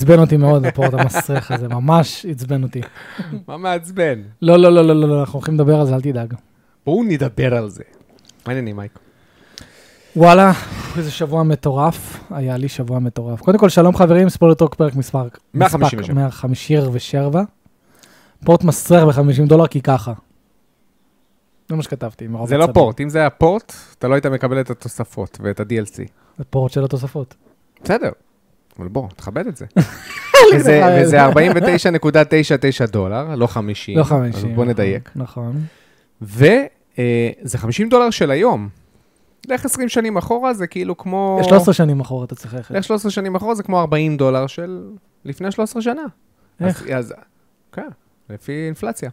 עצבן אותי מאוד הפורט המסריח הזה, ממש עצבן אותי. מה מעצבן? לא, לא, לא, לא, לא, לא, אנחנו הולכים לדבר על זה, אל תדאג. בואו נדבר על זה. מה העניינים, מייק? וואלה, איזה שבוע מטורף, היה לי שבוע מטורף. קודם כל, שלום חברים, ספורט טוק פרק מספר... 157. 157. פורט מסריח ב-50 דולר כי ככה. זה מה שכתבתי, מרוב זה לא עצבים. פורט, אם זה היה פורט, אתה לא היית מקבל את התוספות ואת ה-DLC. זה פורט של התוספות. בסדר. אבל בוא, תכבד את זה. וזה- וזה 49.99 דולר, לא 50. לא 50. אז בוא נדייק. נכון. וזה 50 דולר של היום. לך 20 שנים אחורה, זה כאילו כמו... יש 13 שנים אחורה, אתה צריך ללכת. לך 13 שנים אחורה, זה כמו 40 דולר של לפני 13 שנה. איך? אז- אז... כן, לפי אינפלציה.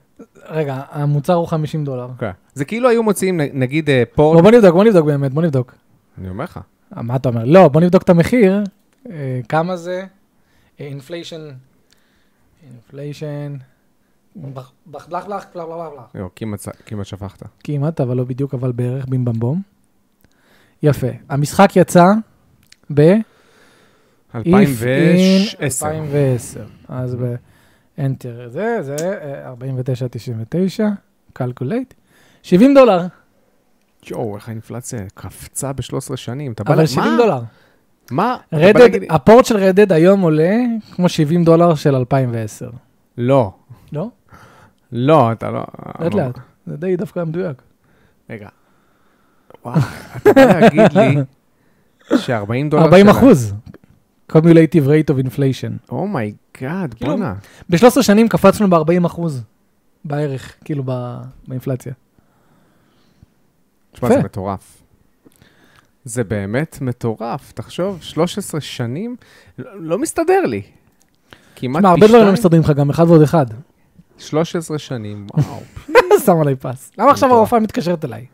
רגע, המוצר הוא 50 דולר. כן. זה כאילו היו מוציאים, נ- נגיד, אה, בוא פורט... בוא נבדוק, בוא נבדוק באמת, בוא נבדוק. אני אומר לך. אה, מה אתה אומר? לא, בוא נבדוק את המחיר. אה, כמה זה? אה, אינפליישן. אינפליישן. בח בח- בלח בלח בלח בלח בלח. יו, כמעט ס- כמעט שפכת. כמעט, אבל לא בדיוק, אבל בערך בים בם בום. יפה. המשחק יצא ב... If in 2010. 2010. אז ב... Enter זה, זה אה, 49.99, calculate, 70 דולר, יואו, איך האינפלציה קפצה ב-13 שנים. אתה בא ל... אבל 70 דולר. מה? אתה בא להגיד לי- רדד, הפורט של רדד היום עולה כמו 70 דולר של 2010. לא. לא? לא, אתה לא... לאט לא. לאט. זה די דווקא מדויק. רגע. וואי, אתה בא להגיד לי ש-40 דולר... 40 אחוז. Cumulative rate of inflation. אומייגאד, כאילו- Oh בואנה. ב-13 שנים קפצנו ב-40 אחוז בערך, כאילו ב- באינפלציה. תשמע, יפה. זה מטורף. זה באמת מטורף, תחשוב, 13 שנים, לא לא מסתדר לי. כמעט תשמע, הרבה פי דברים לא שתיים, מסתדרים לך, גם אחד ועוד אחד. 13 שנים, וואו. שם עליי פס. למה עכשיו הרופאה מתקשרת אליי?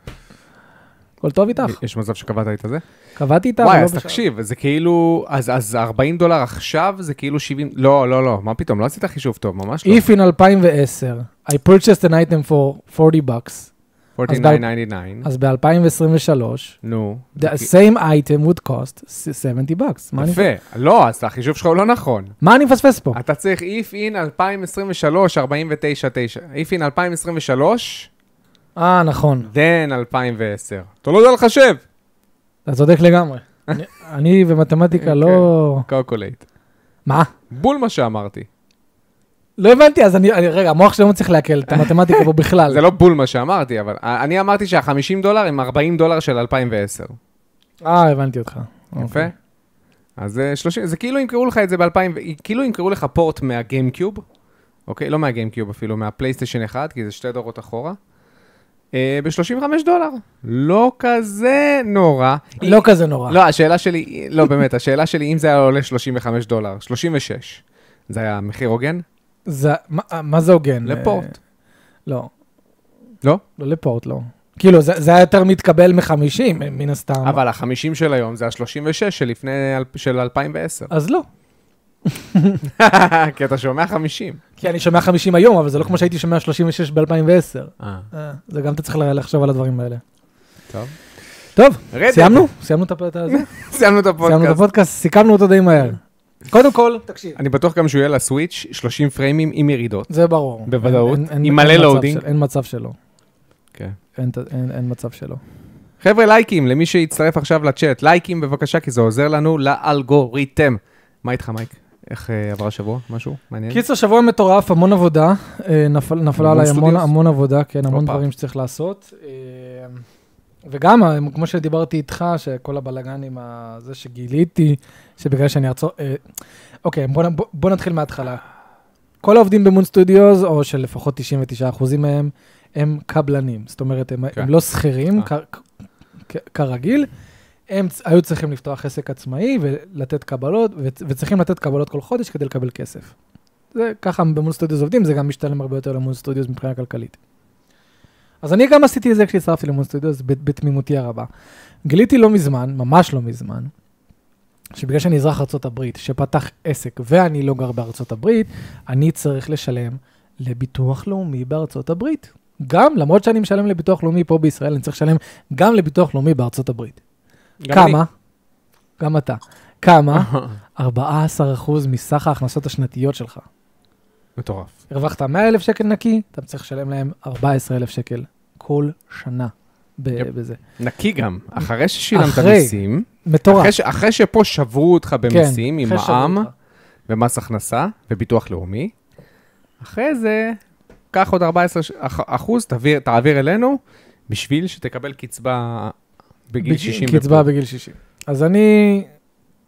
הכל טוב איתך? יש מצב שקבעת את זה? קבעתי איתה, אבל וואי, לא אז בשעה. תקשיב, זה כאילו, אז אז 40 דולר עכשיו זה כאילו 70, לא, לא, לא, מה פתאום, לא עשית חישוב טוב, ממש לא. If in 2010, I purchased an item for 40 bucks, 49.99, אז ב-2023, נו. זה the same item would cost 70 bucks. מה אני- אוקיי. יפה, לא, אז החישוב שלך הוא לא נכון. מה אני מפספס פה? אתה צריך If in 2023, 49.9, If in 2023, אה, נכון. then 2010. אתה לא יודע לחשב. אתה צודק לגמרי. אני- אני כן, ומתמטיקה לא... קוקולייט. מה? בול מה שאמרתי. לא הבנתי, אז אני... אני- רגע, המוח שלי לא מצליח לעכל את המתמטיקה פה בכלל. זה לא בול מה שאמרתי, אבל אני אמרתי שה-50 דולר הם 40 דולר של 2010. אה, הבנתי אותך. יפה? אוקיי. אז אה, 30, זה כאילו ימכרו לך את זה ב-2000, כאילו ימכרו לך פורט מהגיימקיוב, אוקיי? לא מהגיימקיוב אפילו, מהפלייסטיישן 1, כי זה שתי דורות אחורה. ב-35 דולר. לא כזה נורא. לא כזה נורא. לא, השאלה שלי, לא באמת, השאלה שלי, אם זה היה עולה 35 דולר, 36, זה היה מחיר הוגן? זה- מה- מה זה הוגן? לפורט. אה, לא. לא? לא לפורט, לא. כאילו, זה זה היה יותר מתקבל מחמישים, אה, מן הסתם. אבל ה-50 של היום זה ה-36 של לפני, אל- של 2010. אז לא. כי אתה שומע 50. כי אני שומע 50 היום, אבל זה לא כמו שהייתי שומע 36 ב-2010. אה, זה גם אתה צריך לחשוב על הדברים האלה. טוב. טוב, רדד. סיימנו? סיימנו את הפרק הזה? סיימנו את סיימנו את הפודקאסט. הפודקאסט, סיכמנו אותו די מהר. כן. קודם כל, תקשיב. אני בטוח גם שהוא יהיה לסוויץ' 30 פריימים עם ירידות. זה ברור. בוודאות. אין- אין- עם אין מלא מצב לואודינג. של- אין מצב שלא. כן. אין ת- אין אין מצב שלא. חבר'ה, לייקים, למי שהצטרף עכשיו לצ'אט, לייקים בבקשה, כי זה עוזר לנו לאלגוריתם. מה איתך, מייק? איך אה, עבר השבוע? משהו? מעניין? קיצר, שבוע מטורף, המון עבודה. אה, נפל- נפלה המון עליי המון- סטודיוס. המון עבודה, כן, המון הופה. דברים שצריך לעשות. אה, וגם, אה, כמו שדיברתי איתך, שכל הבלאגן עם ה- זה שגיליתי, שבגלל שאני ארצור... אה, אוקיי, בוא נ- בוא- בוא נתחיל מההתחלה. כל העובדים במון סטודיוס, או שלפחות 99% מהם, הם קבלנים. זאת אומרת, הם כן. הם לא שכירים, אה. כ- כ- כרגיל. הם צ- היו צריכים לפתוח עסק עצמאי ולתת קבלות, וצ- וצריכים לתת קבלות כל חודש כדי לקבל כסף. זה ככה במון סטודיוס עובדים, זה גם משתלם הרבה יותר למון סטודיוס מבחינה כלכלית. אז אני גם עשיתי את זה כשהצטרפתי למון סטודיוס ב- בתמימותי הרבה. גיליתי לא מזמן, ממש לא מזמן, שבגלל שאני אזרח ארה"ב שפתח עסק ואני לא גר בארצות הברית, אני צריך לשלם לביטוח לאומי בארצות הברית. גם, למרות שאני משלם לביטוח לאומי פה בישראל, אני צריך לשלם גם לביטוח לאומי בארצות הברית. גם אה. כמה? גם אתה. כמה? 14% מסך ההכנסות השנתיות שלך. מטורף. הרווחת 100,000 שקל נקי, אתה צריך לשלם להם 14,000 שקל כל שנה ב- יפ. בזה. נקי גם, אחרי ששילמת אחרי. מיסים, מטורף. כן. אחרי ש- אחרי שפה שברו אותך במיסים, עם אחרי מע"מ שבוע. ומס הכנסה וביטוח לאומי, אחרי זה, קח עוד 14 ש- אח- אחוז, תעביר- תעביר אלינו, בשביל שתקבל קצבה בגיל בג- 60. קצבה ופה. בגיל 60. אז אני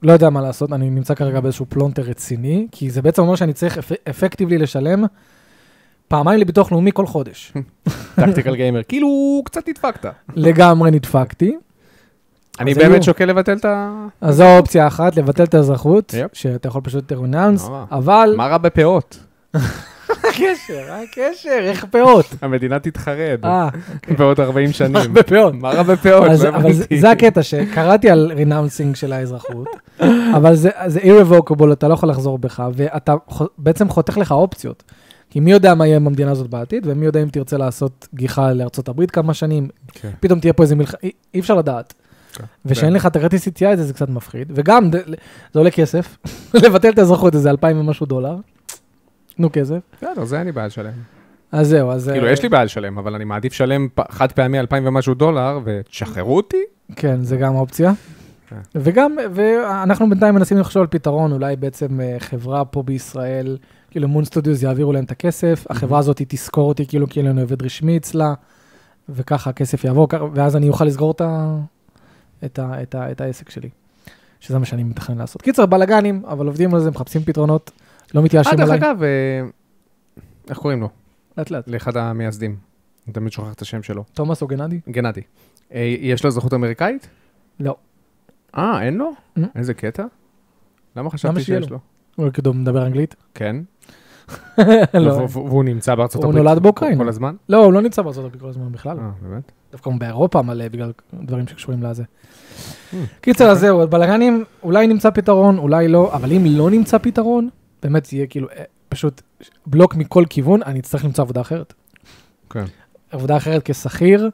לא יודע מה לעשות, אני נמצא כרגע באיזשהו פלונטר רציני, כי זה בעצם אומר שאני צריך אפ- אפקטיבלי לשלם פעמיים לביטוח לאומי כל חודש. טקטיקל גיימר, כאילו קצת נדפקת. לגמרי נדפקתי. אני אז באמת היו- שוקל לבטל את ה... אז זו האופציה האחת, לבטל את האזרחות, יפ. שאתה יכול פשוט to renounce, נורא. אבל... מה רע בפאות? הקשר? הקשר? איך פאות? המדינה תתחרד אה, בעוד 40 שנים. בפאות. מה רע בפאות? אז, לא אבל זה, הבנתי. זה הקטע שקראתי על רינאונסינג של האזרחות, אבל זה, זה irrevocable, אתה לא יכול לחזור בך, ואתה חו- בעצם חותך לך אופציות. כי מי יודע מה יהיה עם המדינה הזאת בעתיד, ומי יודע אם תרצה לעשות גיחה לארצות הברית כמה שנים, כן. פתאום תהיה פה איזה מלחמה, אי, אי אפשר לדעת. כן. ושאין לך את הכרטיס יציאה הזה, זה קצת מפחיד. וגם, ד- זה עולה כסף, לבטל את האזרחות הזה, אלפיים ומשהו דולר. תנו כסף. בסדר, זה אין לי בעיה לשלם. אז זהו, אז... כאילו, אה, יש לי בעיה לשלם, אבל אני מעדיף לשלם פ- חד פעמי 2,000 ומשהו דולר, ותשחררו אותי? אה, כן, זה גם אופציה. כן. וגם, ואנחנו בינתיים מנסים לחשוב על פתרון, אולי בעצם אה, חברה פה בישראל, כאילו מון סטודיוס יעבירו להם את הכסף, החברה הזאת היא תשכור אותי כאילו כאילו אני עובד רשמי אצלה, וככה הכסף יעבור, ככה- ואז אני אוכל לסגור את, ה, את, ה, את, ה, את העסק שלי, שזה מה שאני מתכנן לעשות. קיצר, בלאגנים, אבל עובדים על זה, מחפשים פתרונות, לא אה, מתייאשים דרך עליי, אגב, אה, איך קוראים לו? לאט לאט. לאחד המייסדים. אני תמיד שוכח את השם שלו. תומאס או גנדי? גנדי. אה, יש לו אזרחות אמריקאית? לא. אה, אין לו? Mm. איזה קטע? למה חשבתי שיהיה שיש לו? לו? הוא כאילו מדבר אנגלית? כן. לא. והוא- והוא נמצא בארצות הוא הברית. נולד באוקראינה. כל הזמן? לא, הוא לא נמצא בארצות הברית כל הזמן בכלל. אה, באמת? דווקא הוא באירופה מלא בגלל דברים שקשורים לזה. קיצר, אז זהו, בלאגנים, אולי נמצא פתרון, אולי לא, אבל אם לא נמצא פתרון, באמת זה יהיה כאילו אה, פשוט בלוק מכל כיוון, אני אצטרך למצוא עבודה אחרת. כן. עבודה אחרת כשכיר,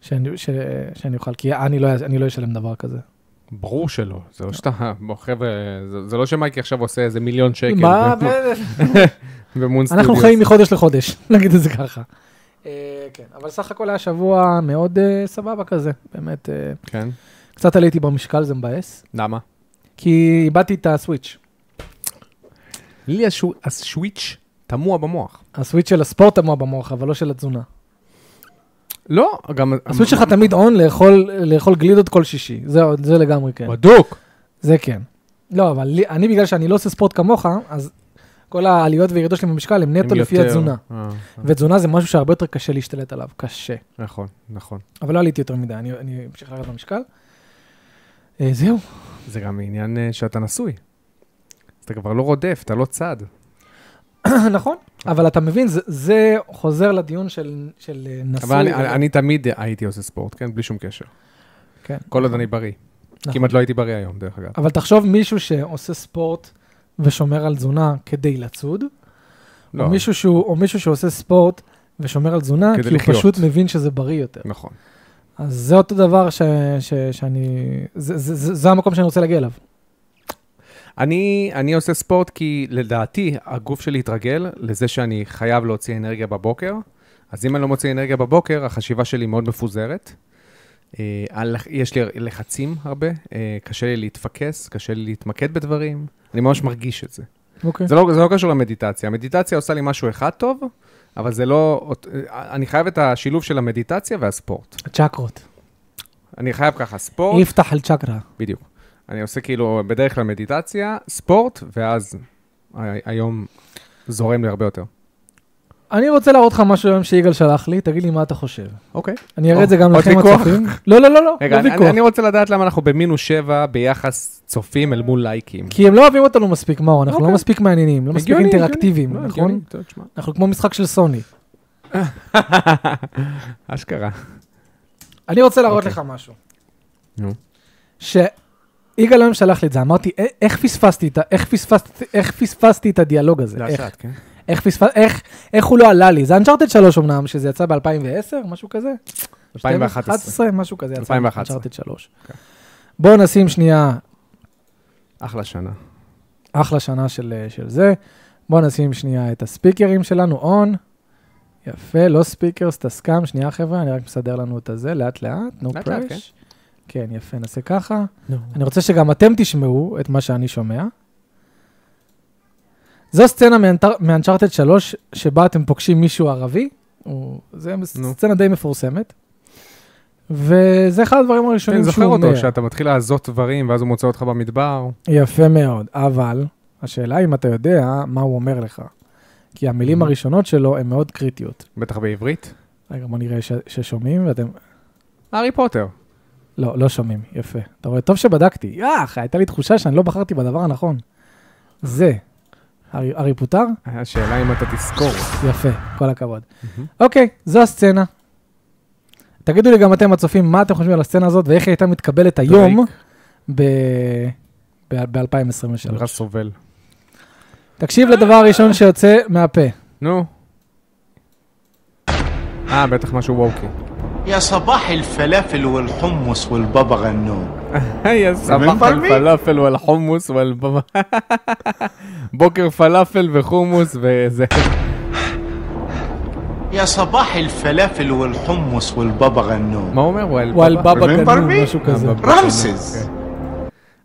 שאני, ש, שאני אוכל, כי אני לא, אני לא אשלם דבר כזה. ברור שלא, זה לא שאתה, בוא חבר'ה, זה- זה לא שמייקי עכשיו עושה איזה מיליון שקל. מה? ב- במון כן, סטודיוס. אנחנו חיים מחודש לחודש, נגיד את זה ככה. אה, כן, אבל סך הכל היה שבוע מאוד אה, סבבה כזה, באמת. אה, כן, קצת עליתי במשקל, זה מבאס, למה? כי איבדתי את הסוויץ'. לי השו- השוויץ' תמוה במוח. הסוויץ' של הספורט תמוה במוח, אבל לא של התזונה. לא, גם... הסוויץ' שלך תמיד און לאכול, לאכול גלידות כל שישי, זה, זה לגמרי כן. בדוק. זה כן. לא, אבל לי, אני בגלל שאני לא עושה ספורט כמוך, אז כל העליות והירידות שלי במשקל הם נטו הם לפי יותר- התזונה. אה, ותזונה זה משהו שהרבה יותר קשה להשתלט עליו, קשה. נכון, נכון. אבל לא עליתי יותר מדי, אני, אני אמשיך לרדת במשקל. אה, זהו, זה גם עניין אה, שאתה נשוי. אז אתה כבר לא רודף, אתה לא צד. נכון, אבל אתה מבין, זה, זה חוזר לדיון של, של אה, נשוי. אבל אני- אני- אני תמיד הייתי עושה ספורט, כן? בלי שום קשר. כן. כל עוד אני בריא. נכון. כמעט לא הייתי בריא היום, דרך אגב. אבל תחשוב מישהו שעושה ספורט ושומר על תזונה כדי לצוד, לא, או, מישהו שהוא, או מישהו שעושה ספורט ושומר על תזונה, כדי כי הוא לחיות. פשוט מבין שזה בריא יותר. נכון. אז זה אותו דבר ש, ש, שאני... זה, זה, זה, זה המקום שאני רוצה להגיע אליו. אני, אני עושה ספורט כי לדעתי הגוף שלי התרגל לזה שאני חייב להוציא אנרגיה בבוקר, אז אם אני לא מוציא אנרגיה בבוקר, החשיבה שלי מאוד מפוזרת. אה, על- יש לי לחצים הרבה, אה, קשה לי להתפקס, קשה לי להתמקד בדברים, אני ממש מרגיש את זה. אוקיי. זה לא, זה לא קשור למדיטציה, המדיטציה עושה לי משהו אחד טוב, אבל זה לא... אות- אה, אני חייב את השילוב של המדיטציה והספורט. הצ'קרות. אני חייב ככה, ספורט, לא- יפתח על צ'קרה. בדיוק. אני עושה כאילו בדרך כלל מדיטציה, ספורט, ואז ה- היום זורם לי הרבה יותר. אני רוצה להראות לך משהו היום שיגאל שלח לי, תגיד לי מה אתה חושב. אוקיי. אני אראה או, את זה גם עוד לכם ויכוח? הצופים. לא, לא, לא, לא, רגע, לא אני- ויכוח. אני- אני רוצה לדעת למה אנחנו במינוס שבע ביחס צופים אל מול לייקים. כי הם לא אוהבים אותנו מספיק, מאור, אנחנו לא אוקיי. מספיק מעניינים, לא מספיק הגיוני, הגיוני. אינטראקטיביים, לא, נכון? הגיוני, טוב, תשמע. אנחנו כמו משחק של סוני. אשכרה. אני רוצה להראות אוקיי. לך משהו. נו. שיגאל היום שלח לי את זה, אמרתי, "אה, איך פספסתי את ה... איך פספסתי, איך פספסתי את הדיאלוג הזה? איך, כן? איך פספס... איך, איך הוא לא עלה לי? זה אנצ'ארטד 3 אמנם, שזה יצא ב-2010, משהו כזה? 2011. 2011, משהו כזה יצא. 2011. אנצ'ארטד 3. בואו נשים שנייה אחלה שנה. אחלה שנה של, אה, של זה. בואו נשים שנייה את הספיקרים שלנו, און. יפה, לא ספיקרס, תסכם. שנייה, חבר'ה, אני רק מסדר לנו את הזה, לאט-לאט, נו לאט-לאט, כן. פרש. כן, יפה, נעשה ככה. אני רוצה שגם אתם תשמעו את מה שאני שומע. זו סצנה מאנטר- מאנצ'ארטד 3, שבה אתם פוגשים מישהו ערבי. הוא- זה נו. סצנה די מפורסמת. וזה אחד הדברים אני הראשונים שהוא כן, זוכר אומר. אותו, שאתה מתחיל לעזות דברים, ואז הוא מוצא אותך במדבר. יפה מאוד, אבל השאלה אם אתה יודע מה הוא אומר לך. כי המילים Mhm. הראשונות שלו הן מאוד קריטיות. בטח בעברית. רגע, בוא נראה ש- ששומעים ואתם... הארי פוטר. לא, לא שומעים, יפה. אתה רואה, טוב שבדקתי. יאח, הייתה לי תחושה שאני לא בחרתי בדבר הנכון. זה. הארי הארי פוטר? השאלה אם אתה תזכור. יפה, כל הכבוד. אוקיי, זו הסצנה. תגידו לי גם אתם, הצופים, מה אתם חושבים על הסצנה הזאת ואיך היא הייתה מתקבלת היום ב-2023. שלך סובל. תקשיב לדבר הראשון שיוצא מהפה. נו. אה, בטח משהו ווקי. يا صباح الفلافل والحمص والبابا غنوج יא סבח אתה מבין? פלאפל ועל חומוס ועל... בוקר פלאפל וחומוס וזה. يا صباح الفلافل والحمص والبابا غنوج מה הוא אומר? וואל וואל בבא? אה, אה, בבא remember גנוב, me? משהו כזה. בבא. رمسز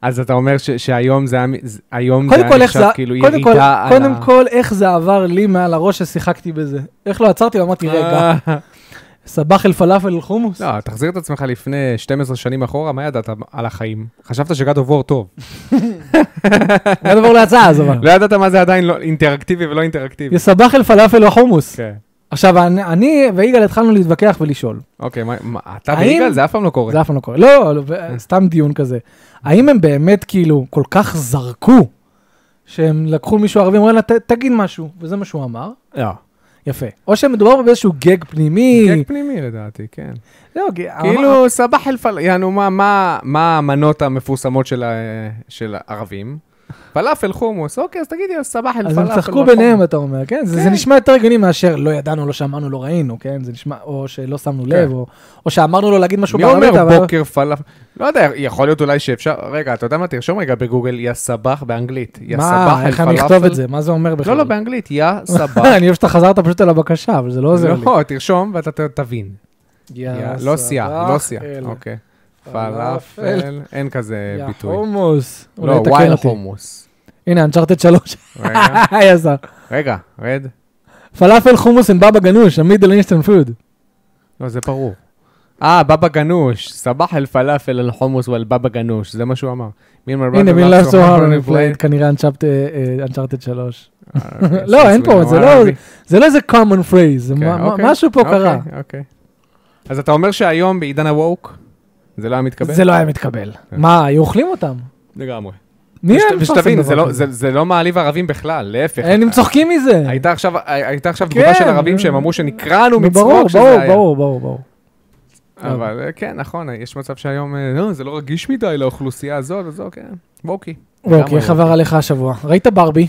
אז אתה אומר ש- שהיום זה היה מ- זה- היום זה קודם היה כל, איך זה, נחשב כאילו קודם כל, ירידה על ה... קודם כל, איך זה עבר לי מעל הראש ששיחקתי בזה. איך לא עצרתי ואמרתי, רגע, אה. סבח אל פלאפל אל חומוס? לא, תחזיר את עצמך לפני 12 שנים אחורה, מה ידעת על החיים? חשבת שגד אוף וור טוב. היה דבר להצעה, אז אבל. לא ידעת מה זה עדיין לא- אינטראקטיבי ולא אינטראקטיבי. יסבח אל פלאפל החומוס. כן. עכשיו, אני- אני ויגאל התחלנו להתווכח ולשאול. אוקיי, מה- מה- אתה האם- ויגאל זה אף פעם לא קורה. זה אף פעם לא קורה. לא, לא, אה. ו- סתם דיון כזה. האם הם באמת כאילו כל כך זרקו, שהם לקחו מישהו ערבי, אמרו לה, "ת- תגיד משהו, וזה מה שהוא אמר? לא. יפה. או שמדובר באיזשהו גג פנימי. גג פנימי לדעתי, כן. לא, גג- כאילו, סבח אל פל... יענו, מה- מה- מה המנות המפורסמות של ה- של הערבים? פלאפל חומוס, אוקיי, אז תגידי, סבח אל פלאפל. נכון. אז הם צחקו בחומוס. ביניהם, אתה אומר, כן? זה זה נשמע יותר הגיוני מאשר לא ידענו, לא שמענו, לא ראינו, כן? זה נשמע, או שלא שמנו לב, או- או שאמרנו לו להגיד משהו כן. מי בערבית, אומר אבל- בוקר פלאפל? לא יודע, יכול להיות אולי שאפשר... רגע, אתה יודע מה? תרשום רגע בגוגל, יא סבח באנגלית. יא סבח מה, אל איך אני פלאפל. אכתוב את זה? מה זה אומר בכלל? לא, לא, באנגלית, יא סבח. אני אוהב שאתה חזרת פשוט על הבקשה, אבל זה לא עוזר לי. לא, תרשום ואתה ת- תבין. יא יא- לא סייע, לא סייע. סבח אל אוקיי. פלאפל. פלאפל, אין כזה יא ביטוי. חומוס. אולי לא, תקן וואי אותי. חומוס. הנה, אנצ'ארטד 3. רגע, יזר. רגע, רד. פלאפל חומוס אין בבא גנוש, המידל אינסטנט פוד. לא, זה ברור. אה, בבא גנוש. סבח אל פלאפל אל חומוס ועל בבא גנוש. זה מה שהוא אמר. הנה, מי לא סוהר פלייד, כנראה אה, אנצ'ארטד 3. לא, אין פה, זה לא- זה לא איזה common phrase, זה כן, מה- מה- אוקיי, משהו פה קרה. אוקיי, אוקיי. אז אתה אומר שהיום בעידן הווק, זה לא היה מתקבל? זה לא היה מתקבל. מה, היו אוכלים אותם? לגמרי. מי היה כן. ושת- מפרסם ושתבין, דבר זה לא- כזה? זה- זה לא מעליב ערבים בכלל, להפך. אין, הם צוחקים מזה. הייתה עכשיו, הייתה עכשיו כן. תגובה של ערבים שהם אמרו שנקרענו נו, מצחוק ברור, שזה ברור, היה. ברור, ברור, ברור. אבל אה, כן, נכון, אה, יש מצב שהיום, אה, לא, זה לא רגיש מדי לאוכלוסייה הזאת, וזהו, כן. ווקי. ווקי, לגמרי איך עבר אוקיי, עליך השבוע? ראית ברבי?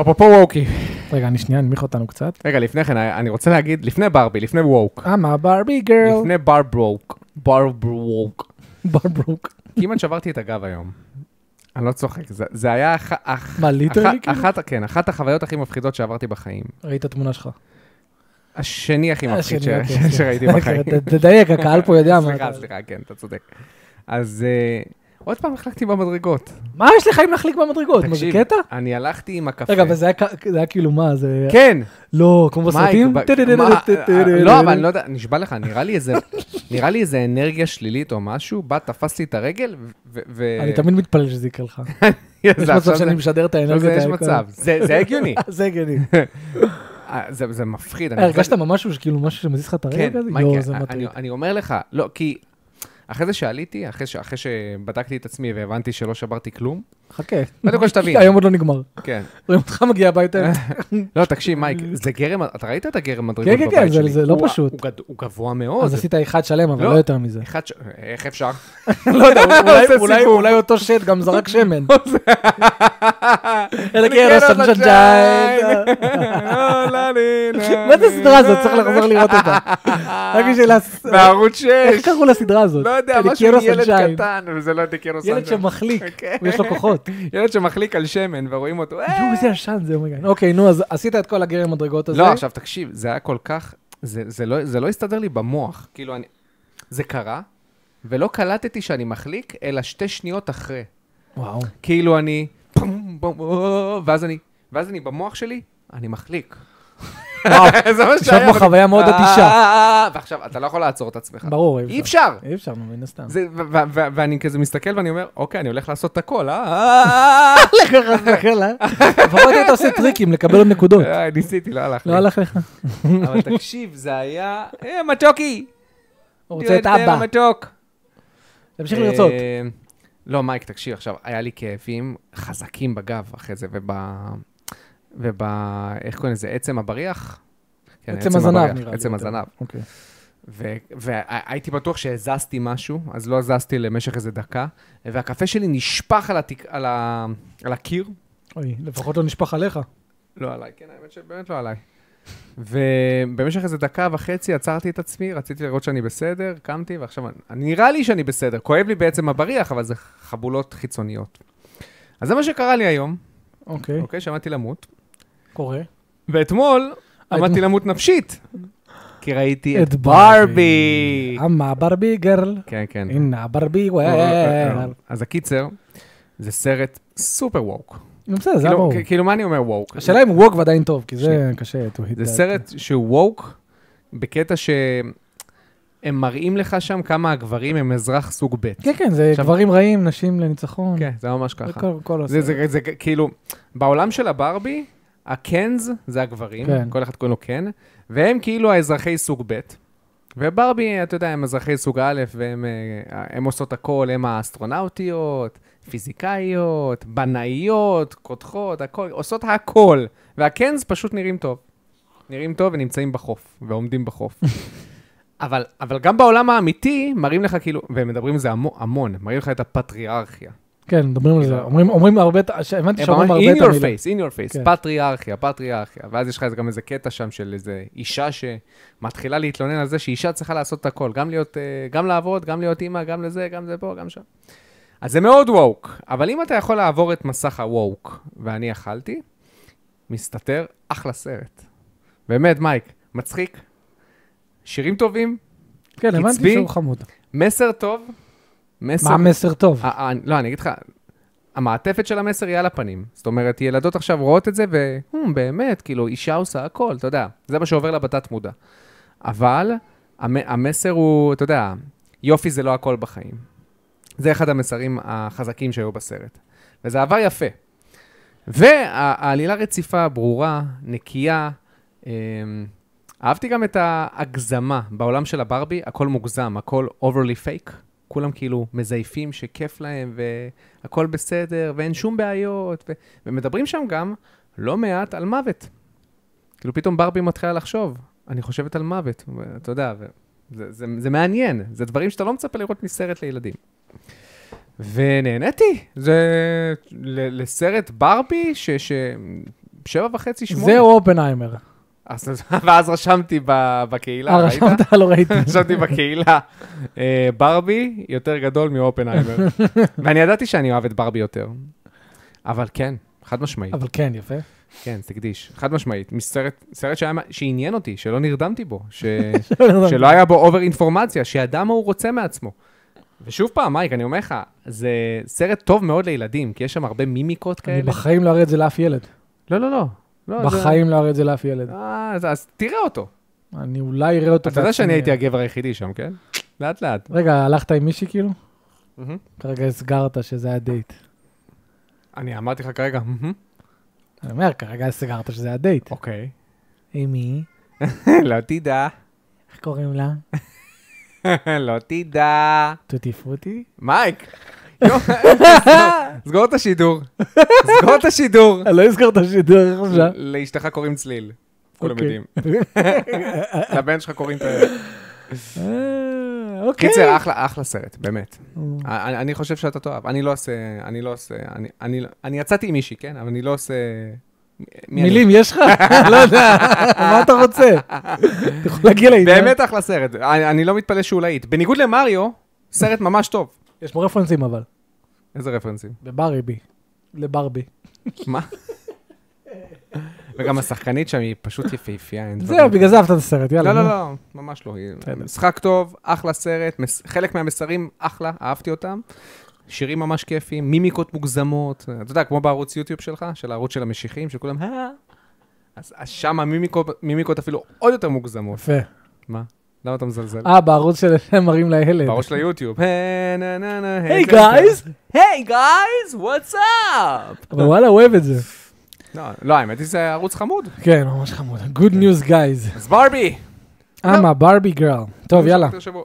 אפרופו ווקי. רגע, אני שנייה, אנמיך אותנו קצת. רגע, לפני כן, אה, אני רוצה להגיד, לפני ברבי, לפני ווק. I'm a Barbie girl. לפני ברברוק. ברברוק. ברברוק. כמעט שברתי את הגב היום. אני לא צוחק, זה- זה היה אח- אח- מה, ליטרלי אח- כאילו? אחת, כן, אחת החוויות הכי מפחידות שעברתי בחיים. ראית תמונה שלך. אה, השני הכי מפחיד ש- השני, אוקיי, סליחה. שראיתי בחיים. ת- תדייק, הקהל פה יודע מה. סליחה, אתה- סליחה, כן, אתה צודק. אז אה, עוד פעם החלקתי במדרגות. מה יש לך אם להחליק במדרגות? מה זה תקשיב, קטע? אני הלכתי עם הקפה. רגע, אבל זה היה כ- זה היה כאילו מה, זה... כן. לא, כמו בסרטים? מייק, ב- מה- לא, אבל אני לא יודע, נשבע לך, נראה לי איזה- נראה לי איזה אנרגיה שלילית או משהו, בא, תפס לי את הרגל, ו- ו... אני תמיד מתפלל שזה יקרה לך. יש יש מצב שאני משדר את האנרגיות יש האלה כל מצב, זה זה הגיוני. הזמן. זה הגיוני. אה, זה זה מפחיד. אני הרגשת ממש כאילו משהו שמזיז לך את הרגל כן, כזה? מייקי, יואו, זה אני- מטריד. אני אומר לך, לא, כי אחרי זה שעליתי, אחרי ש- אחרי שבדקתי את עצמי והבנתי שלא שברתי כלום, חכה. קודם כל שתבין. היום עוד לא נגמר. כן. רואים אותך מגיע הביתה. אה, לא, תקשיב, מייק, זה גרם, אתה ראית את הגרם מדרגות כן, בבית כן, שלי? כן, זה- זה לא הוא- פשוט. הוא גד- הוא גבוה מאוד. אז עשית אחד שלם, אבל לא. לא יותר מזה. אחד ש... איך אפשר? לא יודע, אולי- אולי סיבוב. אולי אותו שט גם זרק שמן. אלא כן, כן, עוד הסנג'יין. לא, מה זה הסדרה הזאת? צריך לחזור לראות אותה. רק בשביל... הס- בערוץ 6. איך קראו לסדרה הזאת? לא יודע, אלה משהו עם קיירו ילד סנג'יין. קטן, וזה לא דיקיירו ילד סנג'יין. שמחליק, כן. ויש לו כוחות. מדרגות. ילד שמחליק על שמן ורואים אותו, "אה!" יואו, איזה ישן זה, אומייגן. אוקיי, נו, אז עשית את כל הגר עם המדרגות הזה. לא, עכשיו תקשיב, זה היה כל כך, זה, זה, לא, זה לא הסתדר לי במוח, כאילו אני, זה קרה, ולא קלטתי שאני מחליק, אלא שתי שניות אחרי. וואו. כאילו אני, פום, פום, פום, ואז אני, ואז אני במוח שלי, אני מחליק. וואו, זה מה עכשיו פה חוויה מאוד אדישה. אה, ועכשיו, אתה לא יכול לעצור את עצמך. ברור, אי אי אפשר. אי אפשר, נו, מן הסתם. זה- ו- ו- ו- ואני כזה מסתכל ואני אומר, אוקיי, אני הולך לעשות את הכל, אה? אה? לפחות אתה עושה טריקים לקבל עוד נקודות. אה, ניסיתי, לא הלך לי. לא הלך לך. אבל תקשיב, זה היה... אה, מתוקי! הוא רוצה את תראה אבא. המתוק. תמשיך לרצות. אה, לא, מייק, תקשיב עכשיו, היה לי כאבים חזקים בגב אחרי זה, וב... וב... איך קוראים לזה? עצם הבריח? כן, עצם הזנב, הבריח, נראה לי עצם יותר. הזנב. אוקיי. ו- והייתי בטוח שהזזתי משהו, אז לא הזזתי למשך איזה דקה, והקפה שלי נשפך על, התק... על, ה... על הקיר. אוי, לפחות לא נשפך עליך. לא עליי, כן, האמת שבאמת לא עליי. ובמשך איזה דקה וחצי עצרתי את עצמי, רציתי לראות שאני בסדר, קמתי, ועכשיו אני- אני, נראה לי שאני בסדר. כואב לי בעצם הבריח, אבל זה חבולות חיצוניות. אז זה מה שקרה לי היום, אוקיי, אוקיי? שעמדתי למות. קורה. ואתמול עמדתי אתמול- למות נפשית, כי ראיתי את את ברבי. אמה ברבי גרל. כן, כן. הנה ברבי אה, וואר. אז הקיצר, זה סרט סופר ווק. נו, בסדר, זה היה כאילו- ברור. כ- כאילו, מה אני אומר ווק? השאלה אם ווק ועדיין טוב, כי זה שנייה. קשה to hit זה that. סרט שהוא ווק, בקטע שהם מראים לך שם כמה הגברים הם אזרח סוג ב'. כן, כן, זה עכשיו- גברים רעים, נשים לניצחון. כן, זה ממש זה ככה. כל- כל זה, הסרט. זה, זה כאילו, בעולם של הברבי, הקנז זה הגברים, כן. כל אחד קוראים לו קן, והם כאילו האזרחי סוג ב', וברבי, אתה יודע, הם אזרחי סוג א', והם אה, הם עושות הכל, הם האסטרונאוטיות, פיזיקאיות, בנאיות, קודחות, הכל, עושות הכל, והקנז פשוט נראים טוב. נראים טוב ונמצאים בחוף, ועומדים בחוף. אבל, אבל גם בעולם האמיתי, מראים לך כאילו, והם מדברים על זה המון, המון, מראים לך את הפטריארכיה. כן, מדברים על זה. כאילו- אומרים- אומרים הרבה, את ה- ש- הבנתי הם שאומרים ממש הרבה in את your המילה. face, in your face, כן. פטריארכיה, פטריארכיה. ואז יש לך איזה- גם איזה קטע שם של איזה אישה שמתחילה להתלונן על זה שאישה צריכה לעשות את הכל, גם להיות, אה, גם לעבוד, גם להיות אימא, גם לזה, גם זה פה, גם שם. אז זה מאוד ווק, אבל אם אתה יכול לעבור את מסך הווק, ואני אכלתי, מסתתר אחלה סרט. באמת, מייק, מצחיק, שירים טובים, כן, הבנתי קצבי. שהוא חמוד. מסר טוב, מסר... מה המסר טוב? אה, אה, לא, אני אגיד לך, המעטפת של המסר היא על הפנים. זאת אומרת, ילדות עכשיו רואות את זה, ו... "הום, באמת, כאילו, אישה עושה הכל, אתה יודע, זה מה שעובר לבתת מודע. אבל המ... המסר הוא, אתה יודע, יופי זה לא הכל בחיים. זה אחד המסרים החזקים שהיו בסרט. וזה עבר יפה. והעלילה רציפה, ברורה, נקייה. אמ, אהבתי גם את ההגזמה. בעולם של הברבי, הכל מוגזם, הכל overly fake. כולם כאילו מזייפים שכיף להם והכל בסדר ואין שום בעיות. ו... ומדברים שם גם לא מעט על מוות. כאילו פתאום ברבי מתחילה לחשוב, אני חושבת על מוות, אתה יודע, ו... זה, זה, זה מעניין, זה דברים שאתה לא מצפה לראות מסרט לילדים. ונהניתי, זה ל, לסרט ברבי ש... ש... שבע וחצי, שמונה. זה או אופנהיימר. אז, ואז רשמתי ב, בקהילה, אה, ראית? רשמת? לא ראיתי. רשמתי בקהילה, אה, ברבי יותר גדול מאופנהיימר. ואני ידעתי שאני אוהב את ברבי יותר. אבל כן, חד משמעית. אבל כן, יפה. כן, אז תקדיש. חד משמעית. מסרט, סרט שהיה, שעניין אותי, שלא נרדמתי בו, ש, שלא היה בו אובר אינפורמציה, שידע מה הוא רוצה מעצמו. ושוב פעם, מייק, אני אומר לך, זה סרט טוב מאוד לילדים, כי יש שם הרבה מימיקות אני כאלה. בחיים לא אראה את זה לאף ילד. כן. לא, לא, לא. לא, זה- בחיים לא אראה את זה לאף ילד. אה, אז, אז תראה אותו. אני אולי אראה אותו אתה יודע בעצמי. שאני הייתי הגבר היחידי שם, כן? לאט לאט. רגע, הלכת עם מישהי כאילו? כרגע הסגרת שזה היה דייט. אני אמרתי לך כרגע, "מהמם." אני אומר, כרגע הסגרת שזה היה דייט. אוקיי. עם מי? לא תדע, איך קוראים לה? לא תדע. טוטי פרוטי? מייק, יום, סגור את השידור, סגור את השידור. לא הזכרת שדרך עכשיו. לאשתך קוראים צליל, כולם אוקיי. יודעים. לבן שלך קוראים את ה... אה, אוקיי. קיצר, אחלה, אחלה סרט, באמת. אה, הוא- אני אני חושב שאתה תאהב. אני לא עושה, אני לא עושה, אני- אני לא- אני יצאתי עם מישהי, כן? אבל אני לא עושה... מי אני? מילים יש לך? לא יודע, מה אתה רוצה? אתה יכול להגיע לעניין. באמת אחלה סרט, אני אני לא מתפלא שהוא להיט. בניגוד למריו, סרט ממש טוב. יש פה רפרנסים אבל. איזה רפרנסים? בבריבי. לברבי. מה? וגם השחקנית שם היא פשוט יפהפייה, אין דברים. זהו, בגלל זה אהבת את הסרט, יאללה. לא, לא, נו. לא, ממש לא. היא- בסדר. משחק טוב, אחלה סרט, מס- חלק מהמסרים אחלה, אהבתי אותם. שירים ממש כיפים, מימיקות מוגזמות. אתה יודע, כמו בערוץ יוטיוב שלך, של הערוץ של המשיחים, שכולם, "אה". אז אז שם המימיקות מימיקות אפילו עוד יותר מוגזמות. יפה. מה? למה אתה מזלזל? אה, בערוץ שלהם מראים לילד. בערוץ של היוטיוב. "אה, נה, נה, נה, היי היי, גייז! היי גייז, וואטס אפ? אבל וואלה, אוהב את זה. לא, לא, האמת היא שזה ערוץ חמוד. כן, ממש חמוד. Good news guys. אז ברבי! לא. I'm a Barbie girl. טוב, יאללה. תחשבו.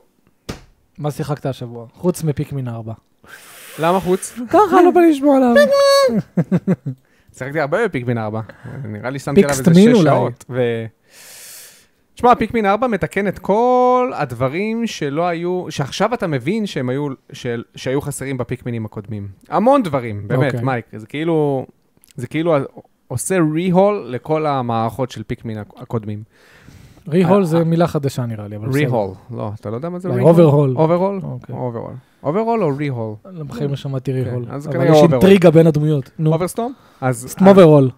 מה שיחקת השבוע? חוץ מפיקמין 4. למה חוץ? ככה לא בא לשמוע עליו. שיחקתי הרבה בפיקמין 4. נראה לי שמתי עליו איזה פיקסטמין 6 אולי. שעות. ו... תשמע, פיקמין 4 מתקן את כל הדברים שלא היו, שעכשיו אתה מבין שהם היו, של, שהיו חסרים בפיקמינים הקודמים. המון דברים, באמת, okay. אוקיי. מייק. זה כאילו, זה כאילו עושה re-haul לכל המערכות של פיקמין הק- הקודמים. ריהול זה מילה חדשה נראה לי, אבל בסדר. re-haul, לא, אתה לא יודע מה זה אולי re-haul? overhaul. overhaul? אוקיי. overhaul. overhaul או re-haul? לא, בחיים לא שמעתי ריהול. כן, אז אבל כנראה אה. יש overall. אינטריגה בין הדמויות. נו, overstorm? אז, סטמוברול.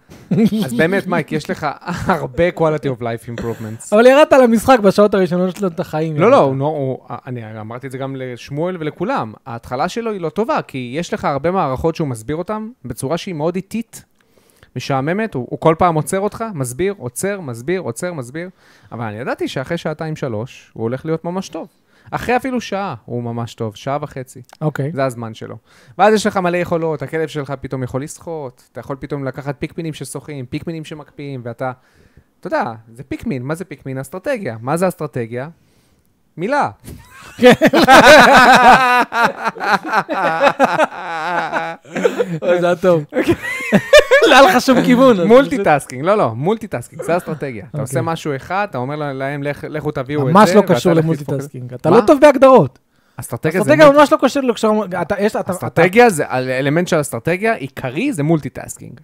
אז באמת, מייק, יש לך הרבה quality of life improvements. אבל ירדת למשחק בשעות הראשונות שלו את החיים. לא, ירדת. לא, הוא נור- הוא- אני אמרתי את זה גם לשמואל ולכולם. ההתחלה שלו היא לא טובה, כי יש לך הרבה מערכות שהוא מסביר אותן בצורה שהיא מאוד איטית, משעממת, הוא, הוא כל פעם עוצר אותך, מסביר, עוצר, מסביר, עוצר, מסביר. אבל אני ידעתי שאחרי שעתיים-שלוש, הוא הולך להיות ממש טוב. אחרי אפילו שעה הוא ממש טוב, שעה וחצי. אוקיי. זה הזמן שלו. ואז יש לך מלא יכולות, הכלב שלך פתאום יכול לשחות, אתה יכול פתאום לקחת פיקמינים ששוחים, פיקמינים שמקפיאים, ואתה... אתה יודע, זה פיקמין, מה זה פיקמין? אסטרטגיה. מה זה אסטרטגיה? מילה. אוי, אה, זה היה טוב. אוקיי. לא היה לך שום כיוון. אז מולטיטאסקינג, לא, לא, מולטיטאסקינג, זה אסטרטגיה. אתה אוקיי. עושה משהו אחד, אתה אומר להם, "לך- לכו תביאו את זה. ממש לא ואתה קשור לך תדפוק את זה. למולטיטאסקינג. אתה מה? לא טוב בהגדרות. אסטרטגיה זה... אסטרטגיה מולטי- ממש לא קשור לו כשאומר... אתה, יש... אתה- אתה- אסטרטגיה זה, האלמנט של אסטרטגיה עיקרי זה מולטיטאסקינג.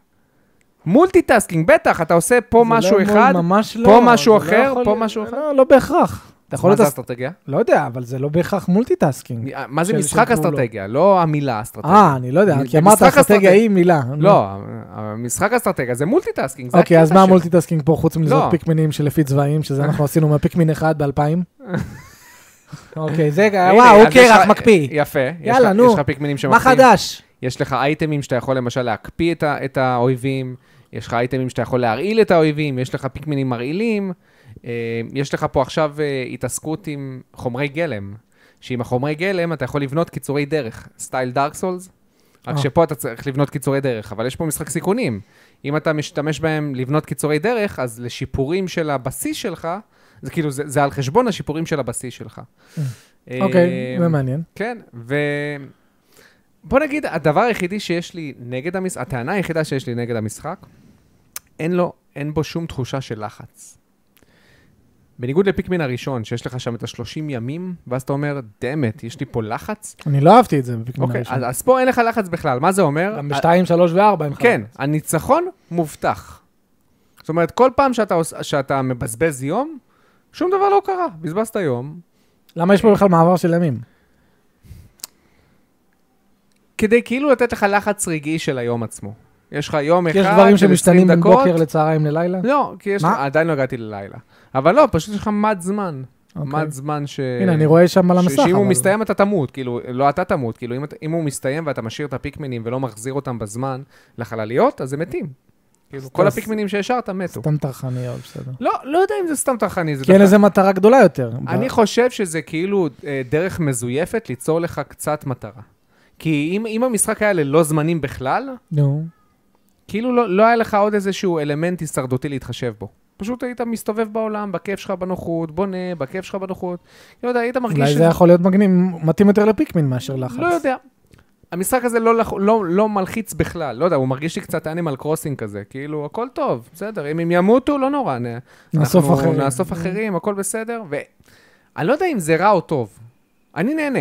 מולטיטאסקינג, בטח, אתה עושה זה פה לא משהו מול- אחד, ממש לא, פה משהו זה לא אחר, יכול פה להיות- משהו לא, אחר. לא בהכרח. אתה יכול מה זה להיות... אס- אסטרטגיה? לא יודע, אבל זה לא בהכרח מולטיטאסקינג. מה זה של- משחק של פעולות. אסטרטגיה? לא המילה אסטרטגיה. אה, אני לא יודע, מ- כי אמרת במשחק אסטרטגיה אסטרטגיה. היא מילה. לא, המשחק אסטרטגיה זה מולטיטאסקינג. זה אוקיי, הקטע אז מה שלו. המולטיטאסקינג פה חוץ לא. מלזרוק פיקמינים שלפי צבעים, שזה אנחנו עשינו מהפיקמין 1 ב-2000? אוקיי, זה... הנה, וואו, הוא אז יש קרח, לך- מקפיא. יפה. יש יאללה, לך- נו. יש לך פיקמינים מה שמקפיאים. חדש? יש לך אייטמים שאתה יכול למשל להקפיא את ה- את האויבים, יש לך אייטמים שאתה יכול להרעיל את האויבים, יש לך פיקמינים מרעילים, אה, יש לך פה עכשיו אה, התעסקות עם חומרי גלם, שעם החומרי גלם אתה יכול לבנות קיצורי דרך, סטייל דארק סולס, רק אה. שפה אתה צריך לבנות קיצורי דרך, אבל יש פה משחק סיכונים. אם אתה משתמש בהם לבנות קיצורי דרך, אז לשיפורים של הבסיס שלך, זה כאילו, זה, זה על חשבון השיפורים של הבסיס שלך. אוקיי, אה, זה מעניין. כן, ו... בוא נגיד, הדבר היחידי שיש לי נגד המשחק, הטענה היחידה שיש לי נגד המשחק, אין לו, אין בו שום תחושה של לחץ. בניגוד לפיקמין הראשון, שיש לך שם את ה-30 ימים, ואז אתה אומר, דמת, יש לי פה לחץ? אני לא אהבתי את זה בפיקמין אוקיי, הראשון. אז, אז פה אין לך לחץ בכלל, מה זה אומר? גם ב-2, 3 ו-4 אין לך. כן, הניצחון מובטח. זאת אומרת, כל פעם שאתה, עוש- שאתה מבזבז יום, שום דבר לא קרה. בזבזת יום, למה יש פה בכלל מעבר של ימים? כדי כאילו לתת לך לחץ רגעי של היום עצמו. יש לך יום אחד יש דברים של 20 שמשתנים בין דקות. בוקר לצהריים ללילה? לא, כי יש לך... מה? עדיין לא הגעתי ללילה. אבל לא, פשוט יש לך מד זמן. אוקיי. מד זמן ש... הנה, אני רואה שם על ש- המסך. שאם הוא אבל- מסתיים אתה תמות, כאילו, לא אתה תמות, כאילו, אם, אתה- אם הוא מסתיים ואתה משאיר את הפיקמינים ולא מחזיר אותם בזמן לחלליות, אז הם מתים. כאילו, כל אז- הפיקמינים שהשארת מתו. סתם טרחני, אבל בסדר. לא, לא יודע אם זה סתם טרחני, זה כי אין דווקא- לזה מטרה גדולה יותר. אני ב- חושב שזה כאילו אה, דרך מזויפת ליצור לך קצת מטרה. כי אם, אם המשחק היה ללא זמנים בכלל, נו. כאילו לא, לא היה לך עוד איזשהו אלמנט הישרדותי להתחשב בו. פשוט היית מסתובב בעולם, בכיף שלך בנוחות, בונה, בכיף שלך בנוחות. לא יודע, היית מרגיש... אולי שזה- זה יכול להיות מגניב, מתאים יותר לפיקמין מאשר לחץ. לא יודע. המשחק הזה לא, לח- לא, לא מלחיץ בכלל, לא יודע, הוא מרגיש לי קצת אנימל קרוסינג כזה, כאילו, הכל טוב, בסדר, אם הם ימותו, לא נורא, נ... נאסוף אנחנו אחרים. Mm-hmm. נאסוף אחרים, הכל בסדר, ואני לא יודע אם זה רע או טוב, אני נהנה.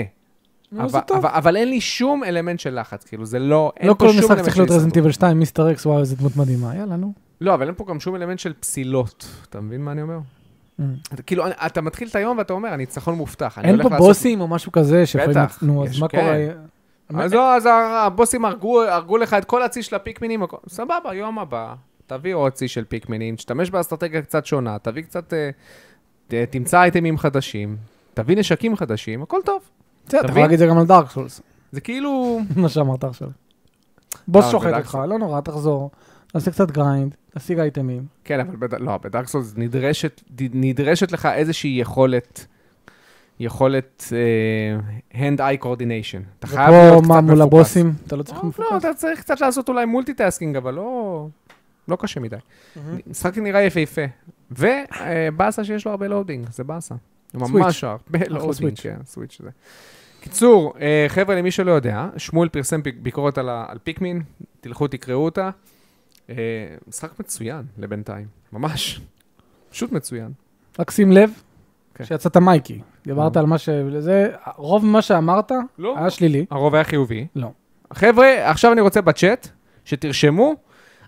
נו, לא, זה אבל, טוב. אבל, אבל אין לי שום אלמנט של לחץ, כאילו, זה לא, אין לא פה כל שום משחק אלמנט צריך של להיות הישרדות. רזנטיבל 2, מיסטר אקס, וואו, איזה דמות מדהימה, יאללה, נו. לא, אבל אין פה גם שום אלמנט של פסילות. אתה מבין מה אני אומר? אה. אתה- כאילו, אני- אתה מתחיל את היום ואתה אומר, הניצחון מובטח. אני אין הולך פה לעשות-" בוסים או משהו כזה, שיכולים... בטח, נו, יש- אז מה כן. קורה? אז לא, אז הבוסים הרגו, הרגו לך את כל הצי של הפיקמינים, הכל. סבבה, יום הבא, תביא עוד צי של פיקמינים, תשתמש באסטרטגיה קצת שונה, תביא קצת, אה, ת- תמצא אייטמים חדשים, תביא נשקים חדשים, הכל טוב. בסדר, אתה יכול מבין? להגיד את זה גם על דארק סולס, זה כאילו... מה שאמרת עכשיו. בוס אה, שוחט בדארק אותך, סולס. לא נורא, תחזור, תעשה קצת גריינד, תשיג אייטמים. כן, אבל בד... לא, בדארק סולס נדרשת, נדרשת לך איזושהי יכולת, יכולת uh, hand-eye coordination. אתה חייב להיות קצת ופה מה מול מפוקס. הבוסים, אתה לא צריך לא, לא, מפוקס. אתה צריך קצת לעשות אולי מולטיטאסקינג, אבל לא, לא קשה מדי. משחק נראה יפהפה. ובאסה שיש לו הרבה לואודינג, זה באסה. ממש הרבה לואודינג, סוויץ'. כן, סוויץ' זה. קיצור, אה, חבר'ה, למי שלא יודע, שמואל פרסם פיק- ביקורת על ה- על פיקמין, תלכו תקראו אותה. אה, משחק מצוין לבינתיים, ממש. פשוט מצוין. רק שים לב כן. שיצאת מייקי, אה. דיברת על מה ש... זה, רוב מה שאמרת לא. היה שלילי. הרוב היה חיובי. לא. חבר'ה, עכשיו אני רוצה בצ'אט, שתרשמו,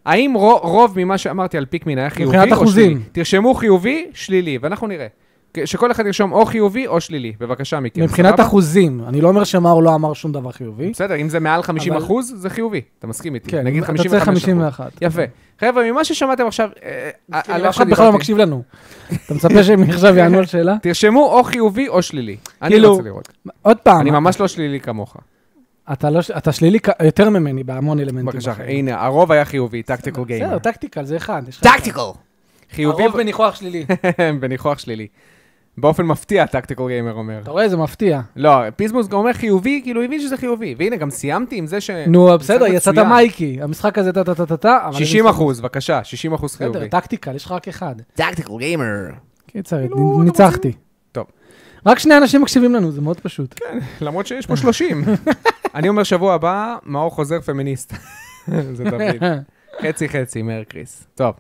האם רוב, רוב ממה שאמרתי על פיקמין היה חיובי מבחינת או אחוזים. שלילי? תרשמו חיובי, שלילי, ואנחנו נראה. כ- שכל אחד ירשום או חיובי או שלילי, בבקשה מכם. מבחינת סבבה? אחוזים, אני לא אומר שמאור לא אמר שום דבר חיובי. בסדר, אם זה מעל 50 אבל- אחוז, זה חיובי. אתה מסכים איתי. כן, נגיד 55 אתה צריך 51. יפה. חבר'ה, ממה ששמעתם עכשיו, אה, אה, על כאילו, איך אף אחד בכלל לא שדיברתי, מקשיב לנו. אתה מצפה שהם עכשיו יענו על שאלה? תרשמו או חיובי או שלילי. אני כאילו- אה, אוקיי. רוצה לראות. עוד פעם, אני ממש לא שלילי כמוך. אתה לא ש- אתה שלילי כ- יותר ממני בהמון אלמנטים. בבקשה, בחיים. הנה, הרוב היה חיובי, טקטיקל גיימר. בסדר, טקטיקל זה אחד. יש לך- חיובי הרוב בניחוח שלילי. כן, בניחוח שלילי. באופן מפתיע, טקטיקל גיימר אומר. אתה רואה, זה מפתיע. לא, פיזמוס גם אומר חיובי, כאילו הוא הבין שזה חיובי. והנה, גם סיימתי עם זה ש... נו, משחק בסדר, יצאת כן. מצוין. מייקי. המשחק הזה טה-טה-טה-טה. אבל 60 אני- אחוז, בבקשה, 60 אחוז חיובי. בסדר, טקטיקל, יש לך רק אחד. לא, Tactical Gamer. קיצר, כאילו, ניצחתי. טוב. לא. כן, רק שני אנשים מקשיבים לנו, זה מאוד פשוט. למרות שיש פה 30. אני אומר שבוע הבא, מאור חוזר פמיניסט. זה תמיד. חצי חצי, מרקריס. טוב.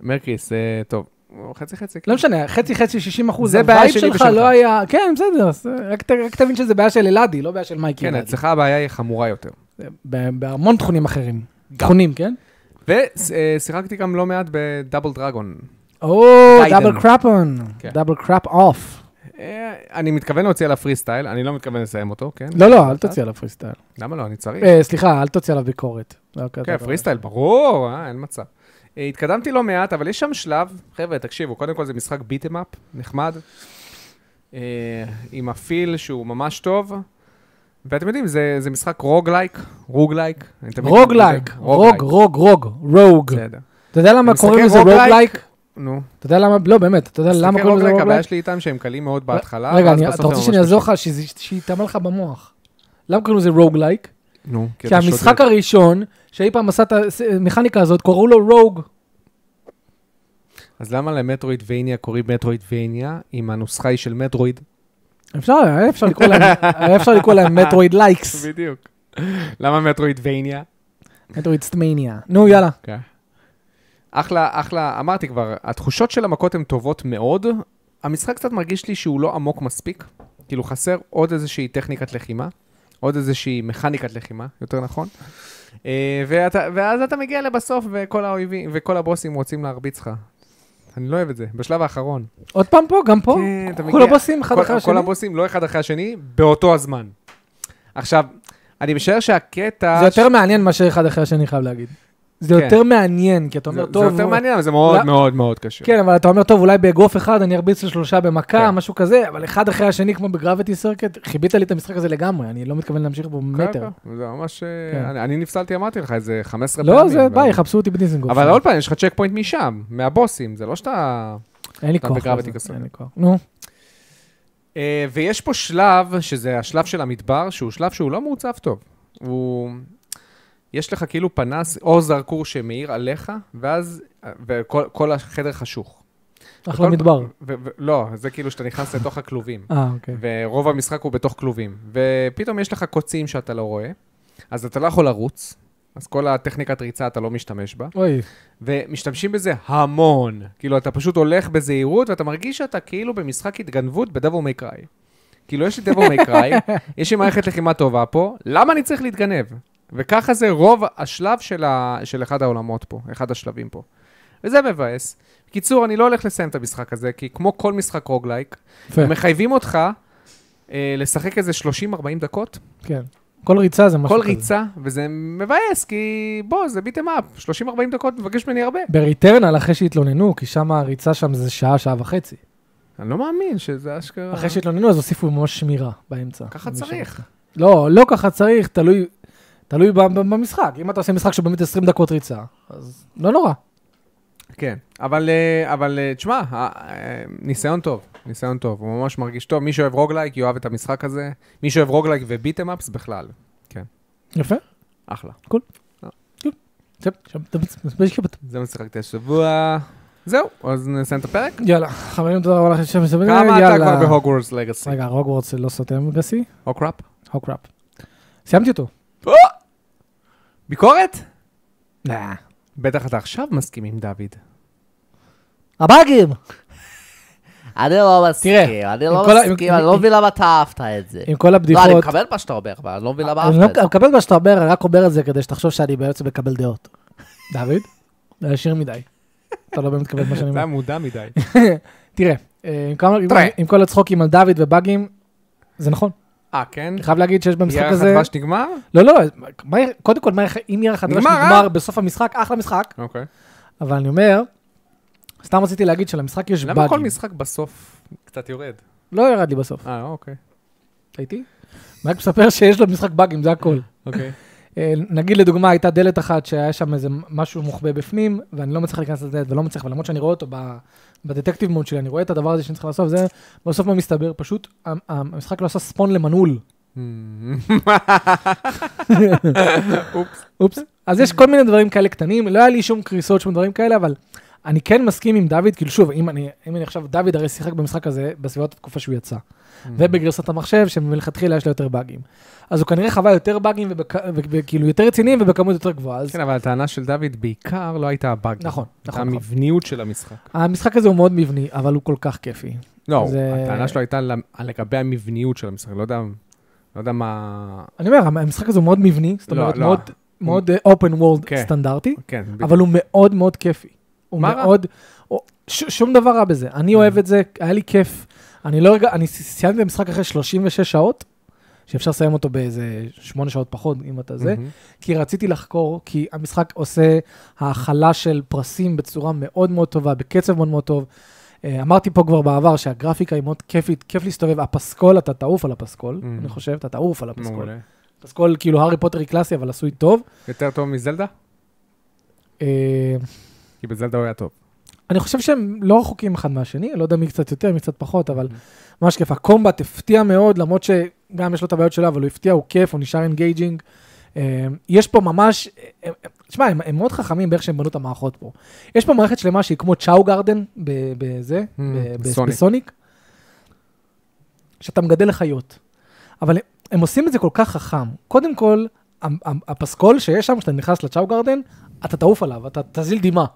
מרקריס, אה, טוב. חצי חצי. כן. לא משנה, חצי חצי 60 אחוז, זה בעיה הווייב שלי שלך ושלך. לא היה... כן, בסדר, אז רק ת- רק תבין שזה בעיה של אלעדי, לא בעיה של מייקי. כן, אלעדי. אצלך הבעיה היא חמורה יותר. ב- בהמון תכונים אחרים. תכונים, כן? ושיחקתי גם לא מעט בדאבל דרגון. או, דיידן. דאבל קראפ און, כן. דאבל קראפ אוף. אה, אני מתכוון להוציא עליו פרי סטייל, אני לא מתכוון לסיים אותו, כן? לא, לא, אל תוציא עליו פריסטייל. למה לא? אני צריך. אה, סליחה, אל תוציא עליו ביקורת. לא, כן, כזה דבר. פריסטייל, ברור, אה, אין מצב. אה, התקדמתי לא מעט, אבל יש שם שלב, חבר'ה, תקשיבו, קודם כל זה משחק ביטם-אפ, נחמד, אה, עם הפיל שהוא ממש טוב, ואתם יודעים, זה, זה משחק רוגלייק, רוגלייק. אני תמיד- רוגלייק, רוגלייק, רוג, רוג, רוג, רוג. בסדר. אתה יודע למה אתה קוראים לזה מסתכל רוגלייק? רוגלייק? נו, אתה יודע למה, לא, באמת, אתה יודע למה תסתכל קוראים לזה רוגלייק, הבעיה רוגלייק? שלי איתם שהם קלים מאוד בהתחלה, רגע, ואז אני- בסוף אתה הם רוצה ממש שאני אעזור לך, שזה- שייטמע לך במוח. למה קוראים לזה רוגלייק? קשים. נו, כי אתה המשחק שודד. הראשון שאי פעם עשה את אה, המכניקה הזאת, קראו לו רוג. אז למה למטרואידבניה קוראים מטרואידבניה, אם הנוסחה היא של מטרואיד? אפשר, היה אפשר לקרוא להם- היה אפשר לקרוא להם מטרואיד לייקס, בדיוק. למה מטרואידבניה? מטרואיד סטמניה. נו, יאללה. כן. אחלה, אחלה, אמרתי כבר, התחושות של המכות הן טובות מאוד. המשחק קצת מרגיש לי שהוא לא עמוק מספיק. כאילו חסר עוד איזושהי טכניקת לחימה, עוד איזושהי מכניקת לחימה, יותר נכון. אה, ואתה, ואז אתה מגיע לבסוף וכל האויבים וכל הבוסים רוצים להרביץ לך. אני לא אוהב את זה, בשלב האחרון. עוד פעם פה, גם פה? כן, אתה כל מגיע- הבוסים אחד כל- אחרי כל השני? הבוסים לא אחד אחרי השני, באותו הזמן. עכשיו, אני משער שהקטע... זה יותר מעניין מאשר אחד אחרי השני, חייב להגיד. זה כן. יותר מעניין, כי אתה אומר, זה- טוב... זה יותר הוא- מעניין, אבל זה מאוד אולי- מאוד מאוד קשה. כן, אבל אתה אומר, טוב, אולי באגרוף אחד אני ארביץ לשלושה במכה, כן. משהו כזה, אבל אחד אחרי השני, כמו בגרביטי סרקט, חיבית לי את המשחק הזה לגמרי, אני לא מתכוון להמשיך בו מטר. כן, זה ממש... אה, כן. אני, אני נפסלתי, אמרתי לך, איזה 15 פעמים. לא, זה, אבל- ביי, יחפשו אותי בדיזנגוף. אבל עוד פעם, יש לך צ'ק פוינט משם, מהבוסים, זה לא שאתה... אין לי אתה כוח. בגרביטי לזה, כזה. אין לי כוח. נו, אה, ויש פה שלב, שזה השלב של המדבר, שהוא שלב שהוא לא מעוצב טוב. הוא... יש לך כאילו פנס או זרקור שמאיר עליך, ואז... וכל כל החדר חשוך. אחלה וכל- מדבר. ו- ו- לא, זה כאילו שאתה נכנס לתוך הכלובים. אה, אוקיי. ורוב המשחק הוא בתוך כלובים. ופתאום יש לך קוצים שאתה לא רואה, אז אתה לא יכול לרוץ, אז כל הטכניקת ריצה אתה לא משתמש בה. אוי, ומשתמשים בזה המון. כאילו, אתה פשוט הולך בזהירות, ואתה מרגיש שאתה כאילו במשחק התגנבות בדאבור מי קראי. כאילו, יש לי דאבור מי קראי, יש לי מערכת לחימה טובה פה, למה אני צריך להתגנב? וככה זה רוב השלב של, ה... של אחד העולמות פה, אחד השלבים פה. וזה מבאס. בקיצור, אני לא הולך לסיים את המשחק הזה, כי כמו כל משחק רוגלייק, יפה, מחייבים אותך אה, לשחק איזה 30-40 דקות, כן. כל ריצה זה משהו כל כזה. ריצה, וזה מבאס, כי בוא, זה ביטם אפ, 30-40 דקות, מבקש ממני הרבה. בריטרנל אחרי שהתלוננו, כי שם הריצה שם זה שעה, שעה וחצי. אני לא מאמין שזה אשכרה... אחרי שהתלוננו אז הוסיפו ממש שמירה באמצע. ככה למי צריך. ש- לא, לא ככה צריך, תלוי תלוי ב- ב- במשחק. אם אתה עושה משחק שהוא באמת 20 דקות ריצה, אז לא נורא. כן, אבל, אה, אבל אה, תשמע, ה- אה, ניסיון טוב, ניסיון טוב, הוא ממש מרגיש טוב. מי שאוהב רוגלייק יאהב את המשחק הזה, מי שאוהב רוגלייק וביטם אפס בכלל, יפה. אחלה. טוב, עכשיו, אתה מספיק שבת. זה מה ששיחקתי השבוע. זהו, אז נסיים את הפרק. יאללה, חברים, תודה רבה לכם שאתם מסתובבים. כמה אתה כבר בהוגוורטס לגאסי? רגע, רוגוורטס לא סותם גסי? או קראפ? הוקראפ. סיימתי אותו. ביקורת? נה. בטח אתה עכשיו מסכים עם דוד. הבאגים! אני לא מסכים, תראה, אני עם לא כל ה- עם- מסכים, אני עם- לא מבין למה אתה אהבת את זה. עם כל לא, אני הבדיחות. מקבל מה שאתה אומר, אבל אני לא מבין למה אני אהבת את לא זה. מקבל מה שאתה אומר, אני רק אומר את זה כדי שתחשוב שאני בעצם מקבל דעות. דוד, זה ישיר מדי. אתה לא באמת מקבל מה שאני אתה אומר. מודע מדי. תראה, אה, עם כמה- תראה. עם כל הצחוקים על דוד ובאגים, זה נכון. אה, כן? אני חייב להגיד שיש במשחק ירח הזה... הדבש נגמר? לא, לא, לא, מה- קודם כל, מה- אם ירח הדבש נגמר, אה? נגמר בסוף המשחק, אחלה משחק, אוקיי. אבל אני אומר, סתם רציתי להגיד שלמשחק יש למה כל באגים. משחק בסוף קצת יורד? לא ירד לי בסוף. אה, אוקיי. אתה איתי? אני רק מספר שיש לו משחק באגים, זה הכל. אוקיי. אה, נגיד לדוגמה, הייתה דלת אחת שהיה שם איזה משהו מוחבא בפנים, ואני לא מצליח להיכנס לדלת ולא מצליח, ולמרות שאני רואה אותו ב- בדטקטיב מוד שלי, אני רואה את הדבר הזה שאני צריך לעשות, זה בסוף מה מסתבר, פשוט ה- ה- המשחק לא עשה ספון למנעול. Hmm. אופס. אופס. אז Mm-hmm. יש כל מיני דברים כאלה קטנים, לא היה לי שום קריסות, שום דברים כאלה, אבל אני כן מסכים עם דוד, כאילו שוב, אם אני, אם אני עכשיו, דוד הרי שיחק במשחק הזה בסביבות התקופה שהוא יצא, Mm-hmm. ובגרסת המחשב, שמלכתחילה יש לו יותר באגים. אז הוא כנראה חווה יותר באגים, ובכ- ו- וכאילו יותר רציניים ובכמות יותר גבוהה, אז כן, אבל הטענה של דוד בעיקר לא הייתה הבאג. נכון, הייתה נכון. נכון. המבניות של המשחק. המשחק הזה הוא מאוד מבני, אבל הוא כל כך כיפי. לא, זה- הטענה שלו הייתה למ- לגבי המבניות של המשחק. לא יודע- לא יודע מה... אני אומר, המשחק הזה הוא מאוד מבני, זאת לא, אומרת, לא. מאוד- מאוד אופן וורד כן. סטנדרטי, כן, ב- אבל הוא מאוד מאוד כיפי. הוא מה רע? אה. מאוד, הוא- ש- שום דבר רע בזה. אני אוהב את זה, היה לי כיף. אני לא רגע, אני ס- סיימתי את המשחק אחרי 36 שעות, שאפשר לסיים אותו באיזה 8 שעות פחות, אם אתה זה, מהמם. כי רציתי לחקור, כי המשחק עושה האכלה של פרסים בצורה מאוד מאוד טובה, בקצב מאוד מאוד טוב. אה, אמרתי פה כבר בעבר שהגרפיקה היא מאוד כיפית, כיף להסתובב. הפסקול, אתה תעוף על הפסקול, Mm. אני חושב, אתה תעוף על הפסקול. מעולה. פסקול כאילו הארי פוטרי קלאסי, אבל עשוי טוב. יותר טוב מזלדה? אה, כי בזלדה הוא היה טוב. אני חושב שהם לא רחוקים אחד מהשני, לא יודע מי קצת יותר, מי קצת פחות, אבל ממש כיף. הקומבט הפתיע מאוד, למרות שגם יש לו את הבעיות שלו, אבל הוא הפתיע, הוא כיף, הוא נשאר אינגייג'ינג. יש פה ממש, אה, אה, תשמע, הם, הם מאוד חכמים באיך שהם בנו את המערכות פה. יש פה מערכת שלמה שהיא כמו צ'או גרדן ב- בזה, Mm, ב- ב- בסוניק. בסוניק, שאתה מגדל חיות. אבל הם, הם עושים את זה כל כך חכם. קודם כל, המ- המ- הפסקול שיש שם, כשאתה נכנס לצ'או גרדן, אתה תעוף עליו, אתה תזיל דמעה.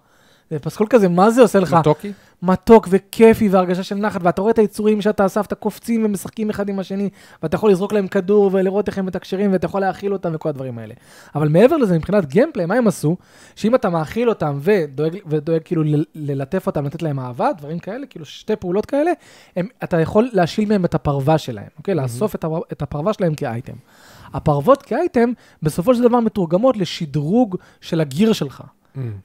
זה פסקול כזה, מה זה עושה לך? מטוקי? מתוק וכיפי והרגשה של נחת, ואתה רואה את היצורים שאתה אספת קופצים ומשחקים אחד עם השני, ואתה יכול לזרוק להם כדור ולראות איך הם מתקשרים, ואתה יכול להאכיל אותם וכל הדברים האלה. אבל מעבר לזה, מבחינת גיימפליי, מה הם עשו? שאם אתה מאכיל אותם ודואג, ודואג כאילו ל- ללטף אותם, לתת להם אהבה, דברים כאלה, כאילו שתי פעולות כאלה, הם, אתה יכול להשיל מהם את הפרווה שלהם, אוקיי? לאסוף את, הפר, את הפרווה שלהם כאייטם. הפרוות כאייטם, בסופו של דבר מתורגמות לשדרוג של הגיר שלך.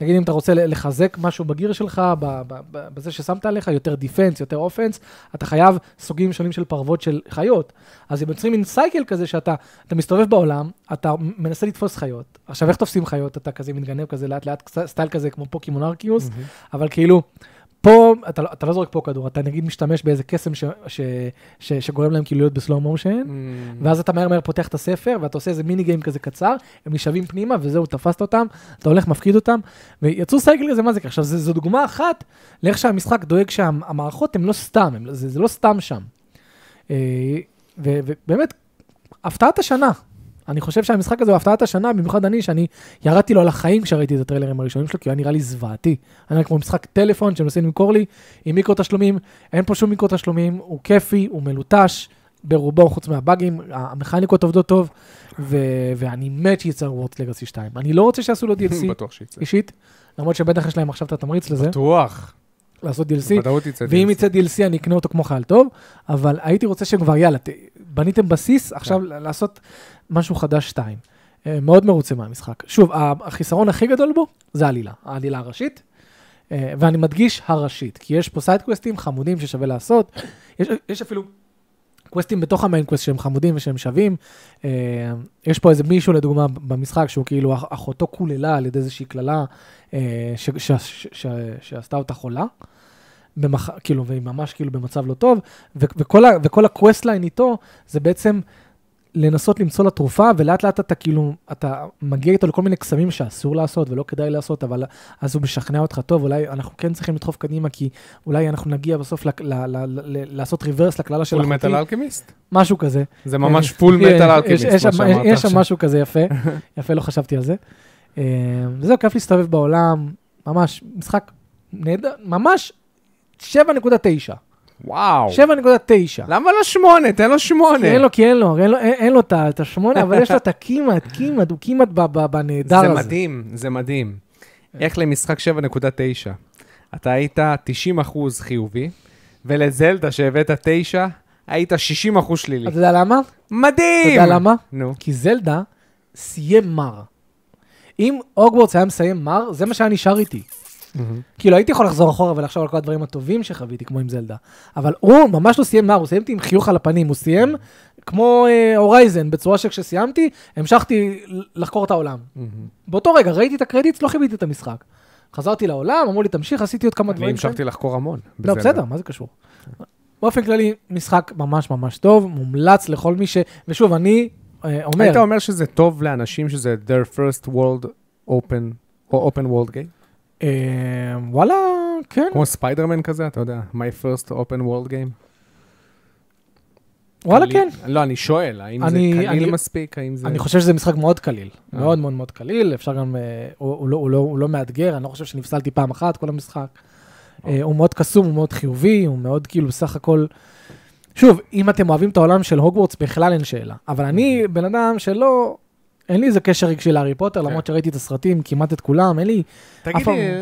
נגיד אם אתה רוצה לחזק משהו בגיר שלך, ב- ב- ב- בזה ששמת עליך, יותר דיפנס, יותר אופנס, אתה חייב סוגים שונים של פרוות של חיות. אז הם יוצרים מין סייקל כזה שאתה אתה מסתובב בעולם, אתה מנסה לתפוס חיות. עכשיו, איך תופסים חיות? אתה כזה מתגנב כזה לאט לאט, קצת- סטייל כזה כמו פוקימון ארקיוס, אבל כאילו... פה, אתה, לא- אתה לא זורק פה כדור, אתה נגיד משתמש באיזה קסם ש, ש, ש, שגורם להם כאילו להיות בסלואו מושן, Hmm. Mm. ואז אתה מהר מהר פותח את הספר, ואתה עושה איזה מיני גיים כזה קצר, הם נשאבים פנימה, וזהו, תפסת אותם, אתה הולך, מפקיד אותם, ויצאו סייקל כזה, מה זה ככה? עכשיו, זו- זו דוגמה אחת לאיך שהמשחק דואג שהמערכות הן לא סתם, הם, זה, זה לא סתם שם. אה, ו- ובאמת, הפתעת השנה. אני חושב שהמשחק הזה הוא הפתעת השנה, במיוחד אני, שאני ירדתי לו על החיים כשראיתי את הטריילרים הראשונים שלו, כי הוא היה נראה לי זוועתי. היה נראה כמו משחק טלפון שמנסים למכור לי, עם מיקרו תשלומים, אין פה שום מיקרו תשלומים, הוא כיפי, הוא מלוטש, ברובו חוץ מהבאגים, המכניקות עובדות טוב, ו- ואני מת שייצר וורדס לגאסי 2. אני לא רוצה שיעשו לו DLC, בטוח שיצא. אישית, למרות שבטח יש להם עכשיו את התמריץ לזה, בטוח. לעשות DLC. בוודאות יצא. ואם DLC. יצא DLC אני אקנה אותו כמו חייל טוב, אבל הייתי רוצה שכבר יאללה, ת- בניתם בסיס, עכשיו ל- לעשות משהו חדש 2. מאוד מרוצה מהמשחק. שוב, ה- החיסרון הכי גדול בו זה העלילה, העלילה הראשית. אה, ואני מדגיש הראשית, כי יש פה סיידקווסטים חמודים ששווה לעשות. יש, יש אפילו קווסטים בתוך המיינקווסט שהם חמודים ושהם שווים. אה, יש פה איזה מישהו, לדוגמה, במשחק, שהוא כאילו אח- אחותו קוללה על ידי איזושהי קללה אה, ש- ש- ש- ש- שעשתה אותה חולה. במח... כאילו, והיא ממש כאילו במצב לא טוב, ו- וכל, ה- וכל הקווסט ליין איתו, זה בעצם לנסות למצוא לה תרופה, ולאט לאט אתה כאילו, אתה מגיע איתו לכל מיני קסמים שאסור לעשות ולא כדאי לעשות, אבל אז הוא משכנע אותך, טוב, אולי אנחנו כן צריכים לדחוף קדימה, כי אולי אנחנו נגיע בסוף ל- ל- ל- ל- לעשות ריברס לקללה של פול אחותי, מטל אלכימיסט? משהו כזה. זה ממש פול כן, מטל יש- אלכימיסט, יש מה שם- שאמרת יש שם עכשיו. משהו כזה יפה, יפה, לא חשבתי על זה. אה, זהו, כיף להסתובב בעולם, ממש, משחק נהדר, ממש 7.9. וואו. 7.9. למה לא שמונה? תן לו כי שמונה. אין לו, כי אין לו, אין לו, אין- אין לו את ה- את השמונה, אבל יש לו את הכמעט, כמעט, הוא כמעט ב- ב- בנהדר זה הזה. אה. מדהים, זה מדהים. איך למשחק 7.9, אתה היית 90 אחוז חיובי, ולזלדה שהבאת 9, היית 60 אחוז שלילי. אתה יודע למה? מדהים! אתה יודע למה? נו. כי זלדה סיים מר. אם הוגוורטס היה מסיים מר, זה מה שהיה נשאר איתי. כאילו, הייתי יכול לחזור אחורה ולחשוב על כל הדברים הטובים שחוויתי, כמו עם זלדה. אבל הוא ממש לא סיים מר, הוא סיים אותי עם חיוך על הפנים, הוא סיים כמו אה, הורייזן, בצורה שכשסיימתי, המשכתי ל- לחקור את העולם. באותו רגע, ראיתי את הקרדיטס, לא חיוויתי את המשחק. חזרתי לעולם, אמרו לי, תמשיך, עשיתי עוד כמה אני דברים. המשכתי לחקור המון. לא, בסדר, מה זה קשור? באופן כללי, משחק ממש ממש טוב, מומלץ לכל מי ש... ושוב, אני אה, אומר... היית אומר שזה טוב לאנשים שזה their first world open, או open world game? אה, וואלה, כן. כמו ספיידרמן כזה, אתה יודע, my first open world game? וואלה, קליל- כן. לא, אני שואל, האם זה אני- קליל אני- מספיק? האם זה... אני חושב שזה משחק מאוד קליל. אה. מאוד מאוד מאוד קליל, אפשר גם... אה, הוא- הוא לא- הוא לא- הוא לא מאתגר, אני לא חושב שנפסלתי פעם אחת כל המשחק. אה, הוא מאוד קסום, הוא מאוד חיובי, הוא מאוד כאילו סך הכל... שוב, אם אתם אוהבים את העולם של הוגוורטס, בכלל אין שאלה. אבל אני אה. בן אדם שלא... אין לי איזה קשר רגשי להארי פוטר, כן. למרות שראיתי את הסרטים, כמעט את כולם, אין לי... אף תגיד פעם- לי, אה,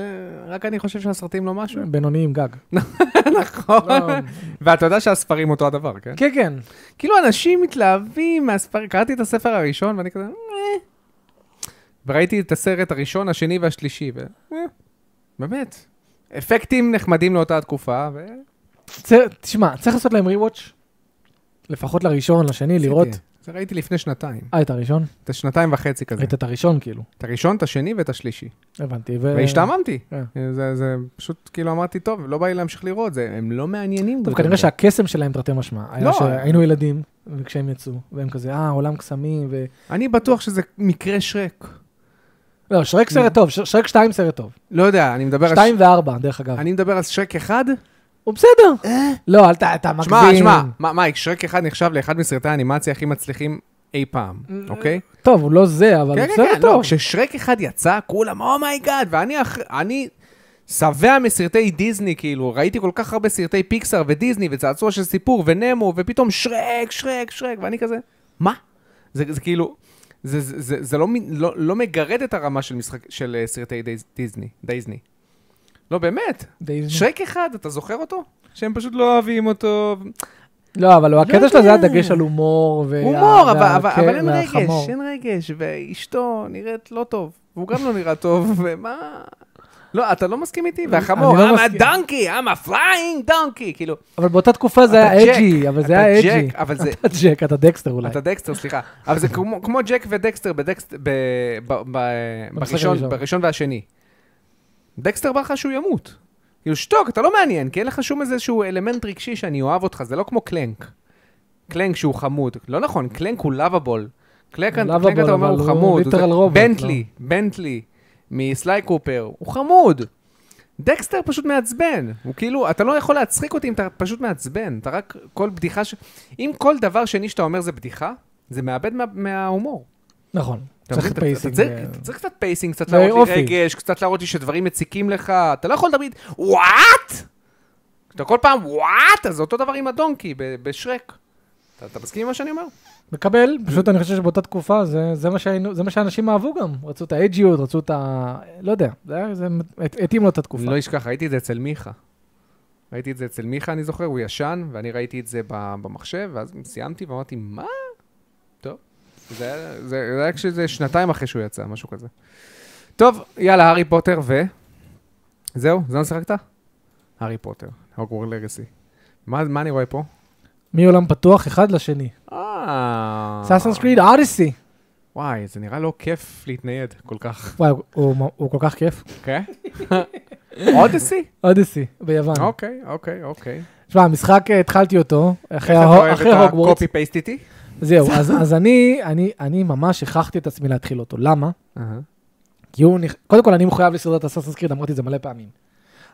רק אני חושב שהסרטים לא משהו. כן, בינוניים גג. נכון. לא. ואתה יודע שהספרים אותו הדבר, כן? כן, כן. כאילו אנשים מתלהבים מהספרים, קראתי את הספר הראשון ואני כזה, "אה". וראיתי את הסרט הראשון, השני והשלישי, ו... "אה". באמת, אפקטים נחמדים לאותה התקופה, ו... צ- תשמע, צריך לעשות להם rewatch, לפחות לראשון, לשני, לראות. עשיתי. כן. זה ראיתי לפני שנתיים, אה, את הראשון? את השנתיים וחצי כזה. ראית את הראשון, כאילו. את הראשון, את השני ואת השלישי. הבנתי. ו- והשתעממתי. אה. זה- זה פשוט, כאילו אמרתי, טוב, לא בא לי להמשיך לראות, זה- הם לא מעניינים. טוב, כל כנראה כך." שהקסם שלהם תרתי משמע. היה לא. שהיינו ילדים, וכשהם יצאו, והם כזה, אה, עולם קסמים, ו... אני בטוח שזה מקרה שרק. לא, שרק כן. סרט טוב, ש- שרק 2 סרט טוב. לא יודע, אני מדבר על... 2 ו-4, דרך אגב. אני מדבר על שרק אחד, הוא בסדר. לא, אל ת... אתה מגזים. שמע, שמע, מה- מייק, שרק אחד נחשב לאחד מסרטי האנימציה הכי מצליחים אי פעם, אוקיי? טוב, הוא לא זה, אבל כן, הוא כן, סרט כן, לא, טוב. כששרק אחד יצא, כולם, אומייגאד, ואני אח- אני שבע מסרטי דיסני, כאילו, ראיתי כל כך הרבה סרטי פיקסאר ודיסני, וצעצוע של סיפור, ונמו, ופתאום שרק, שרק, שרק, ואני כזה, מה? זה זה כאילו, זה- זה זה- זה לא מ- לא- לא מגרד את הרמה של משחק- של אה, סרטי דיז- דיסני, דיסני. לא, באמת, די- שרק אחד, אתה זוכר אותו? שהם פשוט לא אוהבים אותו. לא, אבל הוא- הקטע שלו זה היה יודע. דגש על הומור. וה- הומור, אבל, וה- אבל, כן, אבל אין והחמור. רגש, אין רגש, ואשתו נראית לא טוב, והוא גם לא נראה טוב, ומה... לא, אתה לא מסכים איתי? והחמור, אני לא I'm a מסכים. donkey, I'm a flying donkey, כאילו, אבל באותה תקופה זה אתה היה ג'ק, אג'י, אבל זה אתה היה ג'ק, אג'י. אבל זה- אתה ג'ק, אתה דקסטר אולי. אתה דקסטר, סליחה. אבל זה כמו, כמו ג'ק ודקסטר בדקסט, ב, ב, ב, במשחק בראשון, הראשון. בראשון והשני. דקסטר בא לך שהוא ימות. כאילו, שתוק, אתה לא מעניין, כי אין לך שום איזשהו אלמנט רגשי שאני אוהב אותך, זה לא כמו קלנק. קלנק שהוא חמוד. לא נכון, קלנק הוא לאבאבול. קלנק, הוא קלנק lovable, אתה אומר, אבל הוא הוא חמוד. הוא זה- literal robot, לא? בנטלי, בנטלי, מסליי קופר, הוא חמוד. דקסטר פשוט מעצבן, הוא כאילו, אתה לא יכול להצחיק אותי אם אתה פשוט מעצבן, אתה רק, כל בדיחה ש... אם כל דבר שני שאתה אומר זה בדיחה, זה מאבד מה, מההומור. נכון. אתה מבין? צריך אתה- פייסינג. אתה צריך- אה, אתה צריך קצת פייסינג, קצת זה להראות אופי. לי רגש, קצת להראות לי שדברים מציקים לך, אתה לא יכול תמיד, וואט! אתה כל פעם וואט, אז זה אותו דבר עם הדונקי ב- בשרק. אתה, אתה מסכים עם מה שאני אומר? מקבל, פשוט אני חושב שבאותה תקופה זה- זה מה שהיינו- זה מה שאנשים אהבו גם, רצו את האג'יות, רצו את ה... לא יודע, זה היה- זה הת- התאים לו את התקופה. לא אשכח, ראיתי את זה אצל מיכה. ראיתי את זה אצל מיכה, אני זוכר, הוא ישן, ואני ראיתי את זה ב- במחשב, ואז סיימתי ואמרתי, מה? טוב. זה היה- זה זה היה כשזה שנתיים אחרי שהוא יצא, משהו כזה. טוב, יאללה, הארי פוטר ו... זהו, זה מה ששיחקת? הארי פוטר, הוגוור לגאסי. מה מה אני רואה פה? מעולם פתוח אחד לשני. אה... סאסנס קריד אודיסי. וואי, זה נראה לא כיף להתנייד כל כך. וואי, הוא- הוא- הוא כל כך כיף. כן? אודסי? אודיסי, ביוון. אוקיי, אוקיי, אוקיי. תשמע, המשחק, אה, התחלתי אותו, אחרי איך אתה ה- אוהב אחרי את הוגוורטס. ה-copy paste איתי? זהו, אז- אז אני- אני- אני ממש הכרחתי את עצמי להתחיל אותו. למה? אהה. כי הוא, נכ- קודם כל אני מחויב לסדרת הסאסנס קריד, אמרתי את זה מלא פעמים.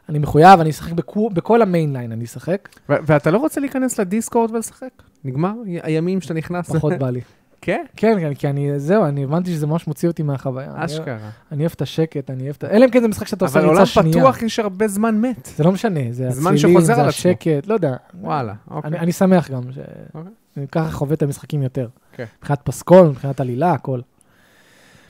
אני מחויב, אני אשחק בכו- בכל המיינליין, אני אשחק, ו- ואתה לא רוצה להיכנס לדיסקורד ולשחק? נגמר י- הימים שאתה נכנס? פחות בא לי. כן? כן, כן, כי אני, זהו, אני הבנתי שזה ממש מוציא אותי מהחוויה. אני- אשכרה. אני אוהב את השקט, אני אוהב את ה... אלא אם כן זה משחק שאתה אה, עושה אבל ריצה עולם שנייה. פתוח יש הרבה זמן מת. זה לא משנה, זה זמן הצלילים, שחוזר זה על עצמו. השקט, לא יודע. וואלה, אני, אוקיי. אני שמח גם, ש... אוקיי. אני ככה חווה את המשחקים יותר. כן. מבחינת פסקול, מבחינת עלילה, הכל.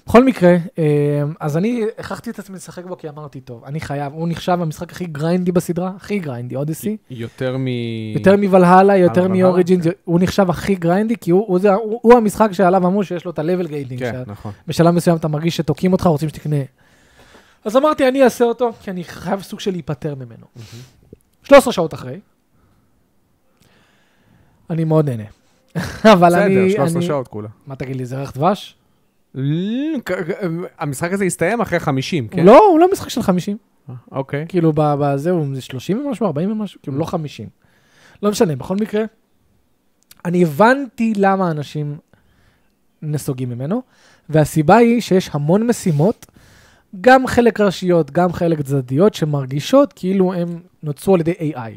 בכל מקרה, אה, אז אני הכרחתי את עצמי לשחק בו כי אמרתי, טוב, אני חייב, הוא נחשב המשחק הכי גריינדי בסדרה, הכי גריינדי, אודיסי. יותר מ... יותר מוולהלה, יותר וולהלה, מאוריג'ינס, הוא נחשב הכי גריינדי, כי הוא- הוא זה- הוא הוא המשחק שעליו אמרו שיש לו את ה-level gating, כן, שה- נכון. בשלב מסוים אתה מרגיש שתוקעים אותך, רוצים שתקנה. אז אמרתי, אני אעשה אותו, כי אני חייב סוג של להיפטר ממנו. 13 שעות אחרי, אני מאוד נהנה. אבל אני... בסדר, 13 אני- שעות כולה. מה תגיד לי, זה ריח דבש? ל- כ- כ- המשחק הזה הסתיים אחרי 50, כן? הוא לא, הוא לא משחק של 50. אוקיי. כאילו, ב- בזה הוא 30 ומשהו, 40 ומשהו, כאילו, לא 50. לא משנה, בכל מקרה, אני הבנתי למה אנשים נסוגים ממנו, והסיבה היא שיש המון משימות, גם חלק ראשיות, גם חלק צדדיות, שמרגישות כאילו הם נוצרו על ידי AI.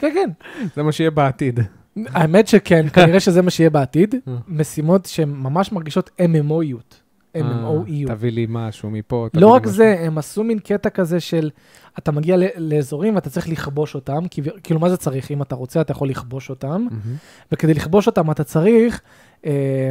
כן, כן. זה מה שיהיה בעתיד. האמת שכן, כנראה שזה מה שיהיה בעתיד. אה. משימות שהן ממש מרגישות MMOיות. אה, MMOEU. תביא לי משהו מפה. תביא E לא לי רק משהו. זה, הם עשו מין קטע כזה של, אתה מגיע ל- לאזורים ואתה צריך לכבוש אותם, כי- כאילו מה זה צריך? אם אתה רוצה, אתה יכול לכבוש אותם, מהמם. וכדי לכבוש אותם אתה צריך, אה,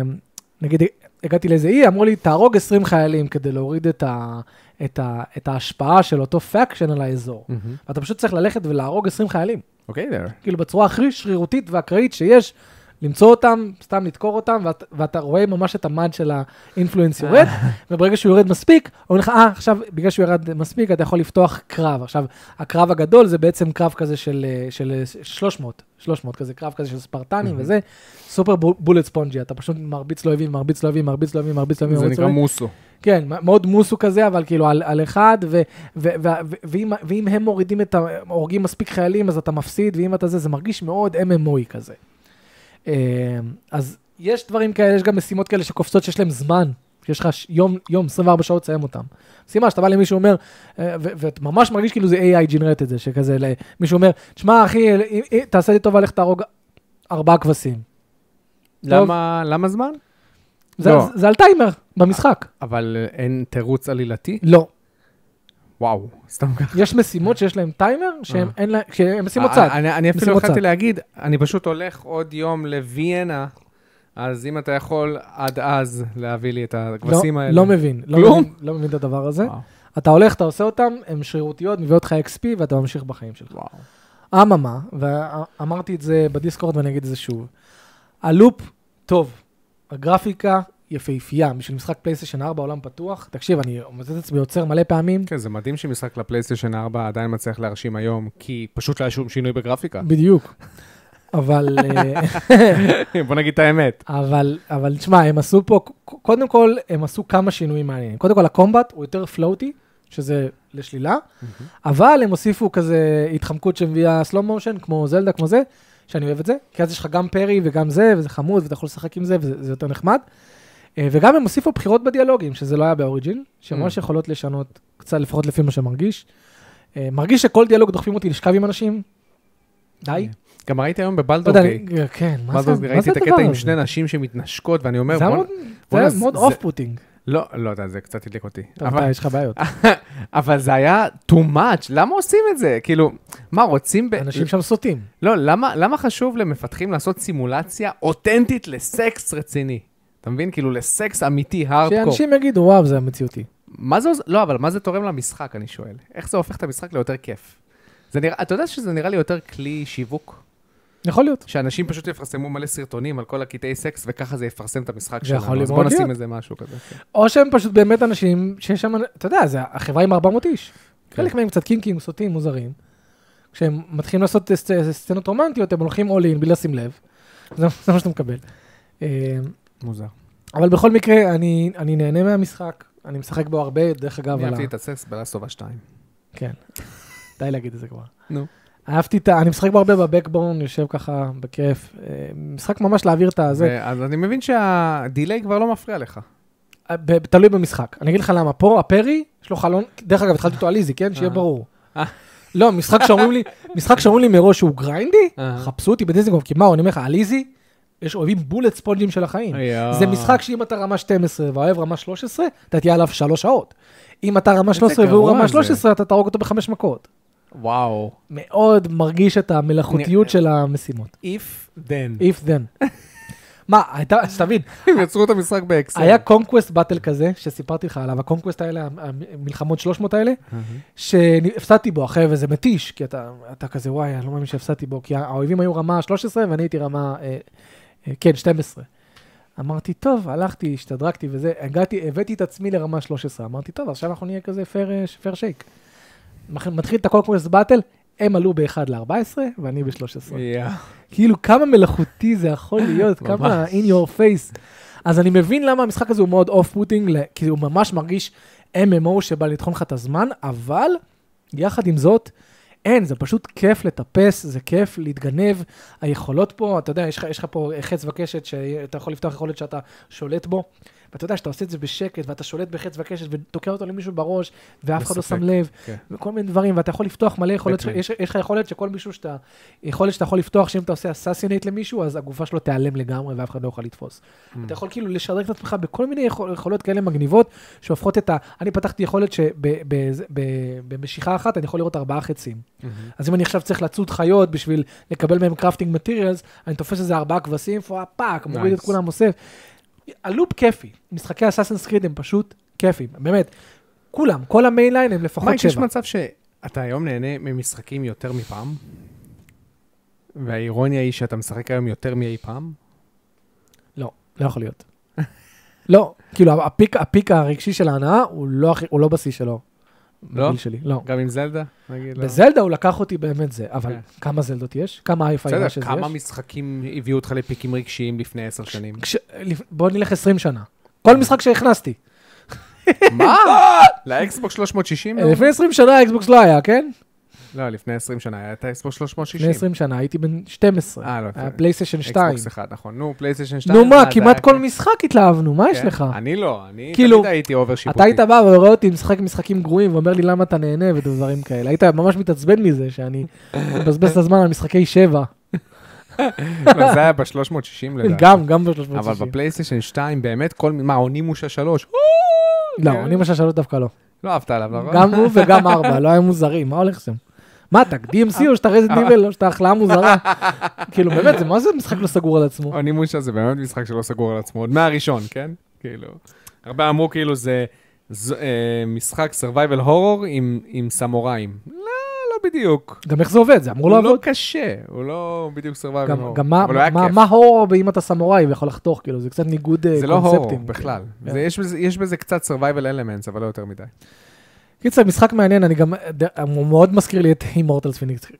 נגיד, הגעתי לאיזה אי, אמרו לי, תהרוג 20 חיילים כדי להוריד את, ה, את, ה, את ההשפעה של אותו פאקשן על האזור. מהמם. אתה פשוט צריך ללכת ולהרוג 20 חיילים, אוקיי, there. כאילו בצורה הכי שרירותית ואקראית שיש. למצוא אותם, סתם לדקור אותם, ואת, ואתה רואה ממש את המד של האינפלואנס יורד, וברגע שהוא יורד מספיק, אומרים לך, אה, עכשיו, בגלל שהוא ירד מספיק, אתה יכול לפתוח קרב. עכשיו, הקרב הגדול זה בעצם קרב כזה של, אה, של אה, 300, 300 כזה, קרב כזה של ספרטנים Mhm. וזה, סופר בול- בולט ספונג'י, אתה פשוט מרביץ לו אויבים, מרביץ לו אויבים, מרביץ לו אויבים, מרביץ לו אויבים, זה מרביץ לו נקרא אויבים. מוסו. כן, מ- מאוד מוסו כזה, אבל כאילו על, על אחד, ו, ו, ו, ו, ואם, ואם הם מורידים את ה... הורגים מספיק חיילים, אז אתה מפסיד, ואם אתה זה, זה מרגיש מאוד MMOי כזה. אמ, אז יש דברים כאלה, יש גם משימות כאלה שקופצות שיש להם זמן, שיש לך ש- יום, יום, 24 שעות לסיים אותם. משימה שאתה בא למישהו אומר, אה, ו- ואתה ממש מרגיש כאילו זה AI ג'נרט את זה, שכזה, ל- מישהו אומר, שמע אחי, אל- אם- אם- תעשה לי טובה, לך תהרוג ארבעה כבשים. למה למה זמן? זה, לא. זה, זה על טיימר במשחק. אבל אה, אין תירוץ עלילתי? לא. וואו, סתם ככה. יש משימות שיש להן טיימר, שהן אה. אין להן, שהן משימות אה, צד. אני- אני אפילו משימות החלטתי צד. להגיד, אני פשוט הולך עוד יום לוויינה, אז אם אתה יכול עד אז להביא לי את הכבשים לא- האלה. לא מבין, לא כלום? אה. מבין- לא מבין את הדבר הזה. וואו, אתה הולך, אתה עושה אותם, הן שרירותיות, מביאות לך XP ואתה ממשיך בחיים שלך. וואו. אממה, ואמרתי את זה בדיסקורד ואני אגיד את זה שוב. הלופ, טוב. הגרפיקה יפהפייה, בשביל משחק פלייסטיישן 4 עולם פתוח. תקשיב, אני מוצא את עצמי עוצר מלא פעמים. כן, זה מדהים שמשחק לפלייסטיישן 4 עדיין מצליח להרשים היום, כי פשוט לא היה שום שינוי בגרפיקה. בדיוק. אבל... אה, בוא נגיד את האמת. אבל, אבל תשמע, הם עשו פה, קודם כל, הם עשו כמה שינויים מעניינים. קודם כל, הקומבט הוא יותר פלוטי, שזה לשלילה, אבל הם הוסיפו כזה התחמקות שמביאה סלום מושן, כמו זלדה, כמו זה, שאני אוהב את זה, כי אז יש לך גם פרי וגם זה, וזה חמוד, ואתה יכול לשחק עם זה, וזה זה יותר נחמד. אה, וגם הם הוסיפו בחירות בדיאלוגים, שזה לא היה באוריג'ין, שממש Mm. יכולות לשנות קצת, לפחות לפי מה שמרגיש. אה, מרגיש שכל דיאלוג דוחפים אותי לשכב עם אנשים. די. גם ראיתי היום לא בבלדור יודע, גיי. אני- כן, מה זה בלדור מה זה הדבר הזה? גיי, אוקיי. ראיתי את הקטע עם שני נשים שמתנשקות, ואני אומר, זה היה בוא... מאוד- זה בואנה, היה זה- מאוד זה- אוף פוטינג. לא, לא יודע, זה קצת הדליק אותי. טוב, אבל- אתה, יש לך בעיות. אבל זה היה too much, למה עושים את זה? כאילו, מה, רוצים... ב- אנשים שם סוטים. לא, למה, למה חשוב למפתחים לעשות סימולציה אותנטית לסקס רציני? אתה מבין? כאילו לסקס אמיתי, הארדקור. שאנשים יגידו, וואו, זה מציאותי. מה זה עוז... לא, אבל מה זה תורם למשחק, אני שואל? איך זה הופך את המשחק ליותר כיף? זה נראה, אתה יודע שזה נראה לי יותר כלי שיווק? יכול להיות. שאנשים פשוט יפרסמו מלא סרטונים על כל הקטעי סקס, וככה זה יפרסם את המשחק זה שלנו. יכול אז בוא מאוד נשים להיות. איזה משהו כזה. כן. או שהם פשוט באמת אנשים שיש שם, אתה יודע, זה החברה עם 400 איש. כן. חלק מהם קצת קינקים, סוטים, מוזרים. כשהם מתחילים לעשות סצ- סצנות רומנטיות, הם הולכים all in בלי לשים לב. זה זה מה שאתה מקבל. אה, מוזר. אבל בכל מקרה, אני אני נהנה מהמשחק, אני משחק בו הרבה, דרך אגב, אני על ה- אהבתי את הסקס בלאסטובה 2. כן. די להגיד את זה כבר. נו. אהבתי את ה... אני משחק בו הרבה בבקבון, יושב ככה בכיף. אה, משחק ממש להעביר את הזה. אז אני מבין שהדיליי כבר לא מפריע לך. אה, ב- תלוי במשחק. אני אגיד לך למה, פה הפרי, יש לו חלון, דרך אגב, התחלתי אותו על איזי, כן? שיהיה אה. ברור. אה. לא, משחק שאומרים לי, משחק שאומרים לי מראש שהוא גריינדי, אה. חפשו אותי בדיסנגוף, כי מה, אני אומר לך, על איזי, יש אויבים בולט ספונג'ים של החיים. אה, זה משחק שאם אתה רמה 12 והאוהב רמה 13, אתה תהיה עליו 3 שעות. אם אתה רמה 13 והוא גרוע רמה זה. 13, אתה תהרוג אותו בחמש מכות. וואו. מאוד מרגיש את המלאכותיות של המשימות. If then. If then. מה, הייתה, שתבין, הם יצרו את המשחק באקסל. היה קונקווסט באטל כזה, שסיפרתי לך עליו, הקונקווסט האלה, המלחמות 300 האלה, שהפסדתי בו אחרי וזה מתיש, כי אתה, אתה כזה, וואי, אני לא מאמין שהפסדתי בו, כי האויבים היו רמה 13 ואני הייתי רמה, אה, אה, כן, 12. אמרתי, טוב, הלכתי, השתדרגתי וזה, הגעתי, הבאתי את עצמי לרמה 13. אמרתי, טוב, עכשיו אנחנו נהיה כזה פייר, אה, פייר שייק. מח- מתחיל את הקונקווסט באטל, הם עלו ב-1 ל-14 ואני ב-13. יא. כאילו, כמה מלאכותי זה יכול להיות, כמה ממש. in your face. אז אני מבין למה המשחק הזה הוא מאוד אוף פוטינג, כי הוא ממש מרגיש MMO שבא לטחון לך את הזמן, אבל יחד עם זאת, אין, זה פשוט כיף לטפס, זה כיף להתגנב. היכולות פה, אתה יודע, יש לך, יש לך פה חץ וקשת שאתה יכול לפתוח יכולת שאתה שולט בו, ואתה יודע שאתה עושה את זה בשקט, ואתה שולט בחץ וקשת ותוקע אותו למישהו בראש, ואף אחד לא בספק, שם לב, כן. וכל מיני דברים, ואתה יכול לפתוח מלא יכולות, ש... בקלין. יש, יש לך יכולת שכל מישהו שאתה, יכולת שאתה יכול לפתוח, שאם אתה עושה אססינט למישהו, אז הגופה שלו תיעלם לגמרי ואף אחד לא יוכל לתפוס. Mm. אתה יכול כאילו לשדרג את עצמך בכל מיני יכול, יכולות כאלה מגניבות, שהופכות את ה... אני פתחתי יכולת שבמשיכה אחת אני יכול לראות ארבעה חצים. אז אם אני עכשיו צריך לצוד חיות בשביל לקבל מהם קרפטינג מטריאלס, אני תופס איזה ארבעה כבשים, פואה פאק, מוריד את Nice. כולם, אוסף. הלופ כיפי, משחקי אסאסינס קריד הם פשוט כיפים, באמת. כולם, כל המיינליין הם לפחות מייק, יש שבע. מצב שאתה היום נהנה ממשחקים יותר מפעם? והאירוניה היא שאתה משחק היום יותר מאי פעם? לא, לא יכול להיות. לא, כאילו הפיק, הפיק הרגשי של ההנאה הוא לא, הכי- הוא לא בשיא שלו. לא? בגיל שלי, לא. גם עם זלדה? נגיד, לא. בזלדה הוא לקח אותי באמת זה, אבל כן. כמה זלדות יש? כמה אייפה בסדר, יש שזה כמה יש? משחקים הביאו אותך לפיקים רגשיים לפני עשר שנים? כש... לפ- בוא נלך 20 שנה. כל משחק שהכנסתי. מה? לאקסבוק 360? לא? לפני 20 שנה האקסבוקס לא היה, כן? לא, לפני 20 שנה היה את האקסבוק 360. לפני 20 שנה, הייתי בן 12. אה, לא, היה פלייסטיישן 2. אקסבוקס 1, נכון. נו, פלייסטיישן 2. נו מה, אחד, כמעט היה- כל משחק התלהבנו, מה יש כן. לך? אני לא, אני כאילו, תמיד הייתי אובר שיפוטי. אתה היית בא ורואה אותי משחק משחקים גרועים ואומר לי למה אתה נהנה ודברים כאלה. היית ממש מתעצבן מזה שאני מבזבז את הזמן על משחקי שבע. לא, זה היה ב-360 לדעתי. גם, גם ב-360. אבל בפלייסטיישן 2 באמת כל מי... מה, אונימושה 3? לא, אני מה שהשאלות דווקא לא. כאילו, לא אהבת עליו, לא? גם הוא וגם ארבע, לא היה מוזרים, מה הולך שם? מה אתה, DMC או שאתה רזד ניבל או שאתה החלאה מוזרה? כאילו באמת, זה מה זה משחק לא סגור על עצמו? אונימושה זה באמת משחק שלא סגור על עצמו, עוד מהראשון, כן? כאילו. הרבה אמרו כאילו זה ז- אה, משחק survival horror עם- עם סמוראים. לא, לא בדיוק. גם איך זה עובד, זה אמור הוא לא לעבוד. קשה, הוא לא בדיוק survival גם- horror. גם מה- אבל הוא היה מה- כיף. מה הורו אם אתה סמוראי ויכול לחתוך, כאילו זה קצת ניגוד אה, קונספטים. זה לא הורו כאילו. בכלל. כן. זה- יש בזה- יש בזה קצת survival elements, אבל לא יותר מדי. קיצר, משחק מעניין, אני גם, ד- הוא מאוד מזכיר לי את אימורטלס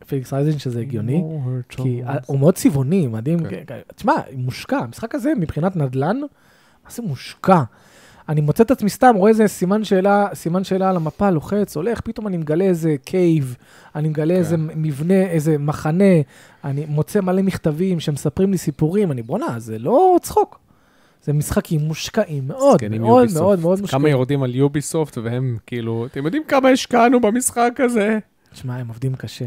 פיניקס רייזן, שזה הגיוני, כי ה- הוא מאוד צבעוני, מדהים. כן. כ- כ- תשמע, מושקע, המשחק הזה מבחינת נדל"ן, מה זה מושקע? אני מוצא את עצמי סתם, רואה איזה סימן שאלה, סימן שאלה על המפה, לוחץ, הולך, פתאום אני מגלה איזה קייב, אני מגלה כן. איזה מבנה, איזה מחנה, אני מוצא מלא מכתבים שמספרים לי סיפורים, אני בואנה, זה לא צחוק. זה משחקים מושקעים מאוד, זקנים מאוד יוביסופט. מאוד מאוד כמה מושקעים. יורדים על יוביסופט, והם כאילו, אתם יודעים כמה השקענו במשחק הזה? תשמע, הם עובדים קשה.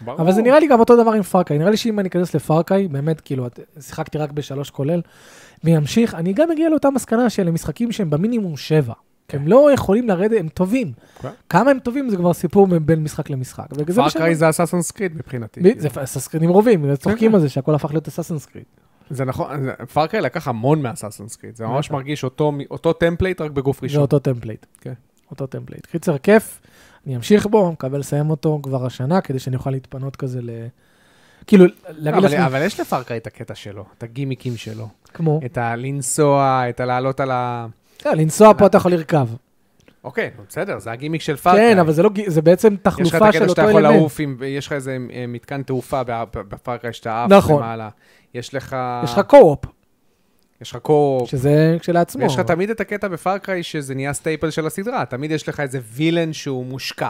ברור. אבל זה נראה לי גם אותו דבר עם פארקאי, נראה לי שאם אני אכנס לפארקאי, באמת, כאילו, את- שיחקתי רק בשלוש כולל, וימשיך, אני גם אגיע לאותה מסקנה שאלה משחקים שהם במינימום שבע. הם לא יכולים לרדת, הם טובים. כן. כמה הם טובים זה כבר סיפור מ- בין משחק למשחק. וזה מה פאר שאני- קריי זה כן, אסאסונס קריד מבחינתי. ב- זה אססקרידים רובים, הם צוחקים על זה שהכל הפך להיות אססנס קריד. זה נכון, פאר קריי לקח המון מאסאסונס קריד, זה ממש בטח. מרגיש אותו- אותו טמפלייט רק זה בגוף ראשון. אותו טמפלייט. כן. אותו טמפלייט. קיצר, כיף. אני אמשיך בו, מקווה לסיים אותו כבר השנה, כדי שאני אוכל להתפנות כזה ל... כאילו, להגיד אבל, לכם, אבל יש לפרקה את הקטע שלו, את הגימיקים שלו. כמו, את הלנסוע, את הלעלות על ה... אתה יודע, לנסוע פה אתה יכול לרכב. אוקיי, נו, בסדר, זה הגימיק של פרקה. כן, אבל זה לא, ג- זה בעצם יש לך את תחלופה הקטע של שאתה אותו יכול אלמנט. לעוף, עם- יש לך איזה אה, מתקן תעופה ב- ב- בפרקה שאתה עף נכון. למעלה. יש לך... יש לך קו-אופ, יש לך קור. שזה נכון. כשלעצמו. ויש לך תמיד את הקטע בפארקריי שזה נהיה סטייפל של הסדרה, תמיד יש לך איזה וילן שהוא מושקע,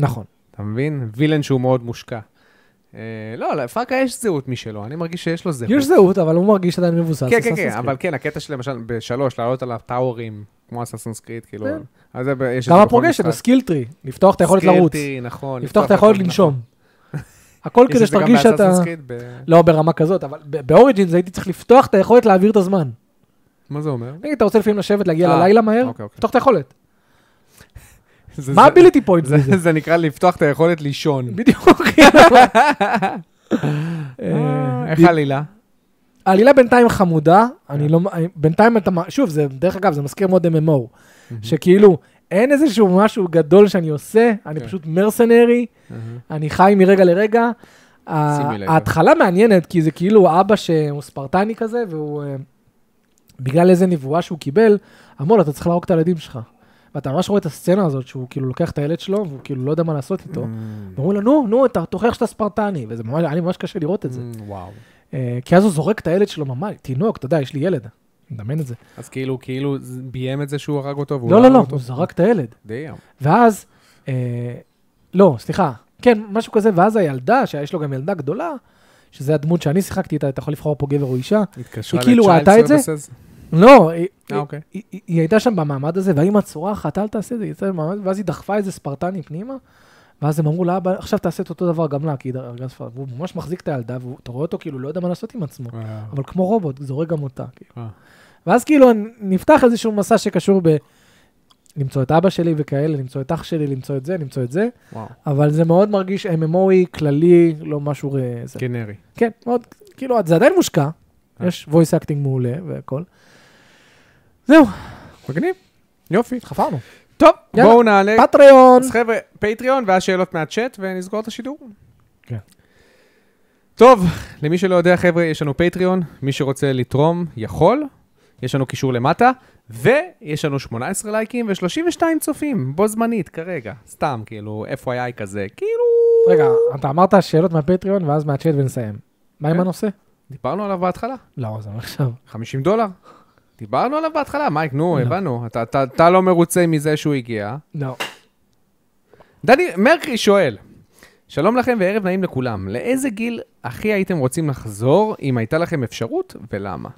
נכון. אתה מבין? וילן שהוא מאוד מושקע. אה, לא, לפארקריי יש זהות משלו, אני מרגיש שיש לו זהות. יש זהות, אבל הוא לא מרגיש עדיין מבוסס. כן, כן, Assassin's כן, Creed. אבל כן, הקטע של למשל בשלוש, לעלות על הטאורים, כמו אססנס קריד, כאילו, כן. אז זה, ב- יש את גם זה בכל הפרוגשת, משחק. הסקילטרי, לפתוח את היכולת לרוץ, סקילטי, נכון. לפתוח את היכולת נכון. לנשום. הכל יש כדי את זה גם שתרגיש שאתה... ב-Assassin's Creed, ב- לא ברמה כזאת, אבל ב- באוריג'ינס הייתי צריך לפתוח את היכולת להעביר את הזמן. מה זה אומר? נגיד, אתה רוצה לפעמים לשבת, להגיע אה, ללילה מהר, אוקיי, אוקיי. לפתוח את היכולת. כן. זה- מה זה- הביליטי פוינט זה- זה? זה נקרא לפתוח את היכולת לישון. בדיוק. אה, אה, איך ב- העלילה? העלילה בינתיים חמודה, כן. אני לא, בינתיים אתה, מ- שוב, זה, דרך אגב, זה מזכיר מאוד MMO, שכאילו, אין איזשהו משהו גדול שאני עושה, אני כן. פשוט מרסנרי, אה, אני חי מרגע לרגע. שימי לב. ה- ההתחלה מעניינת, כי זה כאילו אבא שהוא ספרטני כזה, והוא, אה, בגלל איזה נבואה שהוא קיבל, אמרו לו, אתה צריך להרוג את הילדים שלך. ואתה ממש רואה את הסצנה הזאת, שהוא כאילו לוקח את הילד שלו, והוא כאילו לא יודע מה לעשות איתו. ואומרים לו, נו, נו, אתה תוכיח שאתה ספרטני, וזה ממש, היה לי ממש קשה לראות את זה. Mm, וואו. אה, כי אז הוא זורק את הילד שלו ממש, תינוק, אתה יודע, יש לי ילד, מדמיין את זה. אז כאילו, כאילו זה- ביים את זה שהוא הרג אותו והוא לא, לא, הרג לא, אותו? הוא זרק את הילד. דיאם. ואז, אה, לא, סליחה, כן, משהו כזה, ואז הילדה, שיש לו גם ילדה גדולה, שזה הדמות שאני שיחקתי איתה, אתה יכול לבחור פה גבר או אישה. התקשרה היא כאילו ל-Child ראתה את זה? Services? לא, היא, אה, אוקיי. היא, היא, היא הייתה שם במעמד הזה, והאימא צורחת, אל תעשה את זה, היא יצאה במעמד, ואז היא דחפה איזה ספרטני פנימה, ואז הם אמרו לה, "אבא, עכשיו תעשה את אותו דבר גם לה, כי היא דרגה ספרטנית. והוא ממש מחזיק את הילדה, ואתה רואה אותו כאילו לא יודע מה לעשות עם עצמו, אה, אבל כמו רובוט, זורק גם אותה. כאילו. אה. ואז כאילו נפתח איזשהו מסע שקשור ב... למצוא את אבא שלי וכאלה, למצוא את אח שלי, למצוא את זה, למצוא את זה. וואו, אבל זה מאוד מרגיש MMOי, כללי, לא משהו... אה, זה. כן. גנרי. כן, מאוד, כאילו, זה עדיין מושקע, אה. יש voice acting מעולה והכל. זהו, מגניב. יופי. חפרנו. טוב, יאללה. בואו נעלה. פטריון! אז חבר'ה, פטריון ואז שאלות מהצ'אט ונסגור את השידור. כן. טוב, למי שלא יודע, חבר'ה, יש לנו פטריון, מי שרוצה לתרום יכול, יש לנו קישור למטה, ויש לנו 18 לייקים ו-32 צופים, בו זמנית, כרגע, סתם, כאילו, FYI כזה, כאילו... רגע, אתה אמרת שאלות מהפטריון ואז מהצ'אט ונסיים. מה עם כן. הנושא? דיברנו עליו בהתחלה, לא, זה לא עכשיו. 50 דולר. דיברנו עליו בהתחלה, מייק, נו, לא. הבנו, אתה- אתה- אתה לא מרוצה מזה שהוא הגיע. לא. דני מרקרי שואל, שלום לכם וערב נעים לכולם, לאיזה גיל הכי הייתם רוצים לחזור אם הייתה לכם אפשרות ולמה?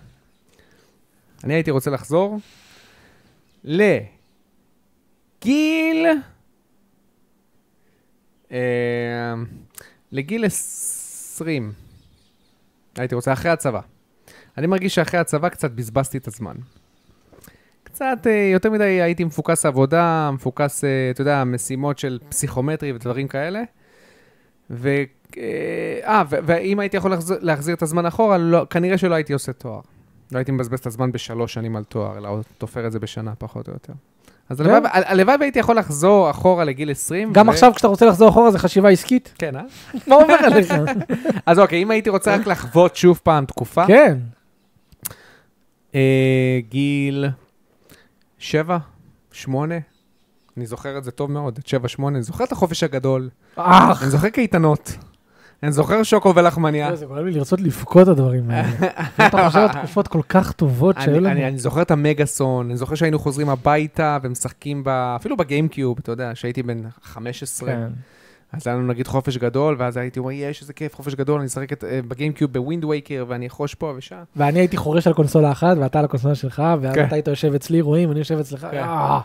אני הייתי רוצה לחזור לגיל... אה, לגיל 20. הייתי רוצה אחרי הצבא. אני מרגיש שאחרי הצבא קצת בזבזתי את הזמן. קצת אה, יותר מדי הייתי מפוקס עבודה, מפוקס, אה, אתה יודע, משימות של פסיכומטרי ודברים כאלה. ו... אה, אה, ו- ואם הייתי יכול לחז... להחזיר את הזמן אחורה, לא, כנראה שלא הייתי עושה תואר. לא הייתי מבזבז את הזמן בשלוש שנים על תואר, אלא תופר את זה בשנה, פחות או יותר. אז כן. הלוואי ו- ה- הלוואי והייתי יכול לחזור אחורה לגיל 20. גם ו- עכשיו כשאתה רוצה לחזור אחורה זה חשיבה עסקית? כן, אה? מה עובר עליך? אז אוקיי, אם הייתי רוצה רק לחוות שוב פעם תקופה, כן. אה, גיל שבע, שמונה, אני זוכר את זה טוב מאוד, את שבע, שמונה, אני זוכר את החופש הגדול, אח! אני זוכר קייטנות, אני זוכר שוקו ולחמניה, זה גורם לי לרצות לבכות הדברים האלה. אתה חושב על תקופות כל כך טובות אני- שהיו לנו. אני אני זוכר את המגאסון, אני זוכר שהיינו חוזרים הביתה ומשחקים ב... אפילו בגיימקיוב, אתה יודע, שהייתי בן 15, כן. אז היה לנו נגיד חופש גדול, ואז הייתי אומר, יש איזה כיף, חופש גדול, אני אשחק את- אה, בגיימקיוב בווינד וייקר ואני אחרוש פה ושם. ואני הייתי חורש על קונסולה אחת, ואתה על הקונסולה שלך, ואז כן. אתה היית יושב אצלי, רואים, אני יושב אצלך. כן. אה,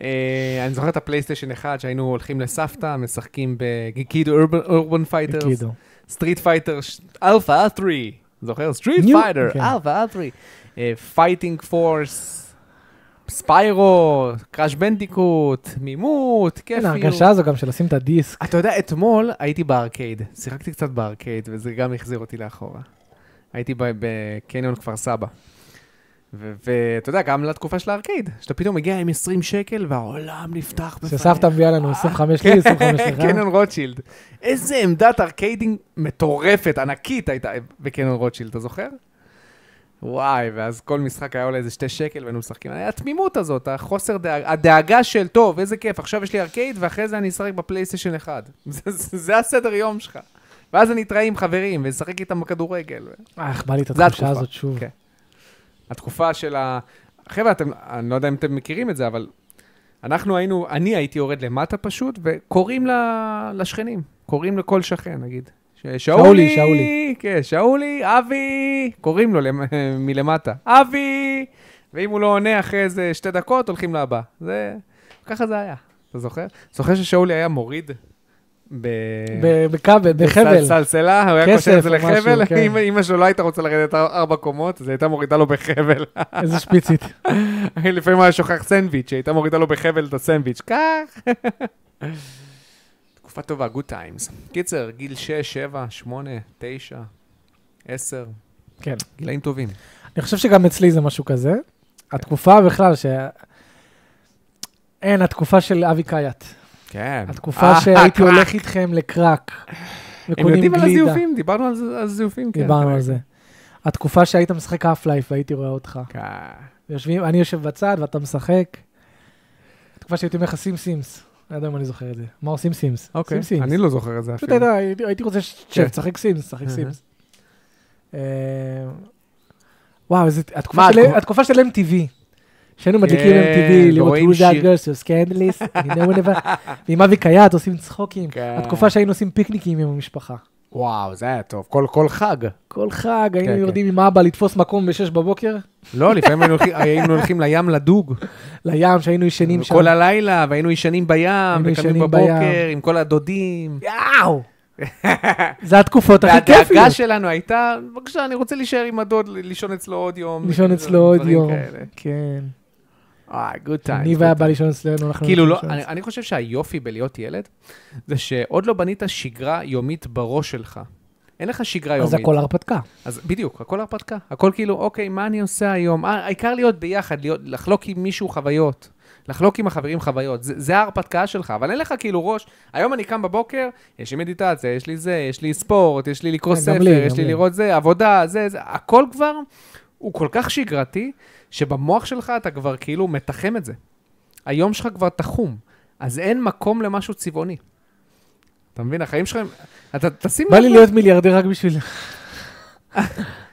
אה, אני זוכר את הפלייסטיישן 1 שהיינו הולכים לסבתא, משחקים בגיקידו אורבן פייטרס, כאילו. סטריט פייטר אלפא 3, זוכר? סטריט ניו- פייטר, כן. אה, ואטרי. פייטינג פורס, ספיירו, קראש בנדיקוט, מימות, כן, כיף כאילו. ההרגשה הזו גם של לשים את הדיסק. אתה יודע, אתמול הייתי בארקייד, שיחקתי קצת בארקייד, וזה גם החזיר אותי לאחורה. הייתי ב- בקניון כפר סבא. ואתה יודע, גם לתקופה של הארקייד, שאתה פתאום מגיע עם 20 שקל והעולם נפתח בפניך. שסבתא מביאה אה, לנו 25 כן. לי, 25 לך. קנון רוטשילד. איזה עמדת ארקיידינג מטורפת, ענקית הייתה בקנון רוטשילד, אתה זוכר? וואי, ואז כל משחק היה עולה איזה שתי שקל והיינו משחקים. היה התמימות הזאת, החוסר דאגה, הדאגה של טוב, איזה כיף, עכשיו יש לי ארקייד ואחרי זה אני אשחק בפלייסטיישן 1. זה- זה זה הסדר יום שלך. ואז אני אתראה עם חברים ואשחק איתם בכדורגל. אך, אה, בא לי את זה התחושה התקופה. הזאת שוב. כן. התקופה של ה... חבר'ה, אתם, אני לא יודע אם אתם מכירים את זה, אבל אנחנו היינו, אני הייתי יורד למטה פשוט, וקוראים ל... לשכנים, קוראים לכל שכן, נגיד. ש... שאולי, שאולי. כן, שאולי, אבי, קוראים לו למ... מלמטה, אבי, ואם הוא לא עונה אחרי איזה שתי דקות, הולכים לבא. זה... ככה זה היה, אתה זוכר? זוכר ששאולי היה מוריד ב... ב- בכבל, בחבל. סל- סלסלה, הוא היה כסף קושר את זה או משהו, לחבל, כן. אמא- אמא שלו לא הייתה רוצה לרדת אר- ארבע קומות, אז היא הייתה מורידה לו בחבל. איזה שפיצית. לפעמים הוא היה שוכח סנדוויץ', היא הייתה מורידה לו בחבל את הסנדוויץ', כך. תקופה טובה, גוד טיימס. קיצר, גיל 6, 7, 8, 9, 10, כן. גילאים טובים. אני חושב שגם אצלי זה משהו כזה. כן. התקופה בכלל ש... אין, התקופה של אבי קייט. כן. אה, התקופה שהייתי הולך איתכם לקרק. הם וקונים יודעים על גלידה. הזיופים, דיברנו על זה- על זיופים, כן. דיברנו על זה. התקופה שהיית משחק האף לייף והייתי רואה אותך. כן. יושבים, אני יושב בצד ואתה משחק. התקופה שהייתי אומר לך שים סימס. אני לא יודע אם אני זוכר את זה. מה עושים סימס? אוקיי, שים סימס. אני לא זוכר את זה פשוט אפילו. הייתה, הייתי- הייתי רוצה ש- כן. שב, תשחק סימס, תשחק אהה. סימס. אה, וואו, איזה, התקופה מה, של- התקופ- התקופה של MTV. שהיינו מדליקים כן, MTV, לראות ורואים who that שיר. girls who scandalous, you know whatever. ועם אבי קייט עושים צחוקים. כן. התקופה שהיינו עושים פיקניקים עם המשפחה. וואו, זה היה טוב. כל כל חג. כל חג כן, היינו כן. יורדים עם אבא לתפוס מקום ב-6 בבוקר, לא, לפעמים היינו הולכים- היינו הולכים לים לדוג. לים שהיינו ישנים שם. כל הלילה, והיינו ישנים בים, וקמים ישנים בבוקר בים. עם כל הדודים. יאו! זה התקופות הכי כיפיות. והדאגה שלנו הייתה, בבקשה, אני רוצה להישאר עם הדוד, ל- לישון אצלו עוד יום. לישון זה- אצלו עוד דברים יום. כאלה. כן. אה, גוד טיים. אני והיה בא לישון אצלנו, אנחנו... כאילו, לא, לישון אני, אני חושב שהיופי בלהיות ילד, זה שעוד לא בנית שגרה יומית בראש שלך. אין לך שגרה אצלנו. יומית. אז הכל הרפתקה. אז בדיוק, הכל הרפתקה. הכל כאילו, אוקיי, מה אני עושה היום? אה, העיקר להיות ביחד, להיות, לחלוק עם מישהו חוויות. לחלוק עם החברים חוויות. זה, זה ההרפתקה שלך, אבל אין לך כאילו ראש. היום אני קם בבוקר, יש לי מדיטציה, יש לי זה, יש לי ספורט, יש לי לקרוא כן, גם ספר, לי, יש גם לי לי. לראות זה, עבודה, זה, זה. הכל כבר, הוא כל כך שגרתי, שבמוח שלך אתה כבר כאילו מתחם את זה. היום שלך כבר תחום, אז אין מקום למשהו צבעוני. אתה מבין? החיים שלך הם... אתה תשים... בא לי לב- להיות מיליארדר רק בשביל...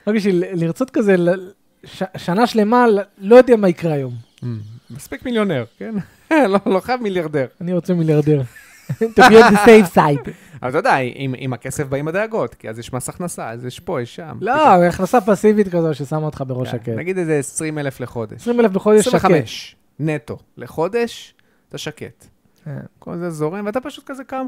רק בשביל לרצות כזה, ל- ש- שנה שלמה, ל- לא יודע מה יקרה היום. Mm. מספיק מיליונר, כן? לא, לא חייב מיליארדר. אני רוצה מיליארדר. to be on the safe side. אבל אתה יודע, עם, עם הכסף באים הדאגות, כי אז יש מס הכנסה, אז יש פה, יש שם. לא, הכנסה פסיבית כזו ששמה אותך בראש כן, שקט. נגיד איזה 20 אלף לחודש. 20 אלף בחודש שקט. 25 נטו לחודש, אתה שקט. כן. כל זה זורם, ואתה פשוט כזה קם,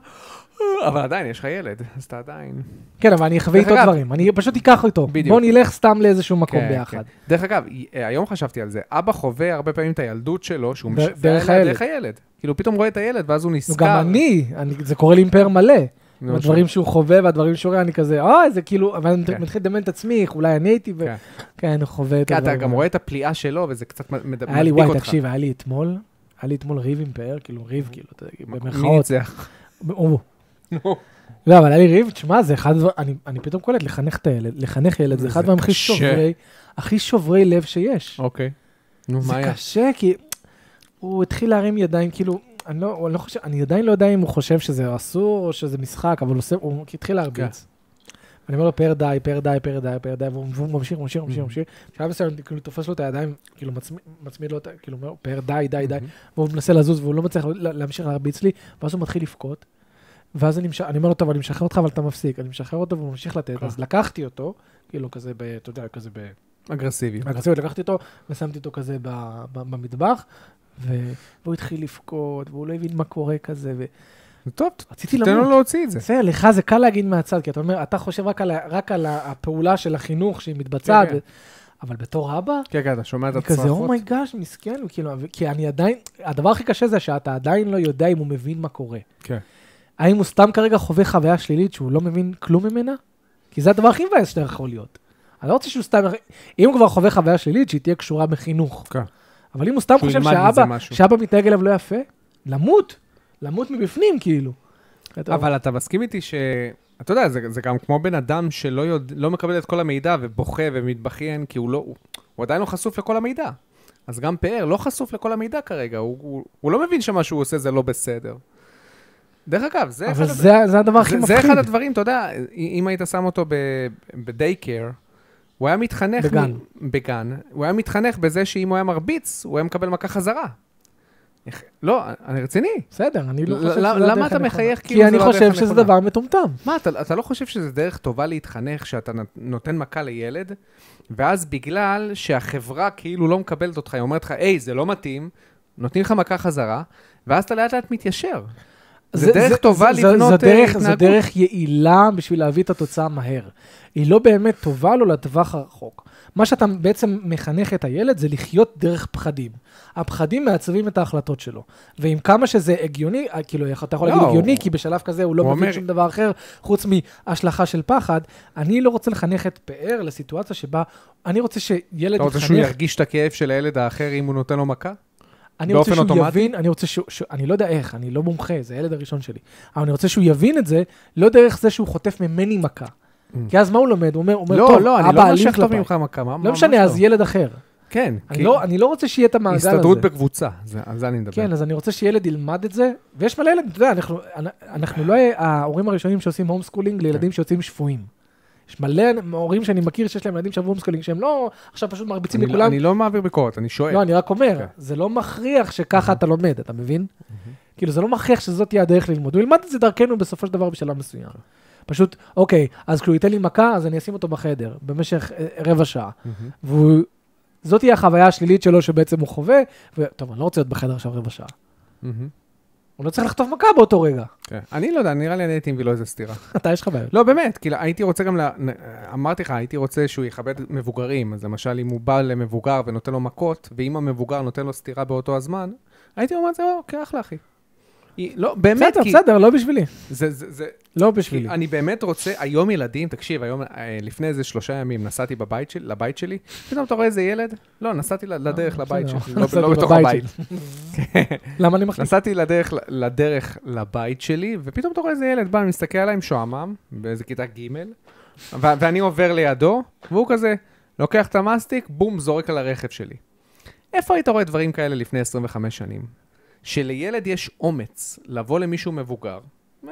"אה", אבל עדיין יש לך ילד, אז אתה עדיין... כן, אבל אני אחווה דרך איתו אגב- דברים. אני פשוט אקח אותו. בדיוק. בוא נלך סתם לאיזשהו מקום כן, ביחד. כן. דרך אגב, י- אה, היום חשבתי על זה, אבא חווה הרבה פעמים את הילדות שלו, שהוא ד- משווה דרך אליה הילד. דרך הילד. כאילו, פתאום רואה את הילד, ואז הוא נו, נזכר. גם אני, אני- זה קורה לי עם פאר מלא. נו, הדברים שהוא חווה והדברים שהוא רואה, אני כזה, אוי, זה כאילו, אבל אני כן. מתחיל לדמיין את עצמי, איך אולי אני הייתי, ו- כן. כן, אני חווה את כן, הדברים. אתה גם האלה. רואה את הפליאה שלו, וזה קצת מד- מדביק אותך. היה לי, וואי, תקשיב, היה לי אתמול, היה לי אתמול ריב עם פאר, כאילו ריב, כאילו, אתה יודע, מי במרכאות. ניצח? או, נו. לא, אבל היה לי ריב, תשמע, זה אחד, הדבר- אני- אני פתאום קולט, לחנך את הילד, לחנך ילד, זה זה אחד מהם הכי קשה. שוברי, הכי שוברי לב שיש. אוקיי. נו, זה מה היה? קשה, כי הוא התחיל להרים ידיים, כאילו, אני לא אני לא חושב, אני עדיין לא יודע אם הוא חושב שזה אסור או שזה משחק, אבל הוא עושה- הוא התחיל כן. להרביץ. אני אומר לו, פר די, פר די, פר די, פר די, והוא והוא ממשיך, ממשיך, ממשיך, ממשיך. בשלב מסוים, אני כאילו, תופס לו את הידיים, כאילו, מצמיד- מצמיד לו את ה... כאילו, אומר, פר די, די, די. והוא מנסה לזוז, והוא לא מצליח לה- להמשיך להרביץ לי, ואז הוא מתחיל לבכות. ואז אני, מש... אני אומר לו, טוב, אני משחרר אותך, אבל אתה מפסיק. אני משחרר אותו והוא ממשיך אה. לתת. אז לקחתי אותו, כאילו, כזה, ב, אתה יודע, כזה ב... אגרסיבי. מהגרסיביות, לקחתי אותו ושמתי אותו כזה ב, ב, במטבח, ו- והוא התחיל לבכות, והוא לא הבין מה קורה כזה, טוב, ורציתי תן לו לא- למות. להוציא את זה. זה, לך זה קל להגיד מהצד, כי אתה אומר, אתה חושב רק על, ה- רק על ה- הפעולה של החינוך שהיא מתבצעת, כן, כן. ו- אבל בתור אבא, כן, כן, אתה שומע את אני כזה, הצרחות? אומייגאש, מסכן, כאילו, אבל- כי אני עדיין, הדבר הכי קשה זה שאתה עדיין לא יודע אם הוא מבין מה קורה. כן. האם הוא סתם כרגע חווה חוויה שלילית שהוא לא מבין כלום ממנה? כי זה הדבר הכי מבאס שאתה יכול להיות. אני לא רוצה שהוא סתם... אם הוא כבר חווה חוויה שלילית, שהיא תהיה קשורה בחינוך. כן. אבל אם הוא סתם שהוא חושב ילמד מזה שאבא, משהו. שאבא מתנהג אליו לא יפה, למות. למות מבפנים, כאילו. אבל אתה מסכים איתי ש... אתה יודע, זה, זה גם כמו בן אדם שלא יודע, לא מקבל את כל המידע ובוכה ומתבכיין, כי הוא לא... הוא, הוא עדיין לא חשוף לכל המידע. אז גם פאר לא חשוף לכל המידע כרגע, הוא, הוא, הוא לא מבין שמה שהוא עושה זה לא בסדר. דרך אגב, זה אבל אחד זה, זה הדבר הכי זה- מפחיד. זה אחד הדברים, אתה יודע, אם היית שם אותו בדייקר, הוא היה מתחנך... מ- בגן. בגן. הוא היה מתחנך בזה שאם הוא היה מרביץ, הוא היה מקבל מכה חזרה. איך- לא, אני רציני. בסדר, אני לא ל- חושב שזה למה- הדרך למה אתה הנכונה. מחייך כאילו כי זה אני לא הדרך חושב שזה הנכונה? דבר מטומטם. מה, אתה, אתה לא חושב שזה דרך טובה להתחנך, שאתה נת- נותן מכה לילד, ואז בגלל שהחברה כאילו לא מקבלת אותך, היא אומרת לך, היי, זה לא מתאים, נותנים לך מכה חזרה, ואז אתה לאט לאט מתיישר. זה דרך טובה זה- זה- לבנות, זה אה, דרך- זה התנהגות. דרך יעילה בשביל להביא את התוצאה מהר. היא לא באמת טובה לו לטווח הרחוק. מה שאתה בעצם מחנך את הילד זה לחיות דרך פחדים. הפחדים מעצבים את ההחלטות שלו. ועם כמה שזה הגיוני, אה, כאילו, איך אתה יכול לא, להגיד הגיוני, הוא- כי בשלב כזה הוא לא הוא מבין אומר- שום דבר אחר, חוץ מהשלכה של פחד, אני לא רוצה לחנך את פאר לסיטואציה שבה, אני רוצה שילד אתה רוצה שהוא יתחנך ירגיש את הכאב של הילד האחר אם הוא נותן לו מכה? אני רוצה באופן שהוא אוטומטי? יבין, אני רוצה שהוא, שהוא, אני לא יודע איך, אני לא מומחה, זה הילד הראשון שלי, אבל אני רוצה שהוא יבין את זה, לא דרך זה שהוא חוטף ממני מכה. כי אז מה הוא לומד? הוא אומר, הוא אומר, Mm. לא, טוב, לא, אני אבא לא אלים מושך טוב כלפיי." ממך מכה, מה- לא ממש משנה, אז ילד אחר. כן, אני כי לא- אני לא רוצה שיהיה את המעגל הזה. הסתדרות בקבוצה, זה- על זה אני מדבר. כן, אז אני רוצה שילד ילמד את זה, ויש מלא ילדים, אתה יודע, אנחנו- אנ- אנחנו לא ההורים הראשונים שעושים הום כן. סקולינג לילדים שיוצאים שפויים. יש מלא הורים שאני מכיר שיש להם ילדים שעברו הום סקולינג, שהם לא עכשיו פשוט מרביצים אני לא- לכולם, אני לא מעביר ביקורת, אני שואל. לא, אני רק אומר, כן. זה לא מכריח שככה אתה לומד, אתה מבין? כאילו, זה לא מכריח שזאת תהיה הדרך ללמוד. הוא ילמד את זה דרכנו בסופו של דבר בשלב מסוים. פשוט, אוקיי, אז כשהוא ייתן לי מכה, אז אני אשים אותו בחדר במשך אה, רבע שעה. מהמם. והוא- זאת תהיה החוויה השלילית שלו שבעצם הוא חווה, וטוב, אני לא רוצה להיות בחדר עכשיו רבע שעה. מהמם. הוא לא צריך לחטוף מכה באותו רגע. כן. אני לא יודע, נראה לי אני הייתי מביא לו איזה סטירה. אתה, יש לך בעיה. לא, באמת, כאילו, הייתי רוצה גם, לה... אמרתי לך, הייתי רוצה שהוא יכבד מבוגרים. אז למשל, אם הוא בא למבוגר ונותן לו מכות, ואם המבוגר נותן לו סטירה באותו הזמן, הייתי אומר, זהו, אוקיי, אחלה, אחי. היא- לא, באמת, בסדר, כי... בסדר, לא בשבילי. זה, זה, זה... לא כי בשבילי. אני באמת רוצה, היום ילדים, תקשיב, היום, אה, לפני איזה שלושה ימים נסעתי בבית שלי, לבית שלי, פתאום אתה רואה איזה ילד, לא, נסעתי ל- לדרך לבית בסדר, שלי, לא- נסעתי לא בתוך בבית הבית. למה אני מחליט? נסעתי לדרך, לדרך לבית שלי, ופתאום אתה רואה איזה ילד בא, מסתכל עליי משועמם, באיזה כיתה ג', ו- ואני עובר לידו, והוא כזה, לוקח את המאסטיק, בום, זורק על הרכב שלי. איפה היית רואה דברים כאלה לפני 25 שנים? שלילד יש אומץ לבוא למישהו מבוגר, אה,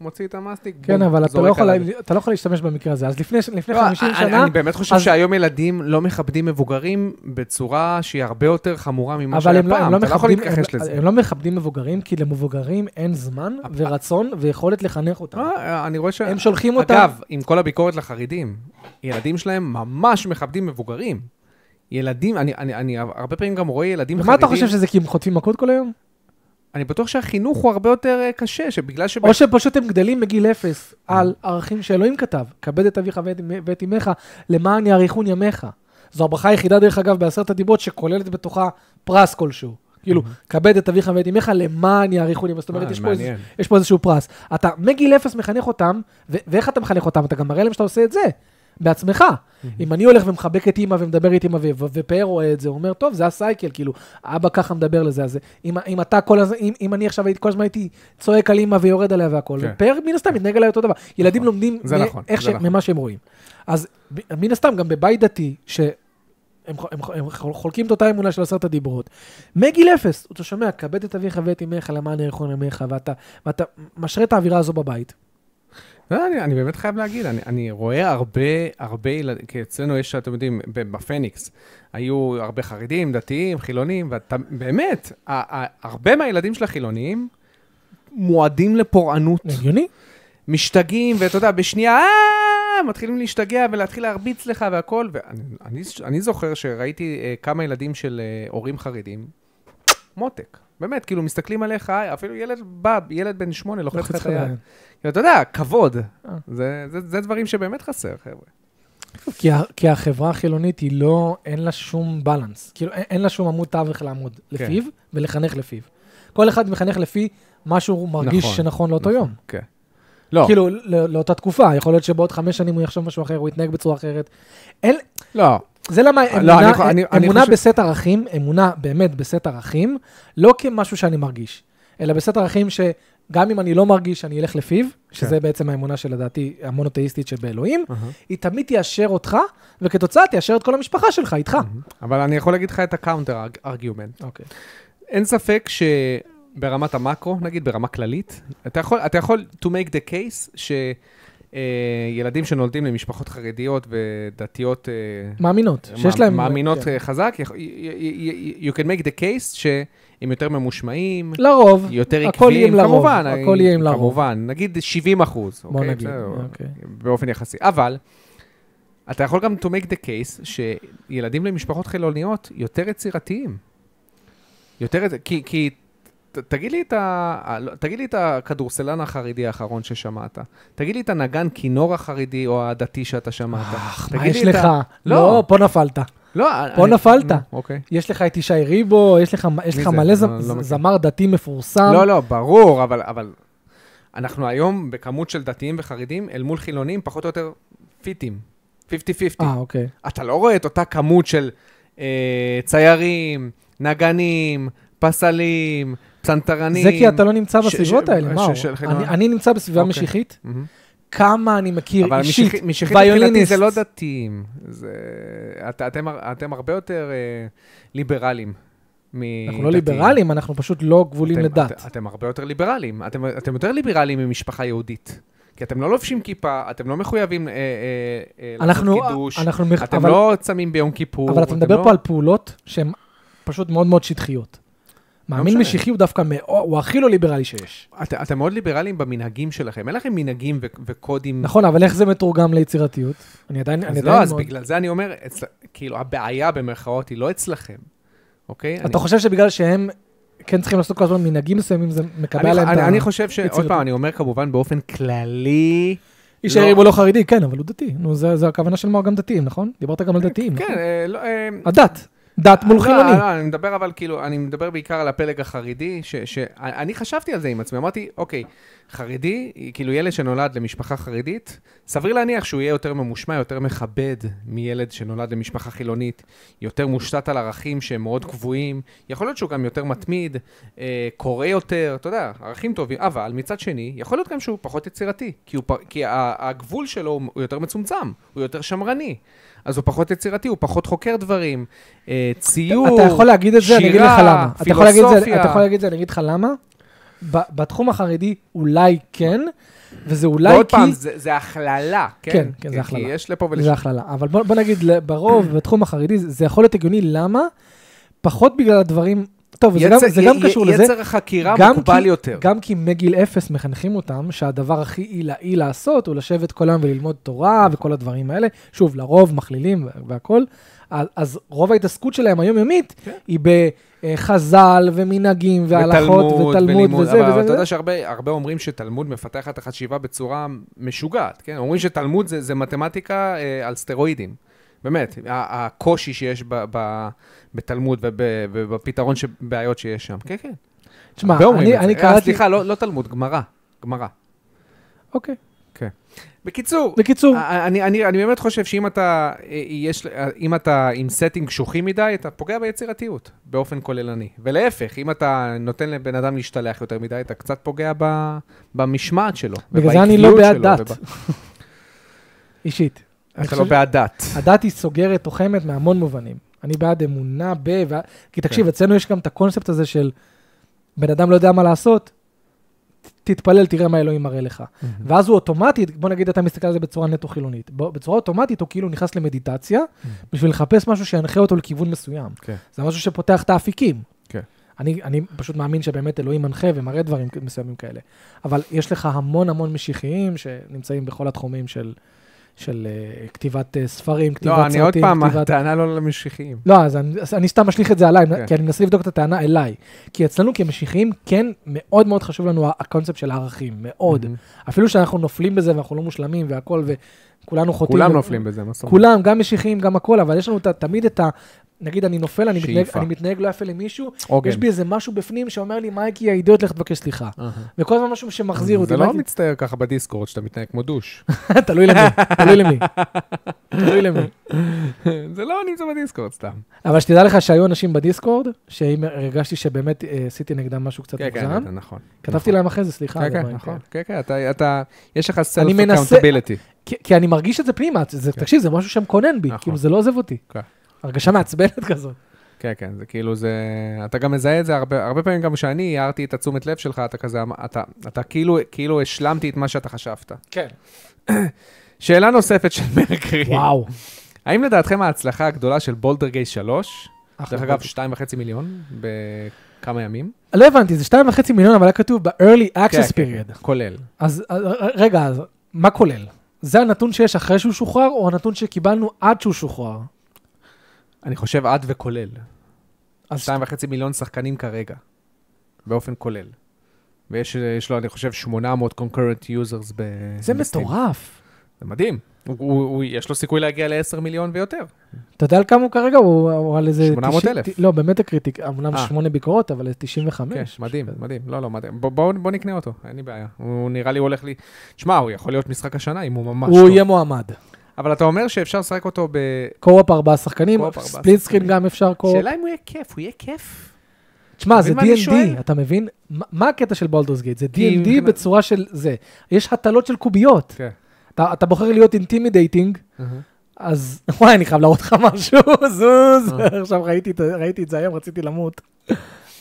מוציא את המאסטיק, כן, בום, אבל אתה לא זורק יכול על לה- הרכב. אתה לא יכול להשתמש במקרה הזה. אז לפני לפני לא, 50 אני- שנה... אני באמת חושב אז- שהיום ילדים לא מכבדים מבוגרים בצורה שהיא הרבה יותר חמורה ממה אבל שהיה הם לא, הם פעם, לא אתה לא יכול מכבדים, להתכחש הם, לזה. הם לא מכבדים מבוגרים, כי למבוגרים אין זמן ורצון ויכולת לחנך אותם. אה, אני רואה ש... לא- הם שולחים אותם... אגב, עם כל הביקורת לחרדים, ילדים שלהם ממש מכבדים מבוגרים. ילדים, אני, אני, אני הרבה פעמים גם רואה ילדים ומה חרדים, אתה חושב שזה כי הם חוטפים מכות כל היום? אני בטוח שהחינוך הוא הרבה יותר אה, קשה, שבגלל ש... או שפשוט הם גדלים מגיל אפס על ערכים שאלוהים כתב, כבד את אביך ואת אמ- ואת אמך, למען יאריכון ימיך. זו הברכה היחידה, דרך אגב, בעשרת הדיברות, שכוללת בתוכה פרס כלשהו. כאילו, כבד את אביך ואת אמך למען יאריכון ימיך. זאת אומרת, אה, יש פה איזה- מעניין. יש פה איזשהו פרס. אתה מגיל אפס מחנך אותם, ו- ואיך אתה מחנך אותם? אתה גם מראה להם שאתה עושה את זה, בעצמך. אם אני הולך ומחבק את אימא ומדבר את אימא, ו- ו- ופאר רואה את זה, הוא אומר, טוב, זה הסייקל, כאילו, אבא ככה מדבר לזה, אז אם- אם אתה כל הזמן, אם- אם אני עכשיו הייתי- כל הזמן הייתי צועק על אימא ויורד עליה והכול, כן. פאר מן הסתם מתנהג עליה אותו דבר. ילדים לומדים זה מ- נכון, איך זה ש- נכון. ממה שהם רואים. אז ב- מן הסתם, גם בבית דתי, ש... הם, חו- הם, חו- הם חו- חולקים את אותה אמונה של עשרת הדיברות. מגיל אפס, אתה שומע, כבד את אביך ואת אמך למען ירחון ימיך, ואתה, ואתה משרה את האווירה הזו בבית. לא, אני, אני באמת חייב להגיד, אני, אני רואה הרבה, הרבה ילדים, כי אצלנו יש, אתם יודעים, ב- בפניקס, היו הרבה חרדים, דתיים, חילונים, ואתה, באמת, ה- ה- הרבה מהילדים של החילונים מועדים לפורענות. הגיוני? משתגעים, ואתה יודע, בשנייה, "אה!" מתחילים להשתגע ולהתחיל להרביץ לך והכל. ואני אני, אני זוכר שראיתי אה, כמה ילדים של אה, הורים חרדים, מותק. באמת, כאילו, מסתכלים עליך, אפילו ילד בא, ילד בן שמונה, לוחץ לך את היד. אה. כאילו, אתה יודע, כבוד. זה, זה, זה דברים שבאמת חסר, חבר'ה. כי, ה- כי החברה החילונית היא לא, אין לה שום בלנס. כאילו, אין, אין לה שום עמוד תווך כן. לעמוד לפיו ולחנך לפיו. כל אחד מחנך לפי מה שהוא מרגיש נכון, שנכון לאותו יום. כן. לא, כאילו, ל- לאותה תקופה, יכול להיות שבעוד חמש שנים הוא יחשוב משהו אחר, הוא יתנהג בצורה אחרת. אין, לא. זה למה לא, אמונה, אני- אני- אני אמונה חושב- בסט ערכים, אמונה באמת בסט ערכים, לא כמשהו שאני מרגיש, אלא בסט ערכים שגם אם אני לא מרגיש, אני אלך לפיו, כן. שזה בעצם האמונה שלדעתי המונותאיסטית שבאלוהים, אהה. היא תמיד תיישר אותך, וכתוצאה תיישר את כל המשפחה שלך, איתך. אבל אני יכול להגיד לך את הקאונטר ארגיומנט. אוקיי. אין ספק שברמת המקרו, נגיד ברמה כללית, אתה יכול, אתה יכול to make the case שילדים שנולדים למשפחות חרדיות ודתיות... אה, מאמינות, שיש להם... מאמינות כן. אה, חזק, יכ- you- you- you can make the case שהם יותר ממושמעים, לרוב, יותר הכל יהיה עקביים, עם לרוב, כמובן, הכל יהיה עם לרוב. כמובן, נגיד 70 אחוז, בוא אוקיי, נגיד, בסדר, אוקיי. באופן יחסי, אבל אתה יכול גם to make the case שילדים למשפחות חילוניות יותר יצירתיים, יותר, יצ- כי, כי ת- תגיד לי, את ה... ה- לא, תגיד לי את הכדורסלן החרדי האחרון ששמעת, תגיד לי את הנגן כינור החרדי או הדתי שאתה שמעת, אך, תגיד מה לי יש את ה- לך? לא. לא, פה נפלת. לא, פה אני- נפלת. אוקיי. יש לך את ישי ריבו, יש לך יש מי לך זה? מלא לא- זמ- לא ז- מכיר. זמר דתי מפורסם. לא, לא, ברור, אבל, אבל אנחנו היום בכמות של דתיים וחרדים אל מול חילונים פחות או יותר פיטים. 50-50. אה, אוקיי. אתה לא רואה את אותה כמות של אה, ציירים, נגנים, פסלים, פסנתרנים. זה כי אתה לא נמצא ש- בסביבות ש- האלה, ש- מאור. של חילון. אני- אני נמצא בסביבה אוקיי. משיחית, מהמם. כמה אני מכיר אבל אישית, משיחי- משיחית מבחינתי ויוליניסט. זה לא דתיים. זה- את- אתם הר- אתם הרבה יותר אה, ליברלים. אנחנו לא ליברלים, אנחנו פשוט לא גבולים אתם- לדת. את- אתם הרבה יותר ליברלים. אתם אתם יותר ליברלים ממשפחה יהודית. כי אתם לא לובשים כיפה, אתם לא מחויבים אה, אה, אה, אנחנו, לעשות קידוש, אנחנו, מח- אתם אבל- לא צמים ביום כיפור. אבל אתה מדבר לא- פה על פעולות שהן פשוט מאוד מאוד שטחיות. מאמין לא משנה. משיחי הוא דווקא, מאו- הוא הכי לא ליברלי שיש. את- אתם מאוד ליברלים במנהגים שלכם, אין לכם מנהגים ו- וקודים. נכון, אבל איך זה מתורגם ליצירתיות? אני עדיין, אני אז לא, עדיין אז מאוד... בגלל זה אני אומר, אצל- כאילו, הבעיה במרכאות היא לא אצלכם, אוקיי? אני- אתה חושב שבגלל שהם כן צריכים לעשות כל הזמן מנהגים מסוימים, זה מקבע אני- להם את אני- ה... אני חושב ש... עוד יצירתיות. פעם, אני אומר כמובן באופן כללי... איש לא. העיר הוא לא חרדי, כן, אבל הוא דתי. נו, זה זה הכוונה של מאור גם דתיים, נכון? דיברת גם על דתיים. כן, נכון? אה, לא, אה, הדת. דת מול לא, חילוני. לא, אני מדבר אבל כאילו, אני מדבר בעיקר על הפלג החרדי, ש- ש- אני חשבתי על זה עם עצמי, אמרתי, אוקיי, חרדי, כאילו ילד שנולד למשפחה חרדית, סביר להניח שהוא יהיה יותר ממושמע, יותר מכבד מילד שנולד למשפחה חילונית, יותר מושתת על ערכים שהם מאוד קבועים, יכול להיות שהוא גם יותר מתמיד, אה, קורא יותר, אתה יודע, ערכים טובים, אבל מצד שני, יכול להיות גם שהוא פחות יצירתי, כי, הוא, פ- כי ה- הגבול שלו הוא הוא יותר מצומצם, הוא יותר שמרני. אז הוא פחות יצירתי, הוא פחות חוקר דברים, אה, ציור, אתה יכול להגיד את זה, אני אגיד לך שירה, למה. אתה יכול להגיד את זה, פילוסופיה. אתה יכול להגיד את זה, אני אגיד לך למה. ב- בתחום החרדי אולי כן, וזה אולי ועוד כי... פעם, זה, זה הכללה, כן? כן, כן, זה כי- הכללה. כי יש לפה זה ולשם. הכללה. אבל בוא, בוא נגיד, ל- ברוב, בתחום החרדי, זה- זה יכול להיות הגיוני, למה? פחות בגלל הדברים... טוב, זה גם, יצר- זה גם י- קשור י- לזה. יצר החקירה גם מוגבל כי- יותר. גם כי מגיל אפס מחנכים אותם שהדבר הכי עילאי לעשות הוא לשבת כל היום וללמוד תורה וכל הדברים האלה. שוב, לרוב מכלילים וה- והכול. אז- אז רוב ההתעסקות שלהם היומיומית כן. היא בחז"ל ומנהגים והלכות ותלמוד, ותלמוד ולימוד, וזה אבל וזה אתה וזה. יודע שהרבה הרבה אומרים שתלמוד מפתח את החשיבה בצורה משוגעת, כן? אומרים שתלמוד זה, זה מתמטיקה אה, על סטרואידים. באמת, ה- הקושי שיש ב, ב, בתלמוד וב, ובפתרון של בעיות שיש שם. כן, כן. תשמע, הרבה אומרים אני את זה. אני אה, קראתי... סליחה, לא, לא תלמוד, גמרא. גמרא. אוקיי. בקיצור, בקיצור, אה, אני, אני, אני, אני באמת חושב שאם אתה, אה, יש, אה, אם אתה עם סטינג קשוחים מדי, אתה פוגע ביצירתיות באופן כוללני. ולהפך, אם אתה נותן לבן אדם להשתלח יותר מדי, אתה קצת פוגע ב, במשמעת שלו. בגלל זה אני לא ובעקביות בעד שלו, דת. וב- אישית. אני אתה לא חושב- בעד דת. הדת היא סוגרת, תוחמת מהמון מובנים. אני בעד אמונה ב... ו... כי תקשיב, אצלנו יש גם את הקונספט הזה של בן אדם לא יודע מה לעשות, ת- תתפלל, תראה מה אלוהים מראה לך. ואז הוא אוטומטית, בוא נגיד אתה מסתכל על זה בצורה נטו חילונית, ב- בצורה אוטומטית הוא כאילו נכנס למדיטציה בשביל לחפש משהו שינחה אותו לכיוון מסוים. כן. זה משהו שפותח את האפיקים. כן. אני, אני פשוט מאמין שבאמת אלוהים מנחה ומראה דברים כ- מסוימים כאלה. אבל יש לך המון המון משיחיים שנמצאים בכל התחומים של, של uh, כתיבת uh, ספרים, כתיבת לא, סרטים, אני עוד פעם, כתיבת... הטענה לא למשיחיים. לא, אז אני, אז אני סתם משליך את זה עליי, כן. כי אני מנסה לבדוק את הטענה אליי. כי אצלנו כמשיחיים, כן, מאוד מאוד חשוב לנו ה- הקונספט של הערכים, מאוד. אפילו שאנחנו נופלים בזה ואנחנו לא מושלמים והכל, וכולנו חוטאים. כולם ו- נופלים בזה, מה זאת אומרת? כולם, גם משיחיים, גם הכל, אבל יש לנו ת- תמיד את נגיד אני נופל, אני מתנהג, שאיפה. אני מתנהג לא יפה למישהו, עוגן. יש בי איזה משהו בפנים שאומר לי, מייקי, האידיוט, לך תבקש סליחה. וכל הזמן משהו שמחזיר אותי. זה לא מייקי, מצטער ככה בדיסקורד, שאתה מתנהג כמו דוש. תלוי למי, תלוי למי. תלוי למי. זה לא נמצא בדיסקורד סתם. אבל שתדע לך שהיו אנשים בדיסקורד, שאם הרגשתי שבאמת אה, עשיתי נגדם משהו קצת כן, כן, מוגזם, אתה- נכון. כתבתי להם אחרי זה, סליחה. כן, על כן, הדברים נכון. האלה." כן, כן, אתה- אתה, יש לך אני סלף מנסה- אקאונטביליטי. כי- כי אני מרגיש את זה פנימה, זה- תקשיב, זה משהו שמקונן בי, כן. נכון. כאילו זה לא עוזב אותי. כן. הרגשה מעצבנת כזאת. כן, כן, זה כאילו זה... אתה גם מזהה את זה הרבה, הרבה פעמים, גם כשאני הערתי את התשומת לב שלך, אתה כזה, אמ- אתה, אתה כאילו, כאילו השלמתי את מה שאתה חשבת. כן. שאלה נוספת של מרקרי. וואו. האם לדעתכם ההצלחה הגדולה של בולדרגייט 3, אחלה דרך אגב, פודקאסט. 2.5 מיליון בכמה ימים? לא הבנתי, זה שתיים וחצי מיליון, אבל היה כתוב ב-early access כן, כן, period. כולל. אז אה, אה, רגע, אז מה כולל? זה הנתון שיש אחרי שהוא שוחרר, או הנתון שקיבלנו עד שהוא שוחרר? אני חושב עד וכולל. אז 2.5 מיליון שחקנים כרגע, באופן כולל. ויש יש לו, אני חושב, 800 concurrent users ב... זה בסטים. מטורף. זה מדהים. הוא, הוא, הוא, יש לו סיכוי להגיע ל-10 מיליון ויותר. אתה יודע על כמה הוא כרגע? הוא הוא על איזה... 800,000. 90 לא, באמת הקריטיק, אמנם אה. שמונה ביקורות, אבל 95. כן, מדהים, מדהים. לא, לא, מדהים. בוא- בואו בוא נקנה אותו, אין לי בעיה. הוא נראה לי הוא הולך לי... שמע, הוא יכול להיות משחק השנה אם הוא ממש הוא טוב. יהיה מועמד. אבל אתה אומר שאפשר לשחק אותו ב... קו-אפ ארבעה שחקנים, קו-אפ ארבעה ספליט סקרין גם אפשר קו-אפ. שאלה אם הוא יהיה כיף, הוא יהיה כיף. תשמע, זה מבין מה אני D&D, שואל? אתה מבין? מה- מה הקטע של בולדורס גייט? זה כי D&D מבחינת- בצורה של זה. יש הטלות של קוביות. כן. אתה אתה בוחר להיות אינטימידייטינג, אהה. אז וואי, אני חייב להראות לך משהו, זוז. עכשיו ראיתי את ה- ראיתי את זה היום, רציתי למות.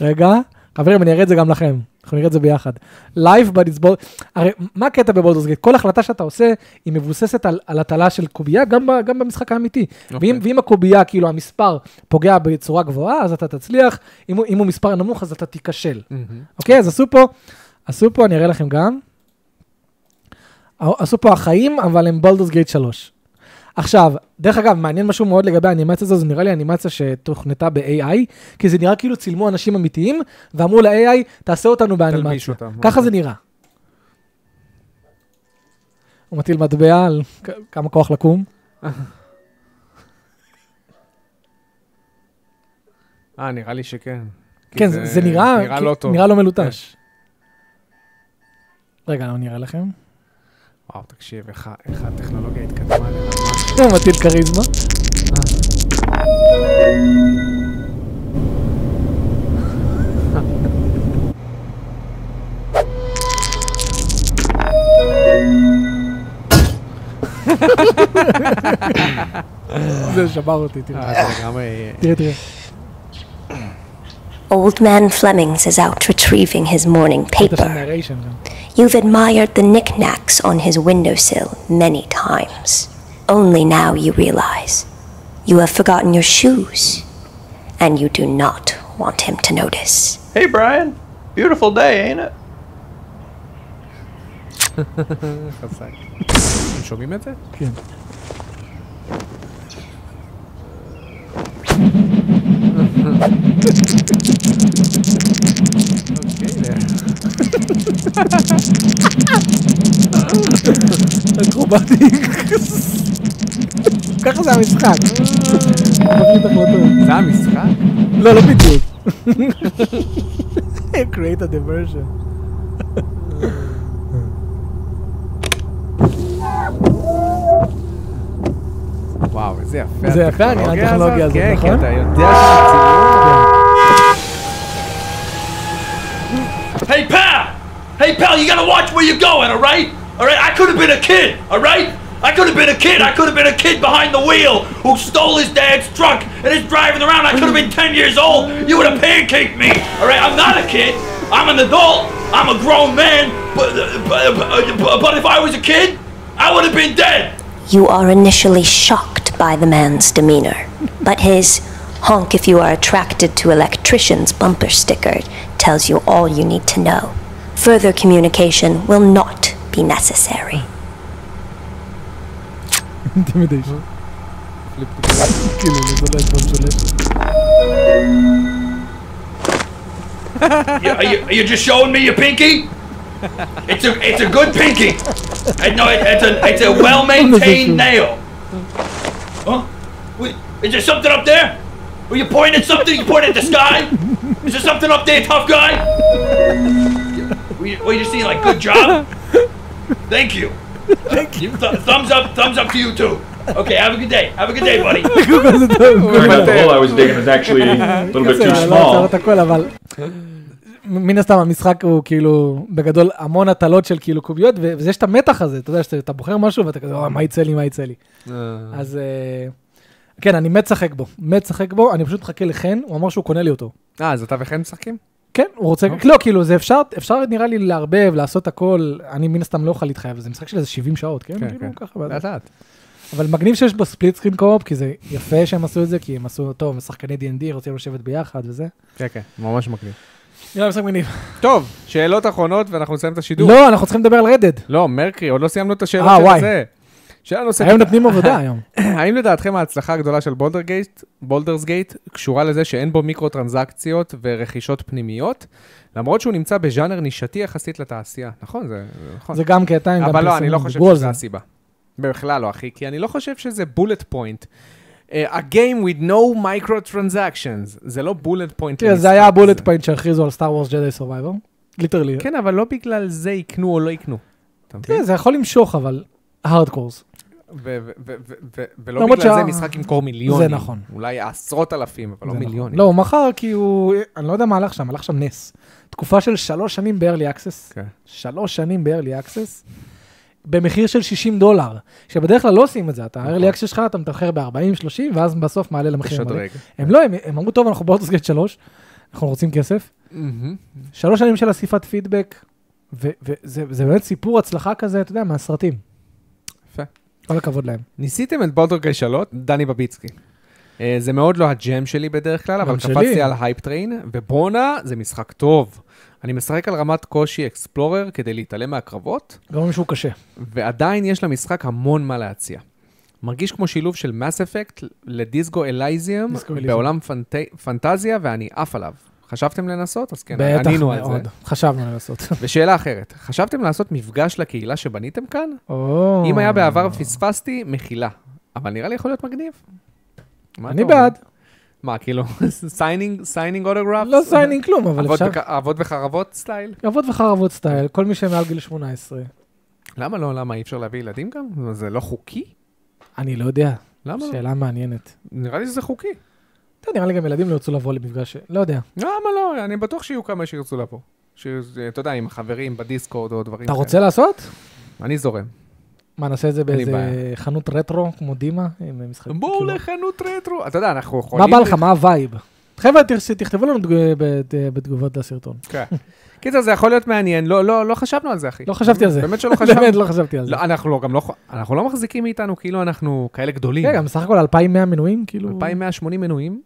רגע, חברים, אני אראה את זה גם לכם. אנחנו נראה את זה ביחד. Life but it's ball... הרי מה הקטע בבולדורס גייט? כל החלטה שאתה עושה, היא מבוססת על, על הטלה של קובייה, גם, ב- גם במשחק האמיתי. אוקיי. ואם, ואם הקובייה, כאילו המספר, פוגע בצורה גבוהה, אז אתה תצליח, אם, הוא- אם הוא מספר נמוך, אז אתה תיכשל. מהמם. אוקיי, אז עשו פה, עשו פה, אני אראה לכם גם. עשו פה החיים, אבל הם בולדורס גייט 3. עכשיו, דרך אגב, מעניין משהו מאוד לגבי האנימציה הזו, זו נראה לי אנימציה שתוכנתה ב-AI, כי זה נראה כאילו צילמו אנשים אמיתיים, ואמרו ל-AI, תעשה אותנו תלביש באנימציה. אותם. אוקיי. ככה זה נראה. הוא מטיל מטבע על כ- כמה כוח לקום. אה, נראה לי שכן. כי כן, זה זה נראה... נראה כי- לא טוב. נראה לא מלוטש. רגע, לא נראה לכם. וואו, תקשיב, איך ה- איך הטכנולוגיה התקדמה. לאן. הוא מטיל כריזמה. זה שבר אותי, תראה. אה, זה לגמרי... תראה, תראה. Old man Flemings is out retrieving his morning יש שם paper. narration גם. You've admired the knickknacks on his windowsill many times. Only now you realize you have forgotten your shoes, and you do not want him to notice. Hey, Brian. Beautiful day, ain't it? חזק. אתם שומעים את זה? כן. אקרובטיק. ככה זה המשחק. מקבלים את ההחלטות. זה המשחק? אה. לא, לא בדיוק. create a diversion. וואו, איזה יפה. זה יפה, אני- הטכנולוגיה הטכנולוגיה הזאת, כן, נכון? כן, אתה יודע שזה Hey, pal! Hey, pal, you gotta watch where you're going, alright? Alright, I could have been a kid, alright? I could have been a kid. I could have been a kid behind the wheel who stole his dad's truck and is driving around. I could have been 10 years old. You would have pancaked me, alright? I'm not a kid. I'm an adult. I'm a grown man. But, but, but, but if I was a kid, I would have been dead. You are initially shocked by the man's demeanor, but his honk if you are attracted to electricians bumper sticker tells you all you need to know. Further communication will not be necessary. אינטימידיישן. כאילו, זה לא אצבע משולשת. You- Are you, are you just showing me your pinky? It's a it's a good pinky. I know it, it's a it's a well maintained nail. Huh? Wait, Is there something up there? Were you pointing at something? You pointing at the sky? Is there something up there, tough guy? Were you, were you seeing like good job? Thank you. Thank you. Th- thumbs up. Thumbs up to you too. Okay, have a good day. Have a good day, buddy. But the hole I was digging is actually a little bit too בסדר, לא small. עצר את הכל, אבל... מן הסתם המשחק הוא כאילו בגדול המון הטלות של כאילו קוביות ו- וזה יש את המתח הזה אתה יודע שאתה בוחר משהו ואתה כזה "אוי, מה יצא לי מה יצא לי אז אה, כן אני מת שחק בו מת שחק בו אני פשוט מחכה לחן הוא אמר שהוא קונה לי אותו אה, אז אתה וחן משחקים? כן, הוא רוצה, אה. לא, כאילו, זה אפשר, אפשר נראה לי לערבב, לעשות הכל, אני מן הסתם לא אוכל להתחייב, זה משחק של איזה 70 שעות, כן? כן, כאילו, כן. ככה, ואז- לאט לאט. אבל מגניב שיש בו ספליט סקרין קו-אופ, כי זה יפה שהם עשו את זה, כי הם עשו טוב, הם שחקני D&D, רוצים לשבת ביחד וזה. כן, כן, ממש מקליט. נראה לי משחק מגניב. טוב, שאלות אחרונות ואנחנו נסיים את השידור. לא, אנחנו צריכים לדבר על רדד. לא, מרקרי, עוד לא סיימנו את השאלות אה, של וואי. זה. שאלה נוספת, היום נותנים עבודה היום. האם לדעתכם ההצלחה הגדולה של בולדר גייט, בולדרס גייט קשורה לזה שאין בו מיקרו-טרנזקציות ורכישות פנימיות, למרות שהוא נמצא בז'אנר נישתי יחסית לתעשייה? נכון, זה זה נכון. זה גם קטע, הם גם אבל לא, אני פרסמו, לא חושב דיברו על שזה זה. הסיבה. בכלל לא, אחי, כי אני לא חושב שזה בולט פוינט. A game with no microtransactions. זה לא בולט פוינט. תראה, כן, זה היה הבולט פיינט שהכריזו על סטאר וורס ג'די סורווייבר, ליטרלי. כן, אבל לא בגלל זה יקנו או לא יקנו. אתה מבין? תראה, כן, זה יכול למשוך, אבל הארדקורס. ו- ו- ו- ו- ו- ולא למרות בגלל זה שה- משחק ימכור מיליונים. זה נכון. אולי עשרות אלפים, אבל לא זה נכון. מיליונים. לא, הוא מכר כי הוא, אני לא יודע מה הלך שם, הלך שם נס. תקופה של שלוש שנים ב-early access. כן. שלוש שנים ב-early access, במחיר של 60 דולר, שבדרך כלל לא עושים את זה, נכון. אתה early access שלך, אתה מתמחר ב-40-30, ואז בסוף מעלה למחיר המלא. תשדרג. הם לא, הם, הם אמרו, טוב, אנחנו באוטוסגייט 3, אנחנו רוצים כסף. מהמם. שלוש שנים של אסיפת פידבק, ו- וזה זה באמת סיפור הצלחה כזה, אתה יודע, מהסרטים. יפה. כל הכבוד להם. ניסיתם את בולדרגי 3, דני בביצקי. אה, זה מאוד לא הג'ם שלי בדרך כלל, אבל גם שלי. קפצתי על הייפ טריין, ובואנה, זה משחק טוב. אני משחק על רמת קושי אקספלורר כדי להתעלם מהקרבות, גם אומרים שהוא קשה. ועדיין יש למשחק המון מה להציע. מרגיש כמו שילוב של מס אפקט לדיסגו אלייזיום דיסקו אלייזיום. בעולם פנט- פנטזיה, ואני עף עליו. חשבתם לנסות? אז כן, בטח ענינו על זה. מאוד. חשבנו לעשות. ושאלה אחרת, חשבתם לעשות מפגש לקהילה שבניתם כאן? או. אם היה בעבר פספסתי, מחילה. אבל נראה לי יכול להיות מגניב. מה אני אתה אומר? בעד. מה, כאילו, סיינינג, סיינינג אוטוגרפס? לא סיינינג כלום, אבל אפשר... אבות וחרבות סטייל? אבות וחרבות סטייל, כל מי שמעל גיל 18. למה לא? למה אי אפשר להביא ילדים גם? זה לא חוקי? אני לא יודע, למה לא? שאלה מעניינת. נראה לי שזה חוקי. אתה יודע, נראה לי גם ילדים לא ירצו לבוא למפגש, לא יודע. למה לא? אני בטוח שיהיו כמה שירצו לבוא. שאתה יודע, עם החברים בדיסקורד או דברים אתה רוצה לעשות? אני זורם. מה, נעשה את זה באיזה בעיה. חנות רטרו, כמו דימה, עם משחק... בואו כאילו- לחנות רטרו. אתה יודע, אנחנו מה יכולים... בא לך, מה הווייב? חבר'ה, תכ- תכתבו לנו תג- בת- בתגובות לסרטון. כן. קיצר, זה יכול להיות מעניין. לא, לא, לא חשבנו על זה, אחי. לא חשבתי על זה. באמת שלא חשבנו. באמת לא חשבתי על זה. לא, אנחנו לא, גם לא, ח- אנחנו לא מחזיקים מאיתנו כאילו אנחנו כאלה גדולים. כן, גם סך הכל 2,100 מנויים, כאילו, 2,180 מנויים.